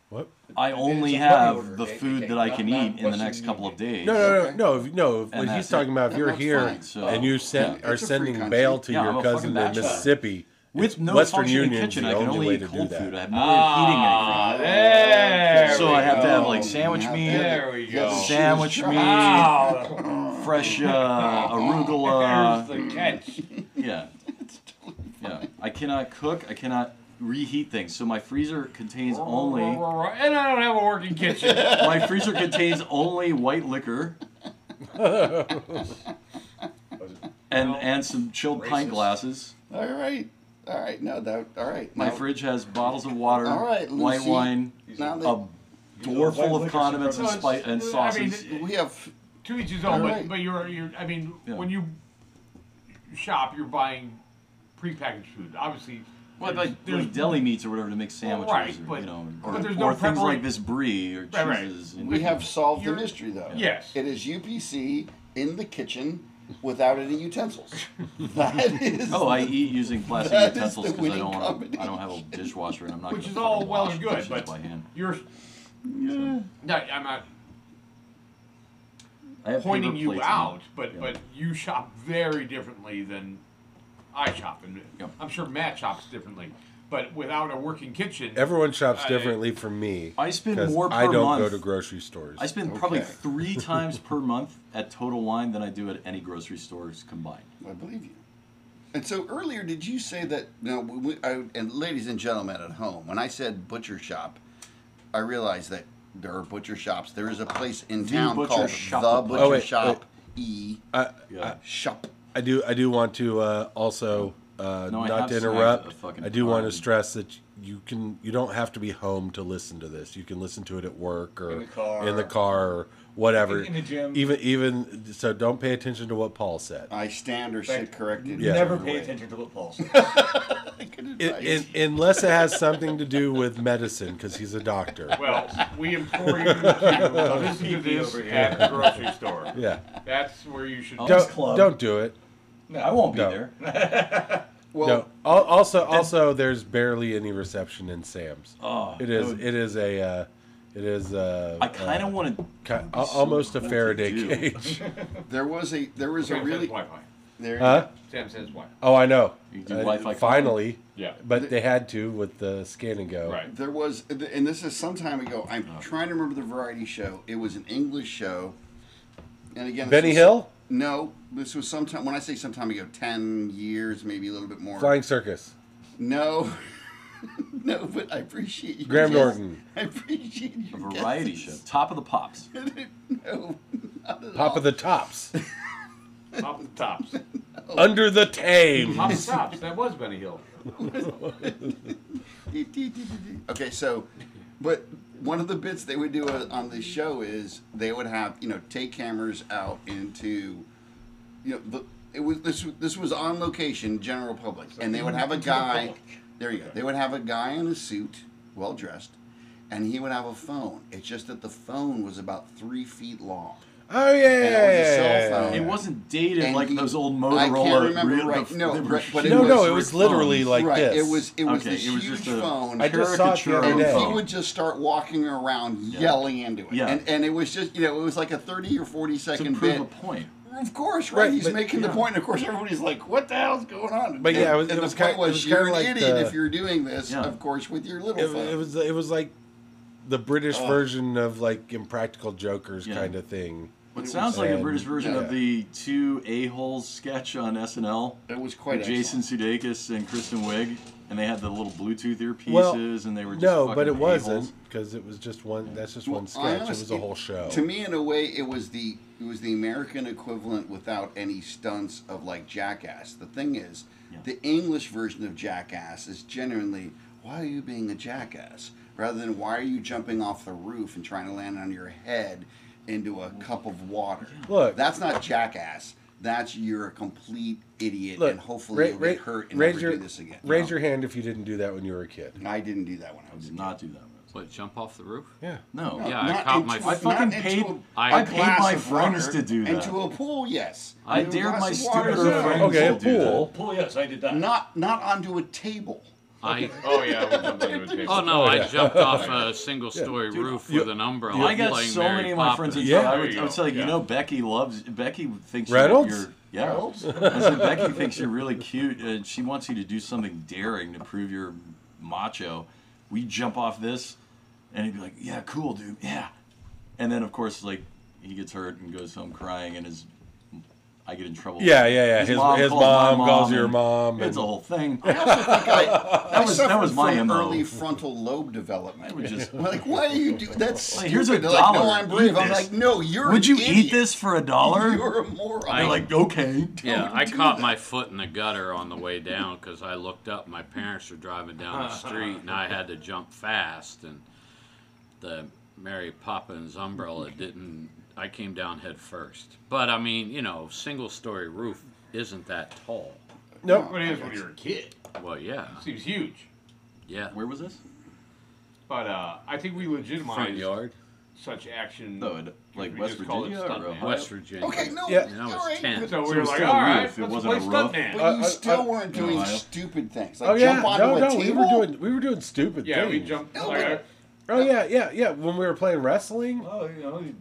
S1: What?
S2: I only
S7: It's a money
S2: have
S7: order,
S2: the
S7: okay?
S2: food
S7: Okay,
S2: that I
S7: not-
S2: can
S7: not
S2: eat in the
S7: Western
S2: next couple of days.
S1: No, no, no,
S5: Okay.
S1: no. If, no, if,
S2: And
S1: like he's
S2: that's
S1: talking
S2: it.
S1: about if you're
S5: that's
S1: here
S5: fine,
S2: so-
S1: and you send
S5: Yeah.
S1: are
S5: It's a free
S1: sending
S5: country.
S1: bail to
S2: Yeah, I'm
S1: your
S2: a
S1: cousin
S2: fucking
S1: in
S2: bachelor.
S1: Mississippi,
S2: With
S1: it's
S2: no
S1: Western
S2: functioning
S1: Union's
S2: kitchen,
S1: the
S2: I can
S1: only
S2: only
S1: way
S2: eat
S1: to do
S2: cold
S1: that.
S2: food. I have no
S4: Ah, there.
S2: way of eating anything. So I have to have like
S5: go.
S2: sandwich
S5: Now
S2: meat,
S4: There we
S7: Oh.
S4: go.
S2: sandwich
S7: Ah.
S2: meat, [LAUGHS]
S4: Wow.
S2: fresh uh,
S7: [LAUGHS]
S4: There's
S2: arugula.
S4: the catch. [LAUGHS]
S2: Yeah. Yeah. I cannot cook. I cannot reheat things. So my freezer contains only
S4: And I don't have a working kitchen.
S2: my freezer contains only white liquor and and some chilled pint
S7: Racist.
S2: glasses.
S5: All right. All right. No, that. All right.
S2: My
S5: now,
S2: fridge has bottles of water,
S5: All right,
S2: white
S5: Lucy.
S2: wine,
S5: Now
S2: a
S5: that
S2: door
S7: white
S2: full of
S7: liquor's
S2: condiments and
S4: incredible.
S2: spice and
S4: No, it's- I mean,
S2: sauces.
S5: we have.
S4: to each his own.
S5: Alright.
S4: But, but you're you're. I mean,
S2: Yeah.
S4: when you shop, you're buying prepackaged food. Obviously,
S2: Well,
S4: there's-
S2: like,
S4: there's
S2: like deli meats or whatever to make sandwiches,
S4: right,
S2: or,
S4: but-
S2: you know,
S4: but
S2: or,
S4: there's
S2: or
S4: no
S2: things like
S4: preparation.
S2: this brie or
S4: Right, right.
S2: cheeses. and-
S5: We have solved the
S4: You're-
S5: mystery, though.
S4: Yes.
S5: It is UPC in the kitchen without any utensils. [LAUGHS] That is.
S2: Oh, I eat using
S4: [LAUGHS]
S2: plastic
S5: That is
S2: utensils
S5: the
S2: because I
S5: winning
S2: don't want to. I
S5: combination.
S2: don't have a dishwasher, and I'm not.
S4: which
S2: gonna
S4: is all
S2: fucking
S4: well
S2: wash
S4: and good,
S2: dishes
S4: but
S2: by hand.
S4: you're. No, I'm not
S2: I have
S4: pointing
S2: paper
S4: you
S2: plates in
S4: out, but
S2: Yeah.
S4: but you shop very differently than I shop, and
S2: Yeah.
S4: I'm sure Matt shops differently. But without a working kitchen,
S1: everyone shops
S4: I-
S1: differently from me.
S2: I spend
S1: 'cause
S2: more
S1: I
S2: per
S1: don't
S2: month.
S1: go to grocery stores.
S2: I spend probably
S5: Okay.
S2: [LAUGHS] three times per month at Total Wine than I do at any grocery stores combined.
S5: I believe you. And so earlier, did you say that? No, we, we- I, and ladies and gentlemen at home, when I said butcher shop, I realized that there are butcher shops. There is a place in
S2: The
S5: town
S2: Butcher
S5: called
S2: Shop.
S5: the Butcher
S1: Oh, wait, Uh,
S5: Shop E
S2: Yeah.
S5: Shop.
S1: I do. I do want to uh, also uh,
S2: No,
S1: not
S2: I have
S1: to
S2: snagged a
S1: interrupt.
S2: fucking
S1: I do want to
S2: pie.
S1: stress that you can. You don't have to be home to listen to this. You can listen to it at work or
S7: In the car.
S1: in the car or whatever.
S7: In- in the gym. Uh,
S1: Even even so, don't pay attention to what Paul said.
S5: I stand or sit corrected.
S1: Yeah.
S7: Never
S5: either
S7: pay
S5: way.
S7: attention to what Paul says.
S5: [LAUGHS] Good
S1: In,
S5: advice.
S1: in, unless it has something to do with medicine, because he's a
S7: [LAUGHS]
S1: doctor.
S4: well, we implore you to listen to this
S7: over here.
S4: at the grocery store.
S1: Yeah. Oh.
S4: That's where you should.
S1: Don't
S7: club.
S1: don't do it.
S7: No,
S2: I won't be
S1: No.
S2: there.
S5: well,
S1: no. Al- Also, also, there's barely any reception in Sam's.
S2: Oh,
S1: it is.
S2: that would-
S1: It is a. Uh, it is. Uh,
S2: I kind of want to.
S1: Ki- al- almost a Faraday
S2: do.
S1: cage. [LAUGHS]
S5: there was a there was a
S4: Sam says
S5: really
S4: Wi-Fi.
S5: there.
S1: huh?
S4: Sam says Wi-Fi.
S1: Oh, I know.
S2: You do Wi-Fi
S1: finally,
S4: Yeah.
S1: but they had to with the scan and go.
S4: Right.
S5: There was, and this is some time ago. I'm
S1: Uh.
S5: trying to remember the variety show. It was an English show, and again, this
S1: Benny
S5: was-
S1: Hill,
S5: No, this was sometime. When I say sometime ago, ten years, maybe a little bit more.
S1: Flying Circus.
S5: No, [LAUGHS] no, but I appreciate you.
S1: Graham
S5: guys-
S1: Norton.
S5: I appreciate you.
S2: A variety show. Top of the pops.
S5: no, not at
S1: Pop
S5: all.
S1: of the
S5: [LAUGHS]
S1: tops.
S4: Pop the tops.
S1: Under the Tame.
S4: Pop the tops. That was Benny Hill.
S5: Okay, so, but one of the bits they would do uh, on the show is they would have you know take cameras out into, you know, the, it was this this was on location, general public, and they would have a guy. There you go. They would have a guy in a suit, well dressed, and he would have a phone. It's just that the phone was about three feet long.
S1: Oh yeah.
S5: cell phone.
S2: It wasn't dated
S5: And
S2: like
S5: he-
S2: those old
S5: I
S2: Motorola.
S5: can't remember
S2: real-
S5: right-
S2: the-
S5: no,
S2: they were
S5: right, but it
S1: No,
S5: was-
S1: no, it was literally
S2: phones.
S1: like
S5: right.
S1: this.
S5: It was it was
S2: Okay,
S5: this
S2: it was
S5: huge
S2: just a
S5: phone.
S1: I just saw it the
S2: caricature of
S1: other
S2: a
S5: and
S1: day.
S5: he
S2: phone.
S5: would just start walking around
S2: Yeah.
S5: yelling into it.
S2: Yeah.
S5: And, and it was just, you know, it was like a 30 or 40
S2: to
S5: second
S2: prove
S5: bit.
S2: a point.
S5: Of course, right?
S1: Right,
S5: He's
S1: but-
S5: making the
S2: yeah.
S5: point. and Of course, everybody's like, what the hell's going on?
S1: But
S5: and,
S1: yeah, it was-
S5: and
S1: it was
S5: the point
S1: kind- it
S5: was,
S1: was
S5: you're an
S1: kinda like
S5: idiot
S1: the-
S5: if you're doing this,
S2: Yeah.
S5: of course, with your little
S1: It,
S5: phone. Oh.
S1: it was it was like the British version of like Impractical Jokers
S2: Yeah.
S1: kind of thing.
S2: What sounds like a
S1: and-
S2: British version
S5: yeah.
S2: of the two a-holes sketch on SNL.
S5: It was quite
S2: with Jason Sudeikis and Kristen Wiig, and they had the little Bluetooth earpieces,
S1: Well,
S2: and they were just
S1: no,
S2: fucking
S1: but it
S2: a-holes.
S1: wasn't because it was just one. That's just one
S5: Well, I
S1: sketch. It was
S5: honestly-
S1: a whole show.
S5: To me, in a way, it was the it was the American equivalent without any stunts of like Jackass. The thing is, the English version of Jackass is genuinely why are you being a jackass rather than why are you jumping off the roof and trying to land on your head into a cup of water.
S1: Look.
S5: that's not Jackass. That's you're a complete idiot, and hopefully
S1: ra-
S5: you'll
S1: ra-
S5: get hurt and
S1: raise
S5: never
S1: your,
S5: do this again.
S1: Raise your hand if you didn't do that when you were a kid.
S5: I didn't do that when I was.
S2: Did not do that. One.
S3: What, jump off the roof?
S1: Yeah.
S2: No.
S3: Yeah, I caught my- I
S2: fucking paid-
S3: I
S5: I
S3: paid
S2: my friends to do that.
S5: Into a pool, yes.
S2: I
S5: Into a
S2: dared
S5: glass
S2: my
S5: of water,
S2: stupid
S5: yes.
S2: friends
S1: Okay, a
S2: to do that.
S1: pool.
S7: Pull, yes, I did that.
S5: Not not onto a table.
S3: I
S4: Oh yeah. We
S3: oh no, I jumped off [LAUGHS] a single story roof with an umbrella.
S2: Oh, I got
S3: playing
S2: so
S3: Mary
S2: many of my friends.
S3: Poppins.
S2: in
S1: Yeah.
S2: I
S4: There
S2: would,
S4: you
S2: I would
S4: go.
S2: tell you, you
S4: Yeah.
S2: know, Becky loves Becky thinks
S1: Reynolds?
S2: you're. Yeah, [LAUGHS] I said Becky thinks you're really cute, and she wants you to do something daring to prove you're macho. We jump off this, and he'd be like, "Yeah, cool, dude. Yeah." And then of course, like he gets hurt and goes home crying, and his I get in trouble.
S1: Yeah, yeah, yeah. His- his
S2: calls my
S1: mom calls your
S2: and
S1: mom,
S2: It's a
S1: and-
S2: whole
S4: [LAUGHS]
S2: thing. [LAUGHS]
S5: That
S2: was- that was my
S5: from
S2: MO.
S5: early frontal lobe development.
S2: would just-
S5: like, why are you doing that's
S2: Like,
S5: stupid.
S2: here's a
S5: They're like,
S2: dollar.
S5: no, I'm brave.
S2: Eat
S5: I'm
S2: this.
S5: like, no, you're
S2: Would
S5: an
S2: you eat
S5: idiot.
S2: this for a dollar?
S5: You're a moron.
S2: They're like, okay.
S3: [LAUGHS] Yeah, I
S5: do
S3: caught
S5: that.
S3: my foot in the gutter on the way down because I looked up. My parents were driving down the street, and I had to jump fast. And the Mary Poppins umbrella didn't. I came down head first. But I mean, you know, single story roof isn't that tall.
S1: Nope.
S4: But it is when you're a kid.
S3: Well, yeah,
S4: Seems huge.
S3: yeah.
S2: Where was this?
S4: But uh, I think we
S3: Front
S4: legitimize
S3: yard,
S4: such action.
S2: No, it- like
S4: We
S2: West
S4: just call it
S2: Virginia or
S4: stuntman.
S2: Ohio?
S3: West Virginia.
S5: Okay, no,
S1: Yeah.
S3: And I
S5: all
S3: was
S5: right.
S3: ten.
S4: So we
S2: So
S4: were
S2: it's
S4: like,
S2: still
S4: all
S2: a
S4: right,
S2: roof,
S4: let's
S2: it
S4: play
S2: wasn't a roof.
S4: stuntman.
S5: But you
S1: I- I-
S5: still
S1: I-
S5: weren't doing
S2: Ohio.
S5: stupid things. Like
S1: Oh yeah.
S5: jump onto
S1: No,
S5: a
S1: no,
S5: table.
S1: we were doing we were doing stupid
S4: Yeah,
S1: things.
S4: we jumped.
S5: No,
S4: like,
S5: but-
S1: Oh yeah, yeah, yeah. When we were playing wrestling.
S7: Oh, you know, you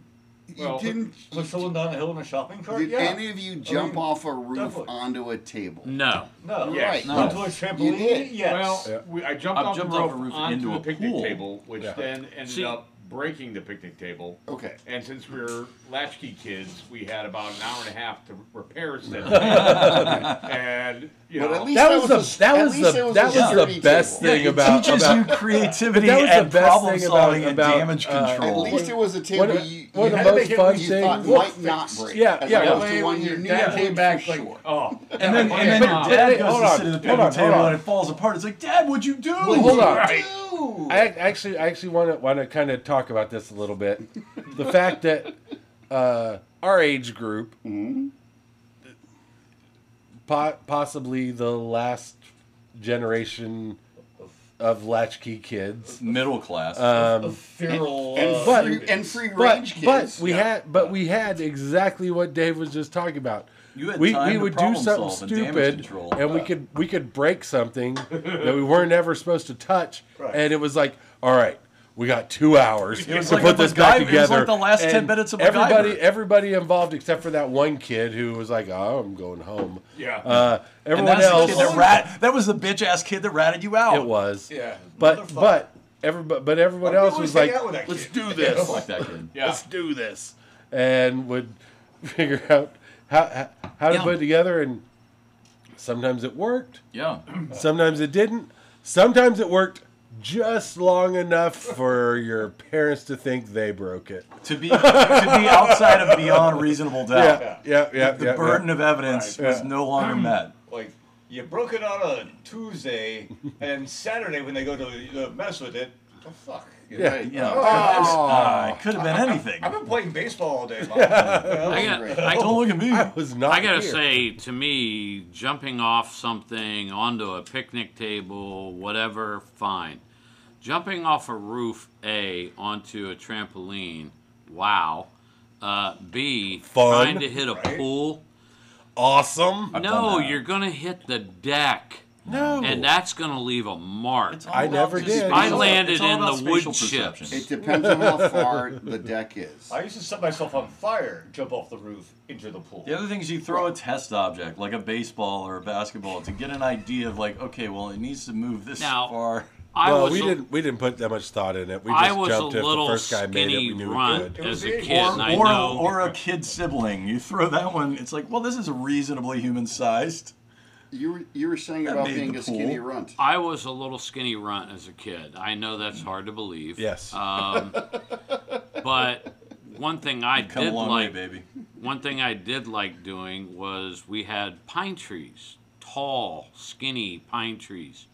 S5: You
S4: Well,
S5: didn't.
S7: push someone down a hill in a shopping cart.
S5: Did
S7: yeah.
S5: any of you jump
S7: mean,
S5: off a roof
S7: definitely.
S5: ondu a table?
S3: No,
S7: no.
S4: Yes.
S5: Right.
S2: No.
S7: Onto a trampoline.
S5: You did.
S7: Yes.
S4: Well, we, I jumped
S2: I've
S4: off
S2: jumped
S4: the
S2: off
S4: roof
S2: a roof
S4: onto
S2: into
S4: the
S2: a
S4: picnic
S2: pool.
S4: table, which
S1: Yeah.
S4: then ended
S3: See-
S4: up breaking the picnic table.
S5: Okay.
S4: And since we were latchkey kids, we had about an hour and a half to
S2: [LAUGHS]
S4: repair said thing. and you
S5: But
S4: know,
S5: at least
S1: That
S5: that
S1: was
S5: was
S1: the- that
S5: at
S1: was
S5: least
S1: the-
S5: it
S1: that
S5: a
S1: was the
S5: security
S1: best
S5: table.
S1: thing.
S2: it
S1: about-
S2: teaches
S1: about-
S2: you creativity
S1: That was the
S2: and
S1: best
S2: problem
S1: thing about-
S2: solving
S1: about,
S2: and damage
S1: uh,
S5: At
S2: control.
S5: least it was a table
S1: One of-
S5: you,
S1: one
S5: you
S1: of
S5: had
S1: the most
S5: to make it
S1: fun
S5: you thought
S1: things-
S5: might not break.
S1: Yeah,
S5: as
S1: yeah.
S5: opposed
S4: Yeah.
S5: to one you
S4: Your
S5: knew
S4: dad
S5: came
S7: came
S5: back
S7: back
S5: for
S7: like-
S5: sure.
S4: oh,
S2: and then, and then your
S1: But-
S2: dad
S1: but-
S2: goes
S1: hold
S2: to
S1: on,
S2: sit at the
S1: hold
S2: picnic
S1: on,
S2: table
S1: hold on.
S2: and it falls apart. It's like, Dad, what'd you do?
S5: What'd
S1: hold
S5: you
S1: on.
S5: do?
S1: I ac- actually actually want to want to kind of talk about this a little bit. The fact that uh, our age group, po- possibly the last generation of latchkey kids,
S2: Middle class.
S1: Uh, um,
S7: A feral.
S5: and,
S7: uh,
S1: but-
S5: free, and free range
S1: but
S5: kids.
S1: but we
S2: yeah.
S1: had but we had exactly what Dave was just talking about.
S2: You had
S1: we
S2: time
S1: we
S2: to
S1: would do
S2: problem
S1: something
S2: solve and damage
S1: stupid,
S2: control.
S1: and we could we could break
S2: [LAUGHS]
S1: something that we weren't ever supposed to touch,
S7: Right.
S1: and it was like, all right, we got two
S2: [LAUGHS]
S1: hours to
S2: was like
S1: put
S2: a
S1: this back
S2: MacGyver- it was
S1: together.
S2: like the last 10
S1: and
S2: minutes of
S1: everybody
S2: MacGyver.
S1: everybody involved except for that one kid who was like, oh, I'm going home.
S4: Yeah.
S1: Uh,
S2: and
S1: everyone
S2: that's
S1: else,
S2: the kid that rat. That was the bitch ass kid that ratted you out.
S1: it was.
S7: Yeah.
S1: But
S7: Motherfucker.
S1: but everybody but everyone else was like,
S7: let's
S2: [LAUGHS]
S1: do this.
S2: Like that kid.
S4: yeah.
S1: let's do this and would [LAUGHS] figure out how how, how to
S2: Yeah.
S1: put it together and sometimes it worked
S2: Yeah.
S1: sometimes it didn't Sometimes it worked just long enough for your parents to think they broke it.
S2: to be to be outside of beyond reasonable doubt.
S1: Yeah, yeah, yeah.
S2: The
S1: yeah,
S2: burden of evidence
S1: Right.
S2: was
S1: Yeah.
S2: no longer met.
S7: Like, you broke it on a Tuesday, and Saturday when they go to uh, mess with it, the fuck? you know?
S1: Yeah.
S2: You know,
S5: Oh.
S2: it could have been anything.
S7: I've been playing baseball all day long. you know?
S3: I, got, I,
S2: Don't look at me.
S1: yeah. was not.
S3: I gotta
S1: here.
S3: say, to me, jumping off something onto a picnic table, whatever, fine. Jumping off a roof, A, onto a trampoline, wow. Uh, B,
S1: Fun.
S3: trying to hit a
S7: Right.
S3: pool.
S1: awesome.
S3: no,
S2: that.
S3: you're gonna hit the deck,
S1: No,
S3: and that's gonna leave a mark.
S2: It's all
S1: I
S2: about
S1: never
S2: just
S1: did.
S2: spatial-
S1: I
S2: it's all
S3: landed in
S2: about
S3: the
S2: spatial
S3: wood chips.
S2: perception.
S5: It depends on how far the deck is.
S7: I used to set myself on fire, jump off the roof into the pool.
S2: The other thing is you throw a test object like a baseball or a basketball to get an idea of like, okay, well, it needs to move this
S3: Now-
S2: far.
S3: I
S1: well,
S3: was
S1: we
S3: a-
S1: didn't. We didn't put that much thought in it. We just
S3: I was a
S1: jumped if the
S3: little
S1: first guy made it. We
S3: skinny
S1: knew we
S3: runt
S1: could.
S3: as
S7: It
S3: a
S7: was
S3: kid,
S7: or-
S3: and I
S2: or,
S3: know.
S2: or a kid sibling. You throw that one, it's like, well, this is reasonably human sized.
S5: You were you were saying
S2: That
S5: about
S2: made
S5: being
S2: the
S5: a skinny
S2: pool.
S5: runt.
S3: I was a little skinny runt as a kid. I know that's hard to believe.
S1: Yes.
S3: Um, but one thing I
S2: Come a
S3: did
S2: long
S3: like,
S2: way, baby.
S3: one thing I did like doing was we had pine trees, tall, skinny pine trees,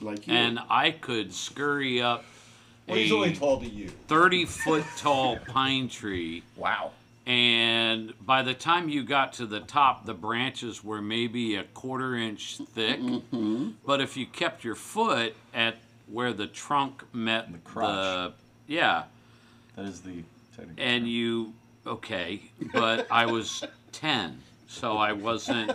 S5: Like you.
S3: and I could scurry up
S7: Well, he's only
S3: a
S7: tall to you.
S3: thirty foot tall pine tree.
S7: Wow.
S3: and by the time you got to the top, the branches were maybe a quarter inch thick.
S2: Mm-hmm.
S3: But if you kept your foot at where the trunk met the,
S2: crotch.
S3: yeah,
S2: That is the technical.
S3: and you okay, but I was ten, so I wasn't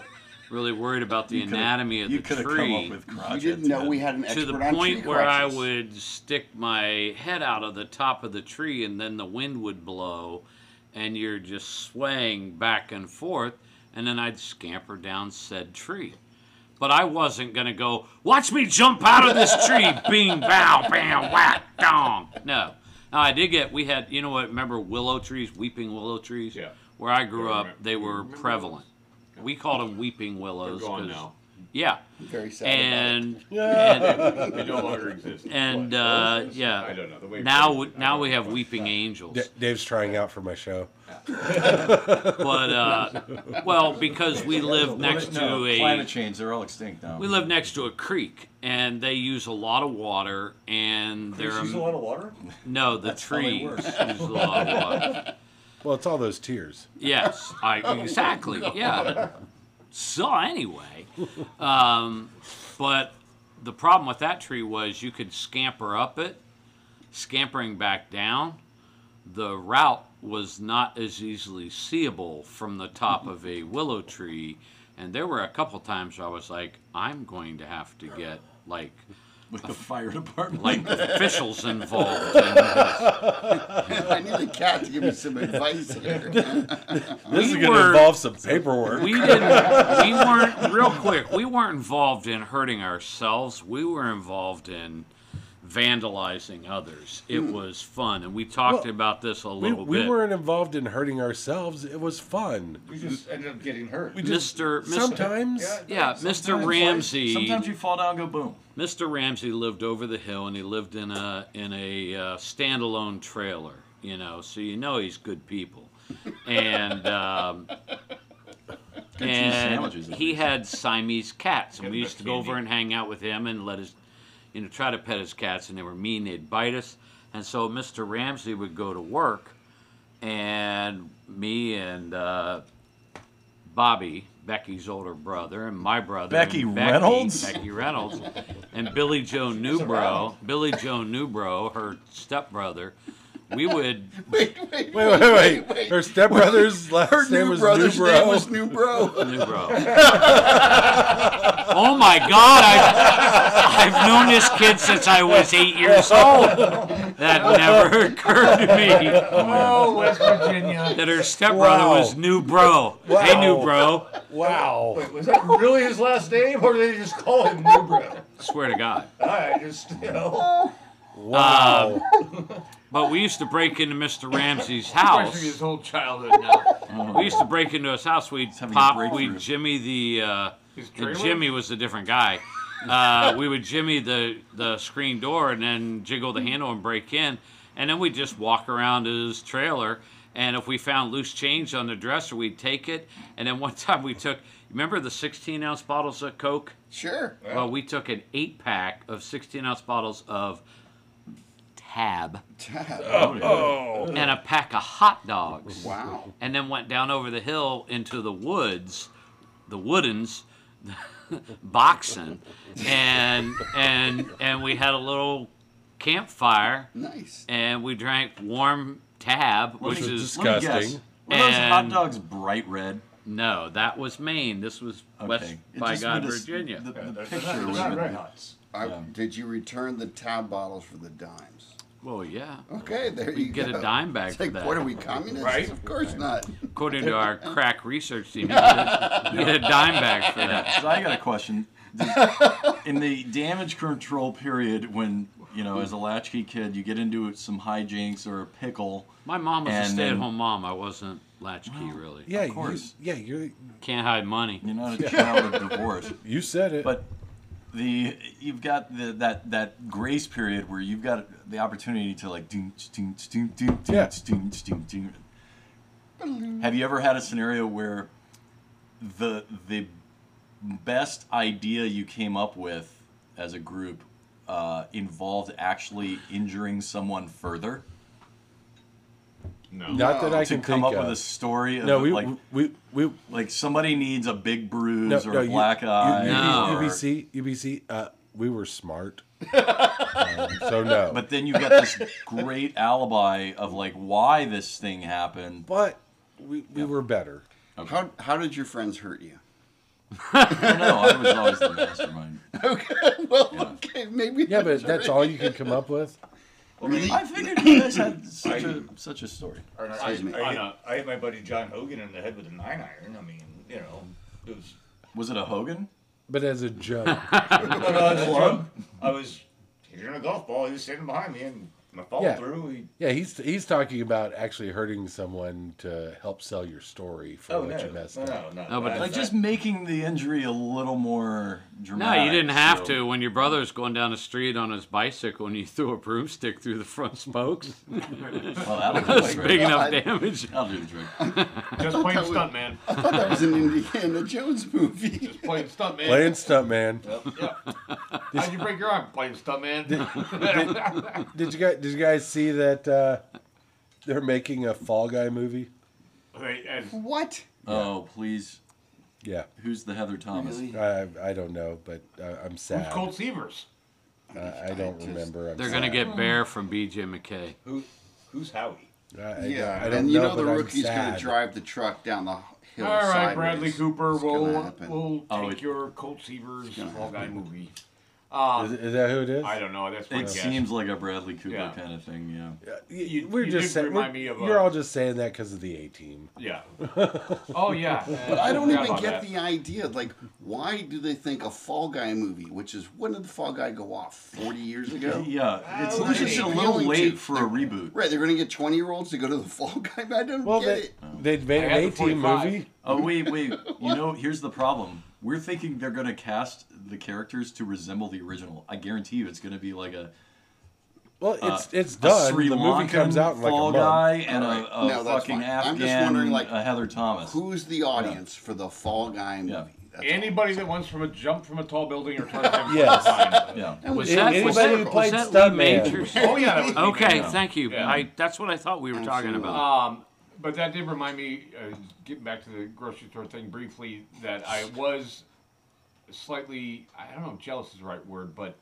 S3: really worried about the
S2: could've-
S3: anatomy of
S2: you
S3: the
S2: could have
S3: tree
S2: come up with crotch.
S5: you didn't
S2: at
S5: know
S2: ten.
S5: we had an expert
S3: to the
S5: on
S3: point
S5: tree
S3: where I
S5: crotches.
S3: would stick my head out of the top of the tree and then the wind would blow and you're just swaying back and forth and then I'd scamper down said tree. But I wasn't gonna go, watch me jump out of this
S4: [LAUGHS]
S3: tree, bing bow, bam, whack, dong. No. Now I did get we had you know what, remember willow trees, weeping willow trees?
S4: Yeah.
S3: Where I grew
S4: Yeah, I
S3: up,
S4: remember-
S3: they
S4: I
S3: were
S4: remember those.
S3: prevalent. We called them weeping
S4: They're
S3: willows.
S4: gone
S3: 'cause-
S4: now.
S3: Yeah.
S5: Very sad. about it.
S3: And, and
S4: They no longer exist.
S3: and
S4: But-
S3: uh,
S4: I
S3: yeah,
S4: don't know. The way
S3: now
S4: forward,
S3: we-
S4: I don't
S3: now we
S4: know.
S3: have weeping
S1: [LAUGHS]
S3: angels,
S1: D- Dave's trying out for my show.
S3: but uh, well, because we live
S2: Well,
S3: next
S2: no,
S3: to a
S2: climate change, they're all extinct now.
S3: we live next to a creek, and they use a lot of water, and
S7: He's
S3: they're
S7: used a lot of water.
S3: no the
S2: That's how they
S3: trees
S2: work.
S3: use a lot of water.
S1: Well, it's all those tears.
S3: Yes, I exactly yeah. So anyway, um, but the problem with that tree was you could scamper up it, scampering back down. the route was not as easily seeable from the top of a willow tree. And there were a couple times where I was like, I'm going to have to get like
S2: with the fire department.
S3: like officials involved. in
S5: [LAUGHS]
S3: this.
S5: I need a cat to give me some
S1: [LAUGHS]
S5: advice here.
S1: This
S3: We
S1: is going to
S3: were-
S1: involve some paperwork. [LAUGHS]
S3: We didn't. We weren't real quick. We weren't involved in hurting ourselves. We were involved in vandalizing others. It was fun, and we talked
S1: Hmm. Well,
S3: about this a
S1: we,
S3: little
S1: we
S3: bit.
S1: weren't involved in hurting ourselves. It was fun.
S7: We just ended up getting hurt.
S1: We just,
S3: Mr. Mr.
S1: Sometimes.
S3: yeah, Mr. Ramsey.
S2: Sometimes you fall down and go boom.
S3: Mr. Ramsey lived over the hill, and he lived in a in a uh, standalone trailer. You know, so you know he's good people, and um,
S2: cheese
S3: and
S2: sandwiches, at
S3: he
S2: least.
S3: had Siamese cats, and
S7: Get
S3: we
S7: him a
S3: used to go over
S7: candy.
S3: and hang out with him and let his, you know, try to pet his cats, and they were mean, they'd bite us, and so Mr. Ramsey would go to work, and me and uh, Bobby, Becky's older brother, and my brother,
S2: Becky
S3: and
S2: Reynolds?
S3: Becky Reynolds, and Billy Joe Newbro, Billy Joe Newbro, her stepbrother. We would
S5: wait,
S1: [LAUGHS] Wait,
S5: wait,
S1: wait, wait. Her stepbrother's last
S5: Her
S1: name
S5: new
S1: was
S5: brother's
S1: New Bro.
S5: name was New Bro.
S3: Newbro. oh my God! I, I've known this kid since I was eight years old. That never occurred to me
S4: Oh, West Virginia.
S3: that her stepbrother
S1: Wow.
S3: was Newbro. Hey,
S1: Wow.
S3: Newbro!
S1: wow.
S7: Wait, was that really his last name, or did they just call him Nubra?
S3: Swear to God.
S7: All right, just you
S5: Oh.
S7: know.
S1: Wow.
S2: Um,
S3: But we used to break into Mr. Ramsey's
S4: Especially his
S3: house.
S4: whole childhood now.
S3: We used to break into his house. We'd
S2: having a
S3: pop.
S2: breakthrough.
S3: We'd Jimmy the. Uh,
S4: His
S3: and
S4: trailer?
S3: Jimmy was a different guy. uh, we would jimmy the, the screen door and then jiggle the handle and break in. And then we'd just walk around his trailer. And if we found loose change on the dresser, we'd take it. And then one [LAUGHS] time we took, remember the 16 ounce bottles of Coke?
S5: [LAUGHS] Sure.
S3: Well, we took an eight pack of 16 ounce bottles of Tab
S2: Oh, yeah.
S3: and a pack of hot dogs
S5: Wow.
S3: and then went down over the hill into the woods, the woodens, [LAUGHS] boxing, and and and we had a little campfire,
S5: Nice.
S3: and we drank warm tab, which
S1: was
S3: is
S1: disgusting.
S2: Let me guess. Were those hot
S3: And-
S2: dogs bright red?
S3: no, that was Maine. This was West
S2: It
S3: by
S2: just
S3: God,
S2: would've-
S3: Virginia.
S2: The, the
S7: There's-
S2: picture
S7: there's
S2: would
S7: not
S2: have
S7: red
S2: been.
S7: hots.
S5: I,
S2: Yeah.
S5: Did you return the tab bottles for the dimes?
S3: Well, yeah.
S5: Okay, there
S3: We
S5: you
S3: get a
S5: go.
S3: dime back
S5: It's
S3: for
S5: like,
S3: that.
S5: what are we communists?
S7: Right.
S5: Of course not.
S3: According to
S2: [LAUGHS]
S3: our crack research team, you get a you get a dime back for that.
S2: So I got a [LAUGHS] question. Does- In the damage control period, when you know, as a latchkey kid, you get into some hijinks or a pickle.
S3: My mom was
S2: And
S3: a
S2: then-
S3: stay-at-home mom. I wasn't latchkey, really.
S1: Yeah, you-
S2: course.
S1: yeah, you're.
S3: Can't hide money.
S2: You're not a child of divorce,
S1: You said it.
S2: but the you've got the that that grace period where you've got the opportunity to like doom doom doom doom
S1: Yeah.
S2: doom doom doom doom. Have you ever had a scenario where the the best idea you came up with as a group uh, involved actually injuring someone further?
S7: No.
S1: not that I
S2: to
S1: can
S2: come
S1: think
S2: up
S1: of.
S2: with a story of
S1: no, we,
S2: like
S1: we we we
S2: like somebody needs a big bruise
S1: no,
S2: or
S1: no,
S2: a
S1: you-
S2: black
S1: you-
S2: eye.
S1: you-
S3: No.
S2: or-
S1: UBC UBC. Uh, we were smart. Um, so no,
S2: But then you got this great alibi of like why this thing happened.
S1: but we, we were better.
S5: How, how did your friends hurt you? [LAUGHS]
S2: I don't know. I was always the mastermind.
S5: well, okay, maybe.
S1: Yeah, but that's all you can come up with.
S5: Really?
S2: I figured you guys had such a such a story.
S7: Or not,
S5: Excuse
S7: I,
S5: me.
S7: I, hit, I hit my buddy John Hogan in the head with a nine iron. I mean, you know, it was.
S2: Was it a Hogan?
S1: But as a joke,
S7: No, no, I was drunk. uh, I was hitting a golf ball. He was standing behind me, and my fall
S1: Yeah.
S7: through. He,
S1: yeah, he's he's talking about actually hurting someone to help sell your story for
S7: oh
S1: what
S7: no,
S1: you messed
S7: no,
S1: up.
S7: no, no,
S3: No, but
S7: that-
S2: Like just
S7: that-
S2: making the injury a little more
S3: No,
S2: dramatic.
S3: you didn't have
S2: so-
S3: to when your brother's going down the street on his bicycle and you [LAUGHS] threw a broomstick through the front spokes.
S2: Well, that'll do the
S3: That's
S2: trick.
S3: big
S5: God.
S3: enough damage.
S2: That'll do the trick.
S4: Just playing stunt, man.
S5: I thought that was an Indiana Jones movie. [LAUGHS]
S4: Just playing stunt, man.
S1: Playing stunt man.
S4: Yeah. How'd you break your arm? Playing stunt,
S2: [LAUGHS]
S4: man.
S1: Did you guys did you guys see that uh, they're making a Fall Guy movie?
S4: Wait, and
S5: What?
S2: Oh, please.
S1: Yeah,
S2: Who's the Heather Thomas?
S5: Really?
S1: I I don't know, but uh, I'm
S4: who's
S1: sad.
S4: Colt Seavers?
S1: I, I don't
S5: I just-
S1: remember. I'm
S3: They're gonna
S1: sad.
S3: get bear from BJ McKay.
S7: Who, who's Howie?
S1: I, I,
S5: yeah,
S1: I don't
S5: and you know, the
S1: but I'm
S5: rookie's going
S1: sad.
S5: to drive the truck down the hill.
S4: All right,
S5: sideways.
S4: Bradley Cooper.
S5: It's gonna
S4: We'll
S5: happen.
S4: we'll
S2: Oh,
S4: take
S2: it-
S4: your Colt Seavers Fall Guy movie.
S1: Is,
S4: Um,
S1: is that who it is?
S4: I don't know. That's my
S2: It
S4: guess.
S2: seems like a Bradley Cooper
S4: Yeah.
S2: kind of thing. Yeah.
S1: Y-
S4: You-
S1: we're
S4: you
S1: just
S4: did
S1: saying,
S4: remind me of a-
S1: you're all just saying that because of the A team.
S2: [LAUGHS]
S4: Yeah. Oh yeah.
S5: But I don't
S4: Forgot
S5: even
S4: about
S5: get
S4: that.
S5: the idea. Like, why do they think a Fall Guy movie, which is when did the Fall Guy go off? Forty years ago.
S2: [LAUGHS] Yeah, it's,
S5: Who's
S2: it's
S5: it
S2: a little
S5: appealing to?
S2: late for a
S5: They're-
S2: reboot.
S5: Right, they're going to get twenty-year-olds to go to the Fall Guy. I don't
S1: Well,
S5: get
S1: they they
S5: it.
S1: made
S4: had
S1: an
S4: the
S1: A team
S4: 45.
S1: movie.
S2: Oh wait, wait. You know, here's the problem. We're thinking they're gonna cast the characters to resemble the original. I guarantee you, it's gonna be like a,
S1: Well, it's it's
S2: Uh, a
S1: done.
S2: Sri
S1: the
S2: Lankan
S1: movie comes out in like a
S2: fall
S1: month.
S2: guy and
S5: Alright,
S2: a, a
S5: no, that's
S2: fucking
S5: fine.
S2: Afghan.
S5: I'm just wondering, like,
S2: a Heather Thomas.
S5: Who's the audience for the Fall Guy movie?
S2: Yeah.
S5: That's all.
S4: Anybody that wants from a jump from a tall building or
S2: [LAUGHS]
S4: turns him.
S1: Yes.
S2: Yeah.
S5: That
S3: Was
S5: was
S3: that
S1: anybody
S5: hysterical.
S3: was that,
S1: who
S3: was
S1: played
S3: that Lee
S1: stuntman?
S3: Majors?
S4: Oh yeah. That was me.
S3: Okay,
S2: Yeah.
S3: thank you.
S4: Yeah.
S3: I that's what I thought we were talking
S5: Absolutely.
S3: about.
S4: Um, but that did remind me, uh, getting back to the grocery store thing briefly, that I was slightly, I don't know if jealous is the right word, but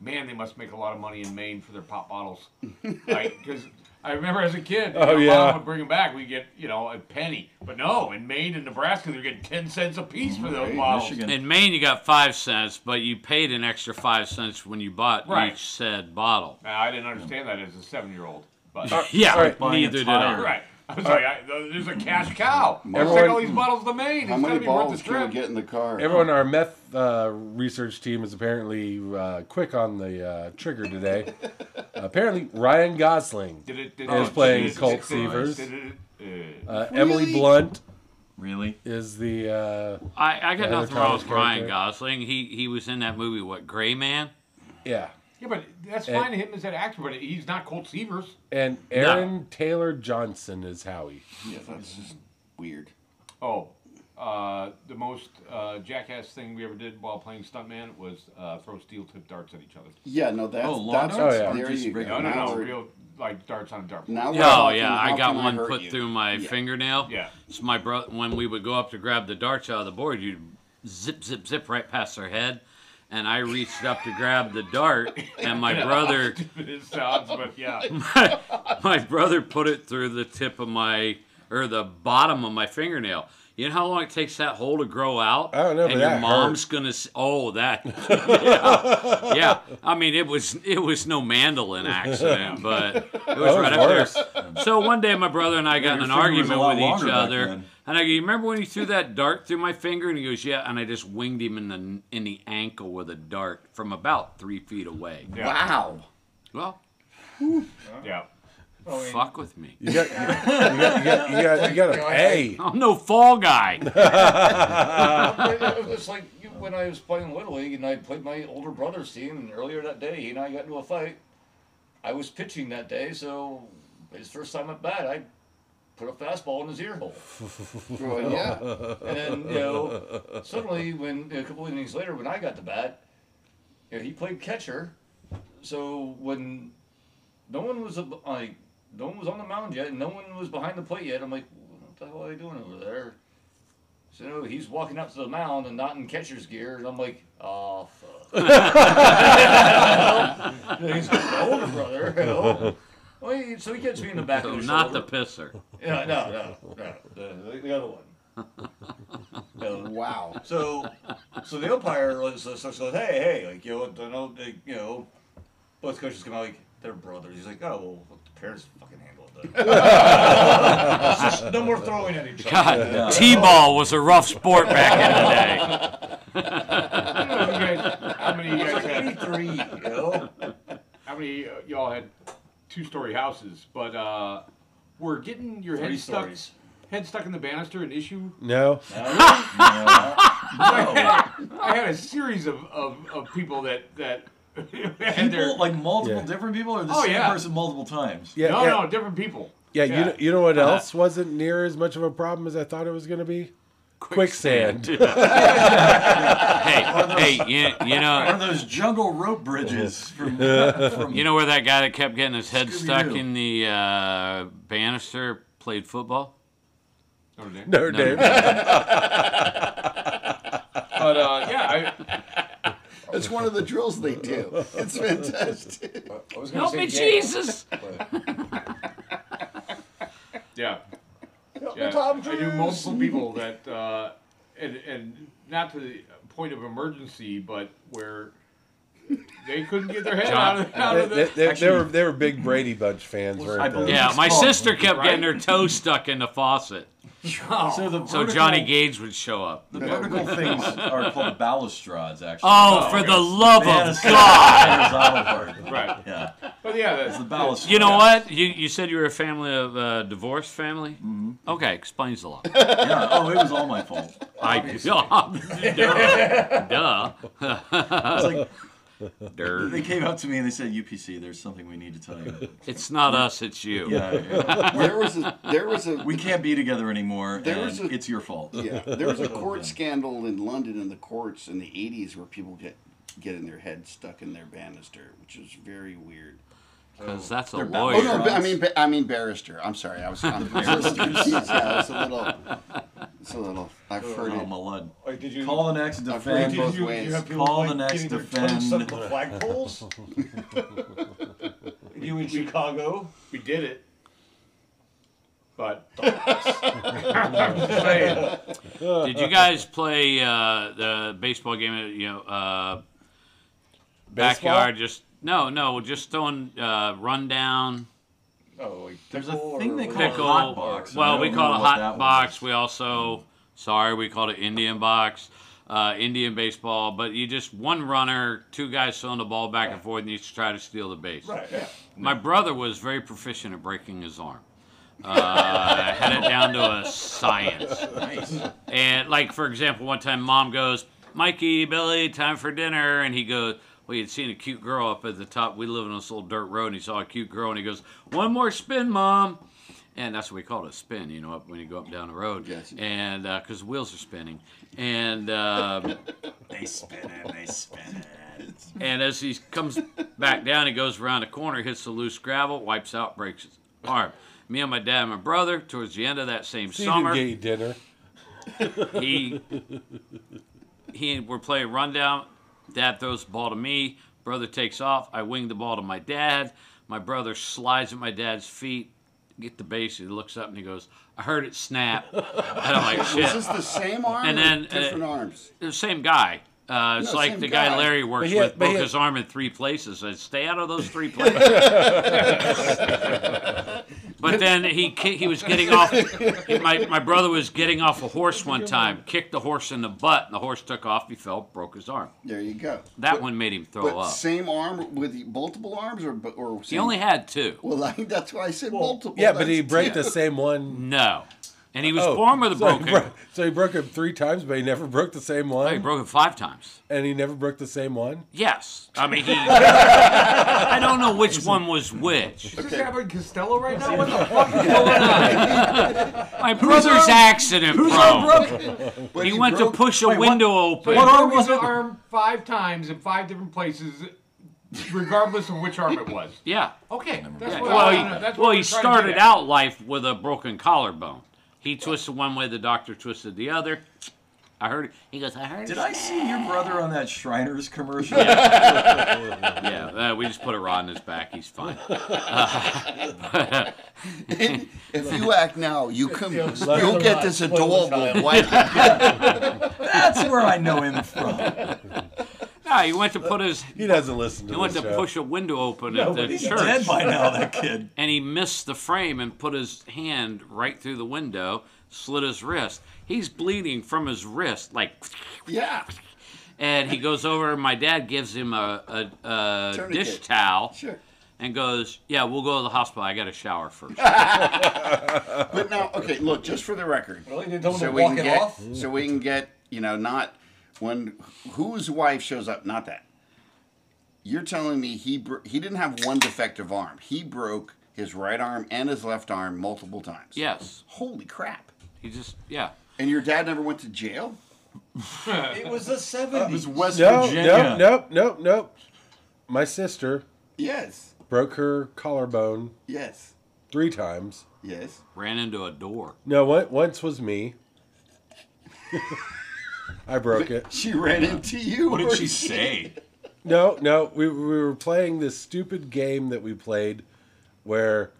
S4: man, they must make a lot of money in Maine for their
S1: [LAUGHS]
S4: pop bottles. Because I remember as a kid,
S1: Oh,
S4: my
S1: yeah.
S4: mom would bring them back, we get, you know, a penny. But no, in Maine and Nebraska, they're getting 10 cents a piece for those bottles.
S2: Michigan.
S3: In Maine, you got five cents, but you paid an extra five cents when you bought
S4: Right.
S3: each said bottle.
S4: Now, I didn't understand that as a seven year old. But
S5: Uh,
S3: Yeah,
S1: all right.
S2: Buying a
S3: neither did
S2: tire.
S3: I.
S4: [LAUGHS] Right. I was like, I, there's a cash cow. Let's take
S1: Everyone-
S4: all these bottles to Maine.
S5: How
S4: it's
S5: many
S4: gotta be worth
S5: balls
S4: the
S5: can
S4: trip.
S5: we get in the car?
S1: Everyone, our meth uh, research team is apparently uh, quick on the uh, trigger today. apparently, Ryan Gosling,
S4: Did it, did
S1: is
S4: it-
S1: playing
S4: did it-
S1: Colt
S4: did it-
S1: Seavers.
S4: did it- uh,
S1: uh, Emily Blunt,
S2: Really?
S1: is the uh,
S3: I, I
S1: Yeah, they're
S3: got nothing wrong with
S1: Thomas
S3: Brian
S1: character.
S3: Gosling. He he was in that movie. What Gray Man?
S1: yeah,
S4: Yeah, but that's
S1: And-
S4: fine to him as an actor, but he's not Colt Seavers.
S1: and Aaron Taylor Johnson is Howie.
S5: Yeah, that's just weird.
S4: Oh, uh, the most uh, jackass thing we ever did while playing stuntman was uh, throw steel tip darts at each other.
S5: Yeah, no, that's
S2: Oh, long
S5: that's
S2: darts?
S1: Oh, yeah.
S5: there
S2: Or just
S5: you go.
S2: regular
S4: No, no,
S5: Now
S4: no,
S5: we're-
S4: real like darts on a dartboard.
S5: Now we're
S3: Oh
S5: talking,
S3: yeah, I
S5: how
S3: got
S5: can
S3: one
S5: hurt
S3: put
S5: you?
S3: through my
S5: Yeah.
S3: fingernail.
S4: Yeah.
S3: it's my bro. When we would go up to grab the darts out of the board, you'd zip, zip, zip right past their head, and I reached up to grab the dart, and my brother,
S4: [LAUGHS] it sounds, but yeah,
S3: my brother put it through the tip of my or the bottom of my fingernail. You know how long it takes that hole to grow out?
S1: I don't know,
S3: And
S1: but
S3: your
S1: that
S3: mom's gonna s oh that yeah. yeah. I mean it was it was no mandolin accident, but it was right up there.
S1: worse.
S3: So one day my brother and I got in
S2: your
S3: an
S2: finger was a
S3: argument
S2: lot
S3: with
S2: longer
S3: each
S2: back
S3: other,
S2: then.
S3: and I go, "You remember when you threw that dart through my finger?" And he goes, "Yeah." And I just winged him in the in the ankle with a dart from about three feet away.
S4: yeah,
S5: Wow.
S3: Well,
S4: yeah.
S7: Oh,
S3: fuck with me.
S1: You got you got you got you got, you got to pay.
S3: I'm no
S2: [LAUGHS]
S3: fall guy.
S7: [LAUGHS] it was like you- when I was playing Little League and I played my older brother's team, and earlier that day he and I got into a fight. I was pitching that day, so his first time at bat, I put a fastball in his ear hole.
S5: Well, yeah.
S7: And then, you know, suddenly, when a couple innings later, when I got the bat, you know, he played catcher. So when no one was ab- like, no one was on the mound yet, and no one was behind the plate yet, I'm like, what the hell are they doing over there? So you know, he's walking up to the mound and not in catcher's gear, and I'm like, oh fuck. [LAUGHS] And he's my older brother. [LAUGHS] You know? well, he, so he gets me in the back
S3: So
S7: of the
S3: not
S7: shoulder.
S3: the pisser.
S7: Yeah, no, no, no. The, the other one. No.
S5: Wow.
S7: So, so the umpire was so, so, so hey, hey, like you know, don't know, like, you know, both coaches come out like they're brothers. He's like, oh, well, the parents fucking handled
S2: [LAUGHS]
S7: that. It's just no more throwing at each other.
S3: God, [LAUGHS] T-ball was a rough sport
S4: [LAUGHS]
S3: back in the day.
S4: I don't know if you guys- how many of you guys had?
S7: Eighty-three, you know.
S4: How many uh, y'all had two-story houses? But uh, were getting your
S7: Three
S4: head stuck,
S7: stories.
S4: head stuck in the banister an issue?
S1: No,
S4: I had a series of, of, of people that that [LAUGHS] had their
S2: People, like multiple
S1: Yeah.
S2: different people, or the
S4: Oh,
S2: same
S4: yeah.
S2: person multiple times?
S1: yeah,
S4: no
S1: yeah,
S4: no different people.
S1: yeah.
S4: yeah.
S1: You know, you know what else wasn't near as much of a problem as I thought it was going to be? Quicksand. [LAUGHS]
S3: hey, hey, you, you
S2: One
S3: know,
S2: of those jungle rope
S1: [LAUGHS]
S2: bridges from, from
S3: you know where that guy that kept getting his head stuck
S2: Scooby-Doo.
S3: in the uh, banister played football?
S4: Notre Dame.
S1: Notre
S3: No, no,
S1: Dame.
S3: no.
S4: But uh, yeah, I,
S5: That's one of the drills they do. It's fantastic.
S7: I was gonna
S3: Help me,
S7: say Yale,
S3: Jesus!
S7: but-
S4: yeah.
S7: Help me,
S4: Yeah,
S7: Tom
S4: I knew
S7: Cruise.
S4: multiple people that, uh, and and not to the point of emergency, but where they couldn't get their head
S3: John-
S4: out of, out
S1: They,
S4: of
S1: they,
S4: the.
S1: they, they
S2: Actually-
S1: were they were big Brady Bunch fans,
S2: I
S1: weren't they?
S2: believe-
S3: Yeah,
S2: It's
S3: my
S2: called-
S3: sister kept getting
S4: right?
S3: her toe stuck in the faucet,
S2: so the
S3: so
S2: vertical-
S3: Johnny Gage would show up.
S2: The vertical things are called balustrades, actually.
S3: Oh, for the love of
S2: Fantasy
S3: God!
S2: horizontal part.
S4: Right.
S2: Yeah,
S4: But yeah,
S2: it's
S4: that's
S2: the balustrade.
S3: You know what? You, you said you were a family of uh, divorced family.
S2: Mm-hmm.
S3: Okay, explains
S2: [LAUGHS]
S3: a lot.
S2: Yeah. Oh, it was all my fault.
S3: I [LAUGHS] duh,
S2: It's like
S3: [LAUGHS] duh.
S2: they came up to me and they said, "UPC, there's something we need to tell
S1: [LAUGHS]
S2: you."
S3: It's not us, it's you.
S2: Yeah. yeah.
S5: There was a there was a
S2: We can't Oh, be together anymore,
S5: There
S2: and
S5: was a-
S2: it's your fault. [LAUGHS]
S5: yeah, there was a court scandal in London in the courts in the 80s where people get getting their head stuck in their banister, which is very weird.
S3: Because that's a
S2: They're bad.
S5: Oh
S3: lawyer.
S5: no, but I mean, ba- I mean barrister. I'm sorry, I was. I'm
S3: [LAUGHS]
S5: yeah, it's a little. It's a little. I've heard
S2: Oh,
S5: it.
S2: my lord.
S7: Like, did you
S2: Call the next
S5: I've
S2: defend.
S5: heard
S7: did
S5: both
S7: you,
S5: ways.
S7: you have people
S2: Call the
S7: like,
S2: next
S7: getting their tongues stuck
S2: defend.
S7: to
S2: [LAUGHS]
S7: flagpoles? you in Chicago?
S4: we did it. But [LAUGHS] I'm just saying,
S3: Did you guys play uh, the baseball game? At, you know, uh, backyard. Just no, no. Just throwing uh, rundown.
S7: Oh, like
S2: There's a
S7: pickle or
S2: thing they
S7: whatever.
S2: call hot
S3: Pickle.
S2: box. I
S3: Well,
S2: don't
S3: we call
S2: know
S3: it
S2: what that
S3: hot
S2: was.
S3: box. We also, sorry, we called it Indian box, uh, Indian baseball. But you just one runner, two guys throwing the ball back and forth, and you try to steal the base.
S7: Right, yeah.
S3: My brother was very proficient at breaking his arm. Uh, [LAUGHS] had it down to a science.
S2: Nice.
S3: And like for example, one time mom goes, "Mikey, Billy, time for dinner," and he goes, "We had seen a cute girl up at the top. We live on this little dirt road, and he saw a cute girl, and he goes, "One more spin, mom." And that's what we call it a spin, you know, up when you go up and down the road.
S5: Yes.
S3: And because wheels are spinning. And um,
S2: [LAUGHS] They spin it. They spin it.
S3: and as he comes back down, he goes around a corner, hits the loose gravel, wipes out, breaks his arm. Me and my dad and my brother, towards the end of that same
S1: So you
S3: summer,
S1: didn't get you dinner.
S3: he he we're playing rundown. Dad throws the ball to me. Brother takes off. I wing the ball to my dad. My brother slides at my dad's feet. Get the base. He looks up and he goes, "I heard it snap." [LAUGHS] And I'm like,
S5: Is this
S3: "Shit!"
S5: the same arm
S3: And
S5: or
S3: then, uh,
S5: different arms?
S3: The same guy. Uh, it's
S5: No,
S3: like
S5: same
S3: the guy,
S5: guy.
S3: Larry works
S1: he had-
S3: with,
S1: but he
S3: broke
S1: had-
S3: his arm in three places. I said, stay out of those
S1: [LAUGHS]
S3: three places. but then he ki- he was getting off. My, my brother was getting off a horse one time, kicked the horse in the butt, and the horse took off. He fell, broke his arm.
S5: There you go.
S3: That one made him throw
S5: But
S3: up.
S5: same arm with multiple arms, or or
S3: he
S5: same-
S3: only had two.
S5: Well, I, that's why I said multiple.
S1: Yeah, but
S5: that's-
S1: he broke
S5: [LAUGHS]
S1: the [LAUGHS] same
S3: [LAUGHS]
S1: one.
S3: No, and he was
S1: Oh,
S3: born with a
S1: so he
S3: broken.
S1: bro- so he broke it three times, but he never broke the same
S3: oh, he
S1: one,
S3: broke it five times.
S1: and he never broke the same one.
S3: Yes,
S1: [LAUGHS]
S3: I mean he. I don't know which one was which.
S4: Is this happening Costello right now? What the fuck is going on?
S3: My brother's accident, bro.
S5: But
S3: He, went
S5: broke-
S3: to push a window open.
S4: What arm was it? Arm five times in five different places, regardless of which arm it was.
S3: Yeah.
S4: Okay, that's
S3: yeah.
S4: what.
S3: Well,
S4: I
S3: he,
S4: wanna know. That's what
S3: well, he
S4: we're trying to get
S3: started
S4: at.
S3: out life with a broken collarbone. He twisted one way, the doctor twisted the other. I heard it. He goes, I heard
S2: Did
S3: it.
S2: I see your brother on that Shriners commercial?
S3: Yeah, uh, we just put a rod in his back. He's fine.
S5: If you act now, you come.
S1: like-
S5: You'll get this adorable
S7: [LAUGHS]
S5: white.
S2: That's where I know him from.
S3: No, he went to put his.
S1: He doesn't listen to
S3: He went
S1: the
S3: to
S1: show.
S3: push a window open [LAUGHS] at the
S2: He's
S3: church.
S2: dead by now,
S7: [LAUGHS]
S2: that kid.
S3: and he missed the frame and put his hand right through the window, slit his wrist. He's bleeding from his wrist, like,
S5: Yeah.
S3: and he goes over. and My dad gives him a, a, a
S5: Tourniquet.
S3: dish towel
S5: Sure.
S3: and goes, "Yeah, we'll go to the hospital. I got to shower first.
S5: But now, okay, look, just for the record.
S7: Really? They told him
S5: So
S7: to
S5: we
S7: walk
S5: can
S7: it
S5: get,
S7: off?
S5: so we can get, you know, not when whose wife shows up. Not that. You're telling me he bro- he didn't have one defective arm. He broke his right arm and his left arm multiple times.
S3: yes,
S5: Holy crap!
S3: he just yeah.
S5: And your dad never went to jail.
S7: It was the 70s.
S2: It was West
S1: No,
S2: Virginia.
S1: no, nope, nope, nope. My sister
S5: Yes.
S1: broke her collarbone
S5: Yes.
S1: three times.
S5: Yes.
S3: Ran into a door.
S1: No, one, once was me. [LAUGHS] I broke it.
S5: She ran into you.
S2: What did
S5: or-
S2: she say?
S1: No, no, we, we were playing this stupid game that we played where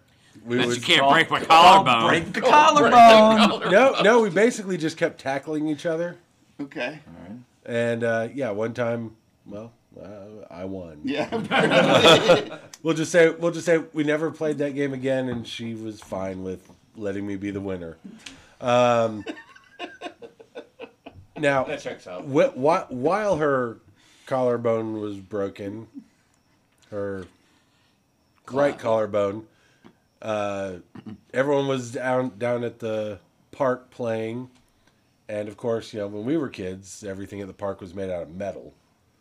S1: we
S3: But
S1: would
S3: you can't
S2: Don't-
S3: break my
S2: don't
S3: collarbone.
S2: Break the collarbone.
S3: [LAUGHS]
S1: No, no, we basically just kept tackling each other.
S5: Okay.
S1: And uh, yeah, one time, well, uh, I won.
S5: Yeah. [LAUGHS]
S1: We'll just say we'll just say we never played that game again, and she was fine with letting me be the winner. Um, now,
S7: That checks out.
S1: wh- wh- while her collarbone was broken, her right collarbone, uh, everyone was down down at the park playing, and of course, you know, when we were kids, everything at the park was made out of metal.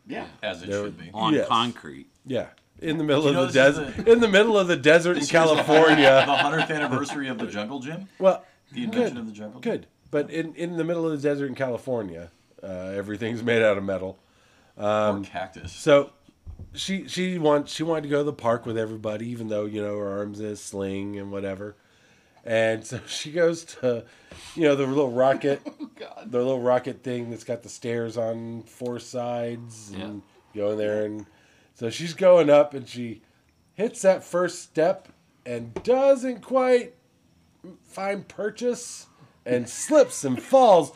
S5: yeah.
S2: As it should be.
S3: On
S1: Yes.
S3: concrete.
S1: Yeah, in the middle
S2: know
S1: of the
S2: this is
S1: desert, in the middle of the desert in
S2: This year's the
S1: California.
S2: The 100th anniversary of the Jungle Gym.
S1: Well,
S2: The invention
S1: good,
S2: of the jungle.
S1: Good, but in in the middle of the desert in California, uh, everything's made out of metal.
S2: or cactus.
S1: Um, So she she wants she wanted to go to the park with everybody, even though you know her arms in a sling and whatever. And so [LAUGHS] she goes to, you know, the little rocket, the little rocket thing that's got the stairs on four sides, and go in there, and so she's going up, and she hits that first step and doesn't quite find purchase, and slips and falls,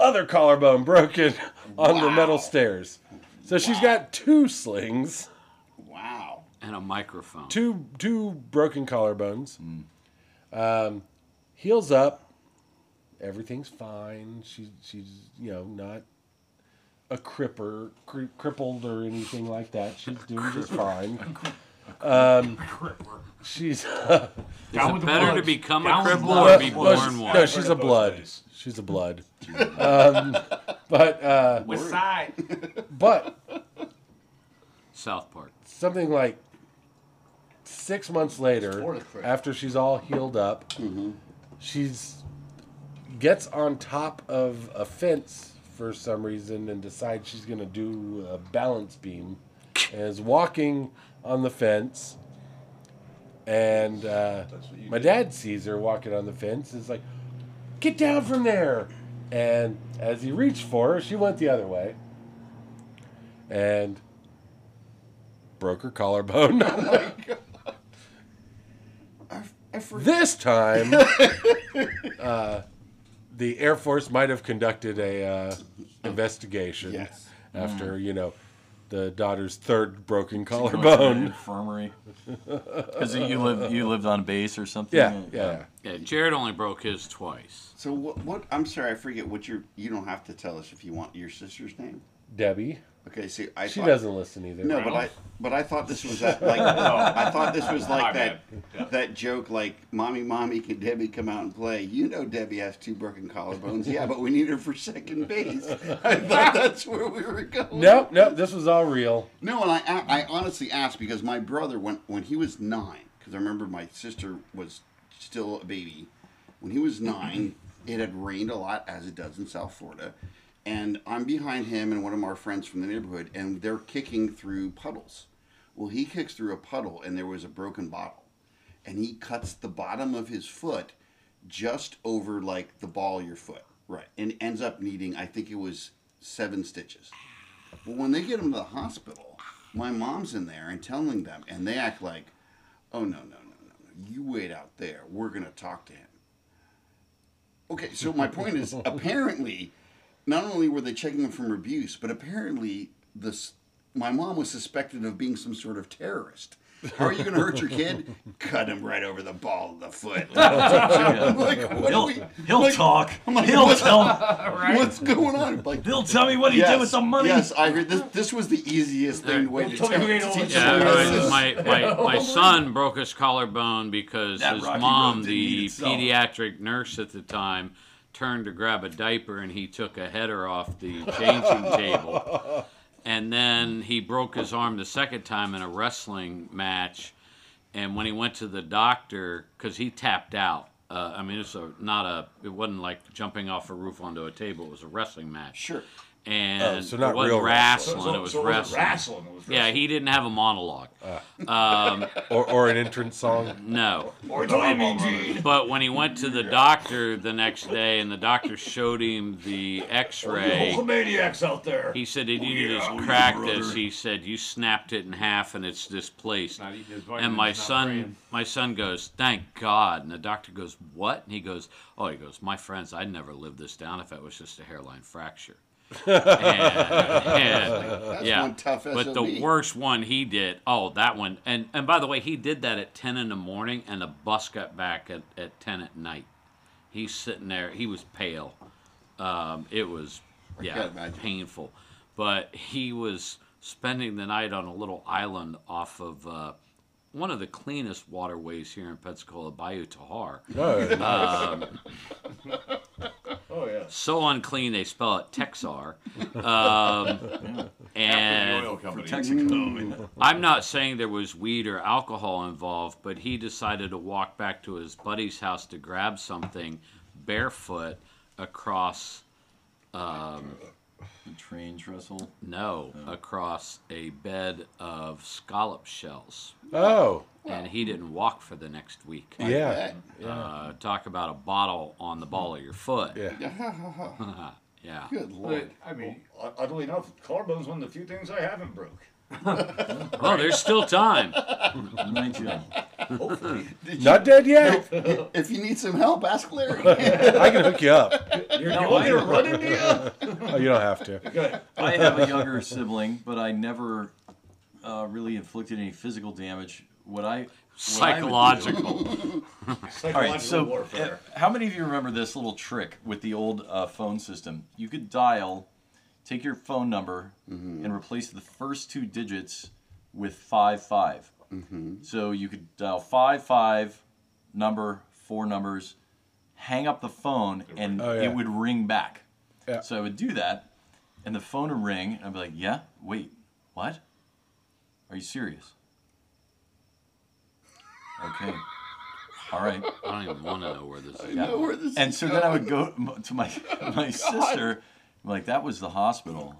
S1: other collarbone broken [LAUGHS] on the metal stairs. So she's got two slings,
S5: Wow.
S3: And a microphone.
S1: two two broken collarbones. Um, heals up. Everything's fine. She she's you know not a cripper, cri-
S3: [LAUGHS]
S1: crippled or anything like that. She's doing just fine. Um, [LAUGHS] She's
S4: Down with
S3: Is it
S4: the
S3: better to
S4: Bloods.
S3: become a
S4: Down with the
S3: cripple or
S4: Bloods.
S3: be
S1: well,
S3: born
S1: she's-
S3: one?
S1: No, she's a
S7: Heard of both
S1: blood.
S7: ways.
S1: She's a blood. um, but uh,
S4: West Side.
S1: but
S3: South Park.
S1: something like six months later,
S7: Florida crap.
S1: after she's all healed up, she's gets on top of a fence for some reason and decides she's gonna do a balance beam, and is walking on the fence, and uh, my dad sees her walking on the fence. and Is like, get down from there! And as he reached for her, she went the other way, and broke her collarbone. [LAUGHS]
S5: I forgot.
S1: This
S5: [LAUGHS]
S1: time, uh, the Air Force might have conducted a uh, investigation
S5: Yes.
S1: after you know the daughter's third broken
S2: Going to the
S1: collarbone.
S2: Infirmary. Because you lived you lived on base or
S1: [LAUGHS]
S2: something.
S1: Yeah, Mm. yeah.
S3: Yeah, Jared only broke his twice.
S5: So what, what? I'm sorry, I forget what your. You don't have to tell us if you want your sister's name.
S1: Debbie,
S5: Okay, see, I
S1: she
S5: thought,
S1: doesn't listen either.
S5: No, but I but I thought this was
S1: [LAUGHS]
S5: that like I thought this was
S4: My
S5: like
S4: bad.
S5: that that joke like mommy mommy can Debbie come out and play? You know Debbie has two broken collarbones. yeah, but we need her for second base. [LAUGHS]
S1: [LAUGHS]
S5: I thought that's where we were going.
S1: No, no, this was all real.
S5: No, and I I honestly asked because my brother when when he was nine, because I remember my sister was still a baby. When he was nine, it had rained a lot as it does in South Florida, and I'm behind him and one of our friends from the neighborhood, and they're kicking through puddles. Well, he kicks through a puddle, and there was a broken bottle, and he cuts the bottom of his foot just over like the ball of your foot, right, and ends up needing I think it was seven stitches. But when they get him to the hospital, my mom's in there and telling them, and they act like, "Oh no, no, no, no, no! You wait out there. We're gonna talk to him." Okay, so my point is, apparently, not only were they checking him from abuse, but apparently this, my mom was suspected of being some sort of terrorist. How are you going to hurt your kid? Cut him right over the ball of the foot. [LAUGHS] I'm like, what are
S7: He'll,
S5: we,
S7: he'll
S5: like,
S7: talk.
S5: I'm like,
S7: he'll
S5: what-
S7: tell.
S5: What's going on? Like,
S7: He'll tell me what he did with the money.
S5: Yes, I heard this. This was the easiest thing way to
S7: Tell me
S5: tell
S7: who ate all
S5: teach
S7: the
S3: Yeah,
S5: them
S7: Yes.
S3: right.
S5: lessons.
S3: my, my, my son broke his collarbone because
S2: That
S3: his
S2: Rocky
S3: mom,
S2: Road didn't need
S3: the
S2: itself.
S3: pediatric nurse at the time, turned to grab a diaper and he took a header off the changing table. And then he broke his arm the second time in a wrestling match. And when he went to the doctor, because he tapped out. Uh, I mean, it's a not a. It wasn't like jumping off a roof onto a table. It was a wrestling match.
S5: Sure.
S3: And
S1: Oh, so not
S3: it wasn't
S1: real wrestling.
S3: wrestling.
S7: So-
S3: It was
S7: so it wasn't
S3: wrestling.
S7: wrestling, it was
S3: Yeah, he didn't have a monologue.
S1: Or, or an entrance song.
S3: No.
S7: Or Tommy Dean.
S3: But when he went to the doctor the next day and the doctor showed him the x ray,
S7: Hulkamaniacs out there.
S3: he said, Did you
S7: Yeah,
S3: just
S7: oh, yeah,
S3: crack
S7: brother.
S3: this? He said, You snapped it in half and it's displaced.
S4: Not eating his vitamins,
S3: And my
S4: not
S3: son
S4: praying.
S3: my son goes, Thank God. And the doctor goes, What? And he goes, Oh, he goes, My friends, I'd never live this down if it was just a hairline
S4: [LAUGHS]
S3: fracture. and, and-
S5: That's
S3: yeah.
S5: one tough E.
S3: but the
S5: SOB.
S3: worst one he did, oh, that one. And and by the way, he did that at 10 in the morning, and the bus got back at, at 10 at night. He's sitting there. He was pale. Um, it was, yeah,
S5: can't imagine.
S3: painful. But he was spending the night on a little island off of uh, one of the cleanest waterways here in Pensacola, Bayou Tahar.
S1: [LAUGHS] No,
S7: Oh yeah.
S3: So unclean they spell it
S5: [LAUGHS]
S3: Texar. Um, and
S4: The oil company.
S7: Mm.
S2: Texaco.
S3: I'm not saying there was weed or alcohol involved, but he decided to walk back to his buddy's house to grab something barefoot across
S2: The train trestle.
S3: no, across a bed of scallop shells.
S1: oh,
S3: And he didn't walk for the next week.
S1: yeah,
S3: Uh, talk about a bottle on the ball of your foot.
S1: yeah.
S3: Yeah.
S5: Good
S4: But,
S5: lord.
S4: I mean,
S7: Odd- Oddly enough, collarbone's one of the few things I haven't broke.
S3: Oh, there's still time.
S2: Mind you.
S7: Hopefully,
S1: Not dead yet.
S5: If you need some help, ask Larry. [LAUGHS]
S1: I can hook you up.
S7: you're going to run into you.
S1: Oh, you don't have to.
S5: [LAUGHS]
S7: Good.
S2: I have a younger sibling, but I never uh, really inflicted any physical damage. What I what I would do-
S3: Psychological.
S2: All
S7: Psychological
S2: right, so
S7: warfare. Oh,
S2: uh, how many of you remember this little trick with the old uh, phone system? You could dial, take your phone number, and replace the first two digits with five five. So you could dial five five, number four numbers, hang up the phone, and
S1: Oh, yeah.
S2: it would ring back.
S1: Yeah.
S2: So I would do that, and the phone would ring, and I'd be like, "Yeah, wait, what? Are you serious? Okay, all right."
S3: I don't even want to know where this is.
S5: You know where this
S2: And
S5: is
S2: so then I
S5: going?
S2: would go m- to
S5: [LAUGHS]
S2: my
S5: Oh,
S2: my sister, I'm like, "That was the hospital.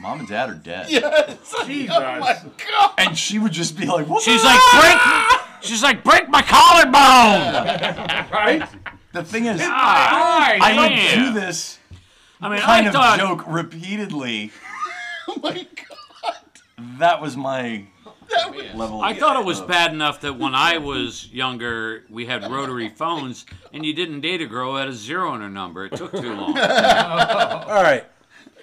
S2: Mom and Dad are dead."
S5: Yes.
S4: Jesus.
S5: Oh my god.
S2: And she would just be like, "What?" the
S3: She's like break. She's like break my collarbone.
S4: Right?
S2: The thing is,
S3: I,
S2: I would do this
S3: I mean,
S2: kind
S3: I
S2: of
S3: thought
S2: joke repeatedly.
S5: Oh my god.
S2: That was my
S5: That was
S2: level.
S3: I thought it was
S2: of-
S3: bad enough that when I was younger, we had rotary phones, and you didn't date a girl who had a zero in her number. It took too long.
S1: All right.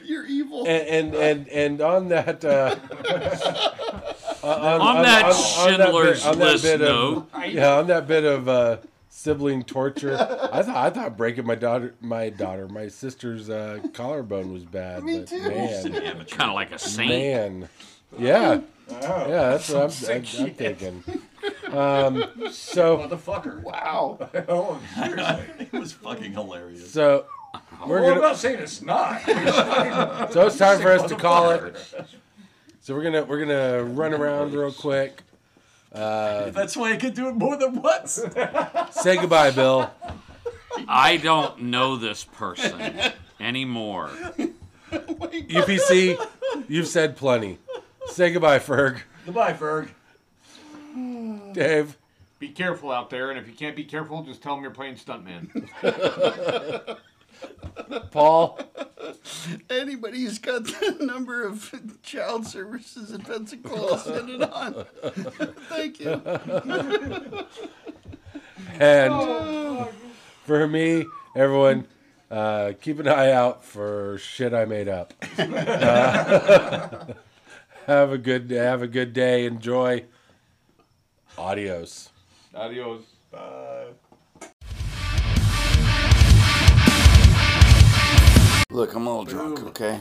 S5: You're evil.
S1: And and and, and on that uh, on,
S3: that
S1: bit-
S3: Schindler's
S1: on that
S3: List
S1: bit of-
S3: note.
S1: yeah, on that bit of uh, sibling torture, I thought I thought breaking my daughter, my daughter, my sister's uh, collarbone was bad.
S5: Me
S1: but
S5: too.
S1: Man,
S2: Amateur.
S3: kind of like a saint.
S1: man, yeah, yeah, that's
S5: [LAUGHS]
S1: what I'm, I'm, I'm thinking. Um, so
S7: Motherfucker.
S5: wow.
S7: Oh, seriously.
S2: [LAUGHS] it was fucking hilarious.
S1: so we're
S7: Well, I'm
S1: gonna
S7: not saying
S1: [LAUGHS]
S7: it's not.
S1: So it's time for us to call it. So we're gonna we're gonna run around real quick.
S2: That's why I could do it more than once.
S1: Say goodbye, Bill.
S3: I don't know this person anymore.
S1: UPC, E you've said plenty. Say goodbye, Ferg.
S7: Goodbye, Ferg.
S1: Dave,
S4: Be careful out there, and if you can't be careful, just tell them you're playing stuntman. [LAUGHS]
S1: Paul,
S5: Anybody who's got the [LAUGHS] number of child services in Pensacola, send it on. [LAUGHS] Thank you.
S1: and for me, everyone, uh, keep an eye out for shit I made up. Uh, [LAUGHS] have a good have a good day. Enjoy. Adios.
S4: Adios.
S7: Uh,
S5: Look, I'm all drunk, okay?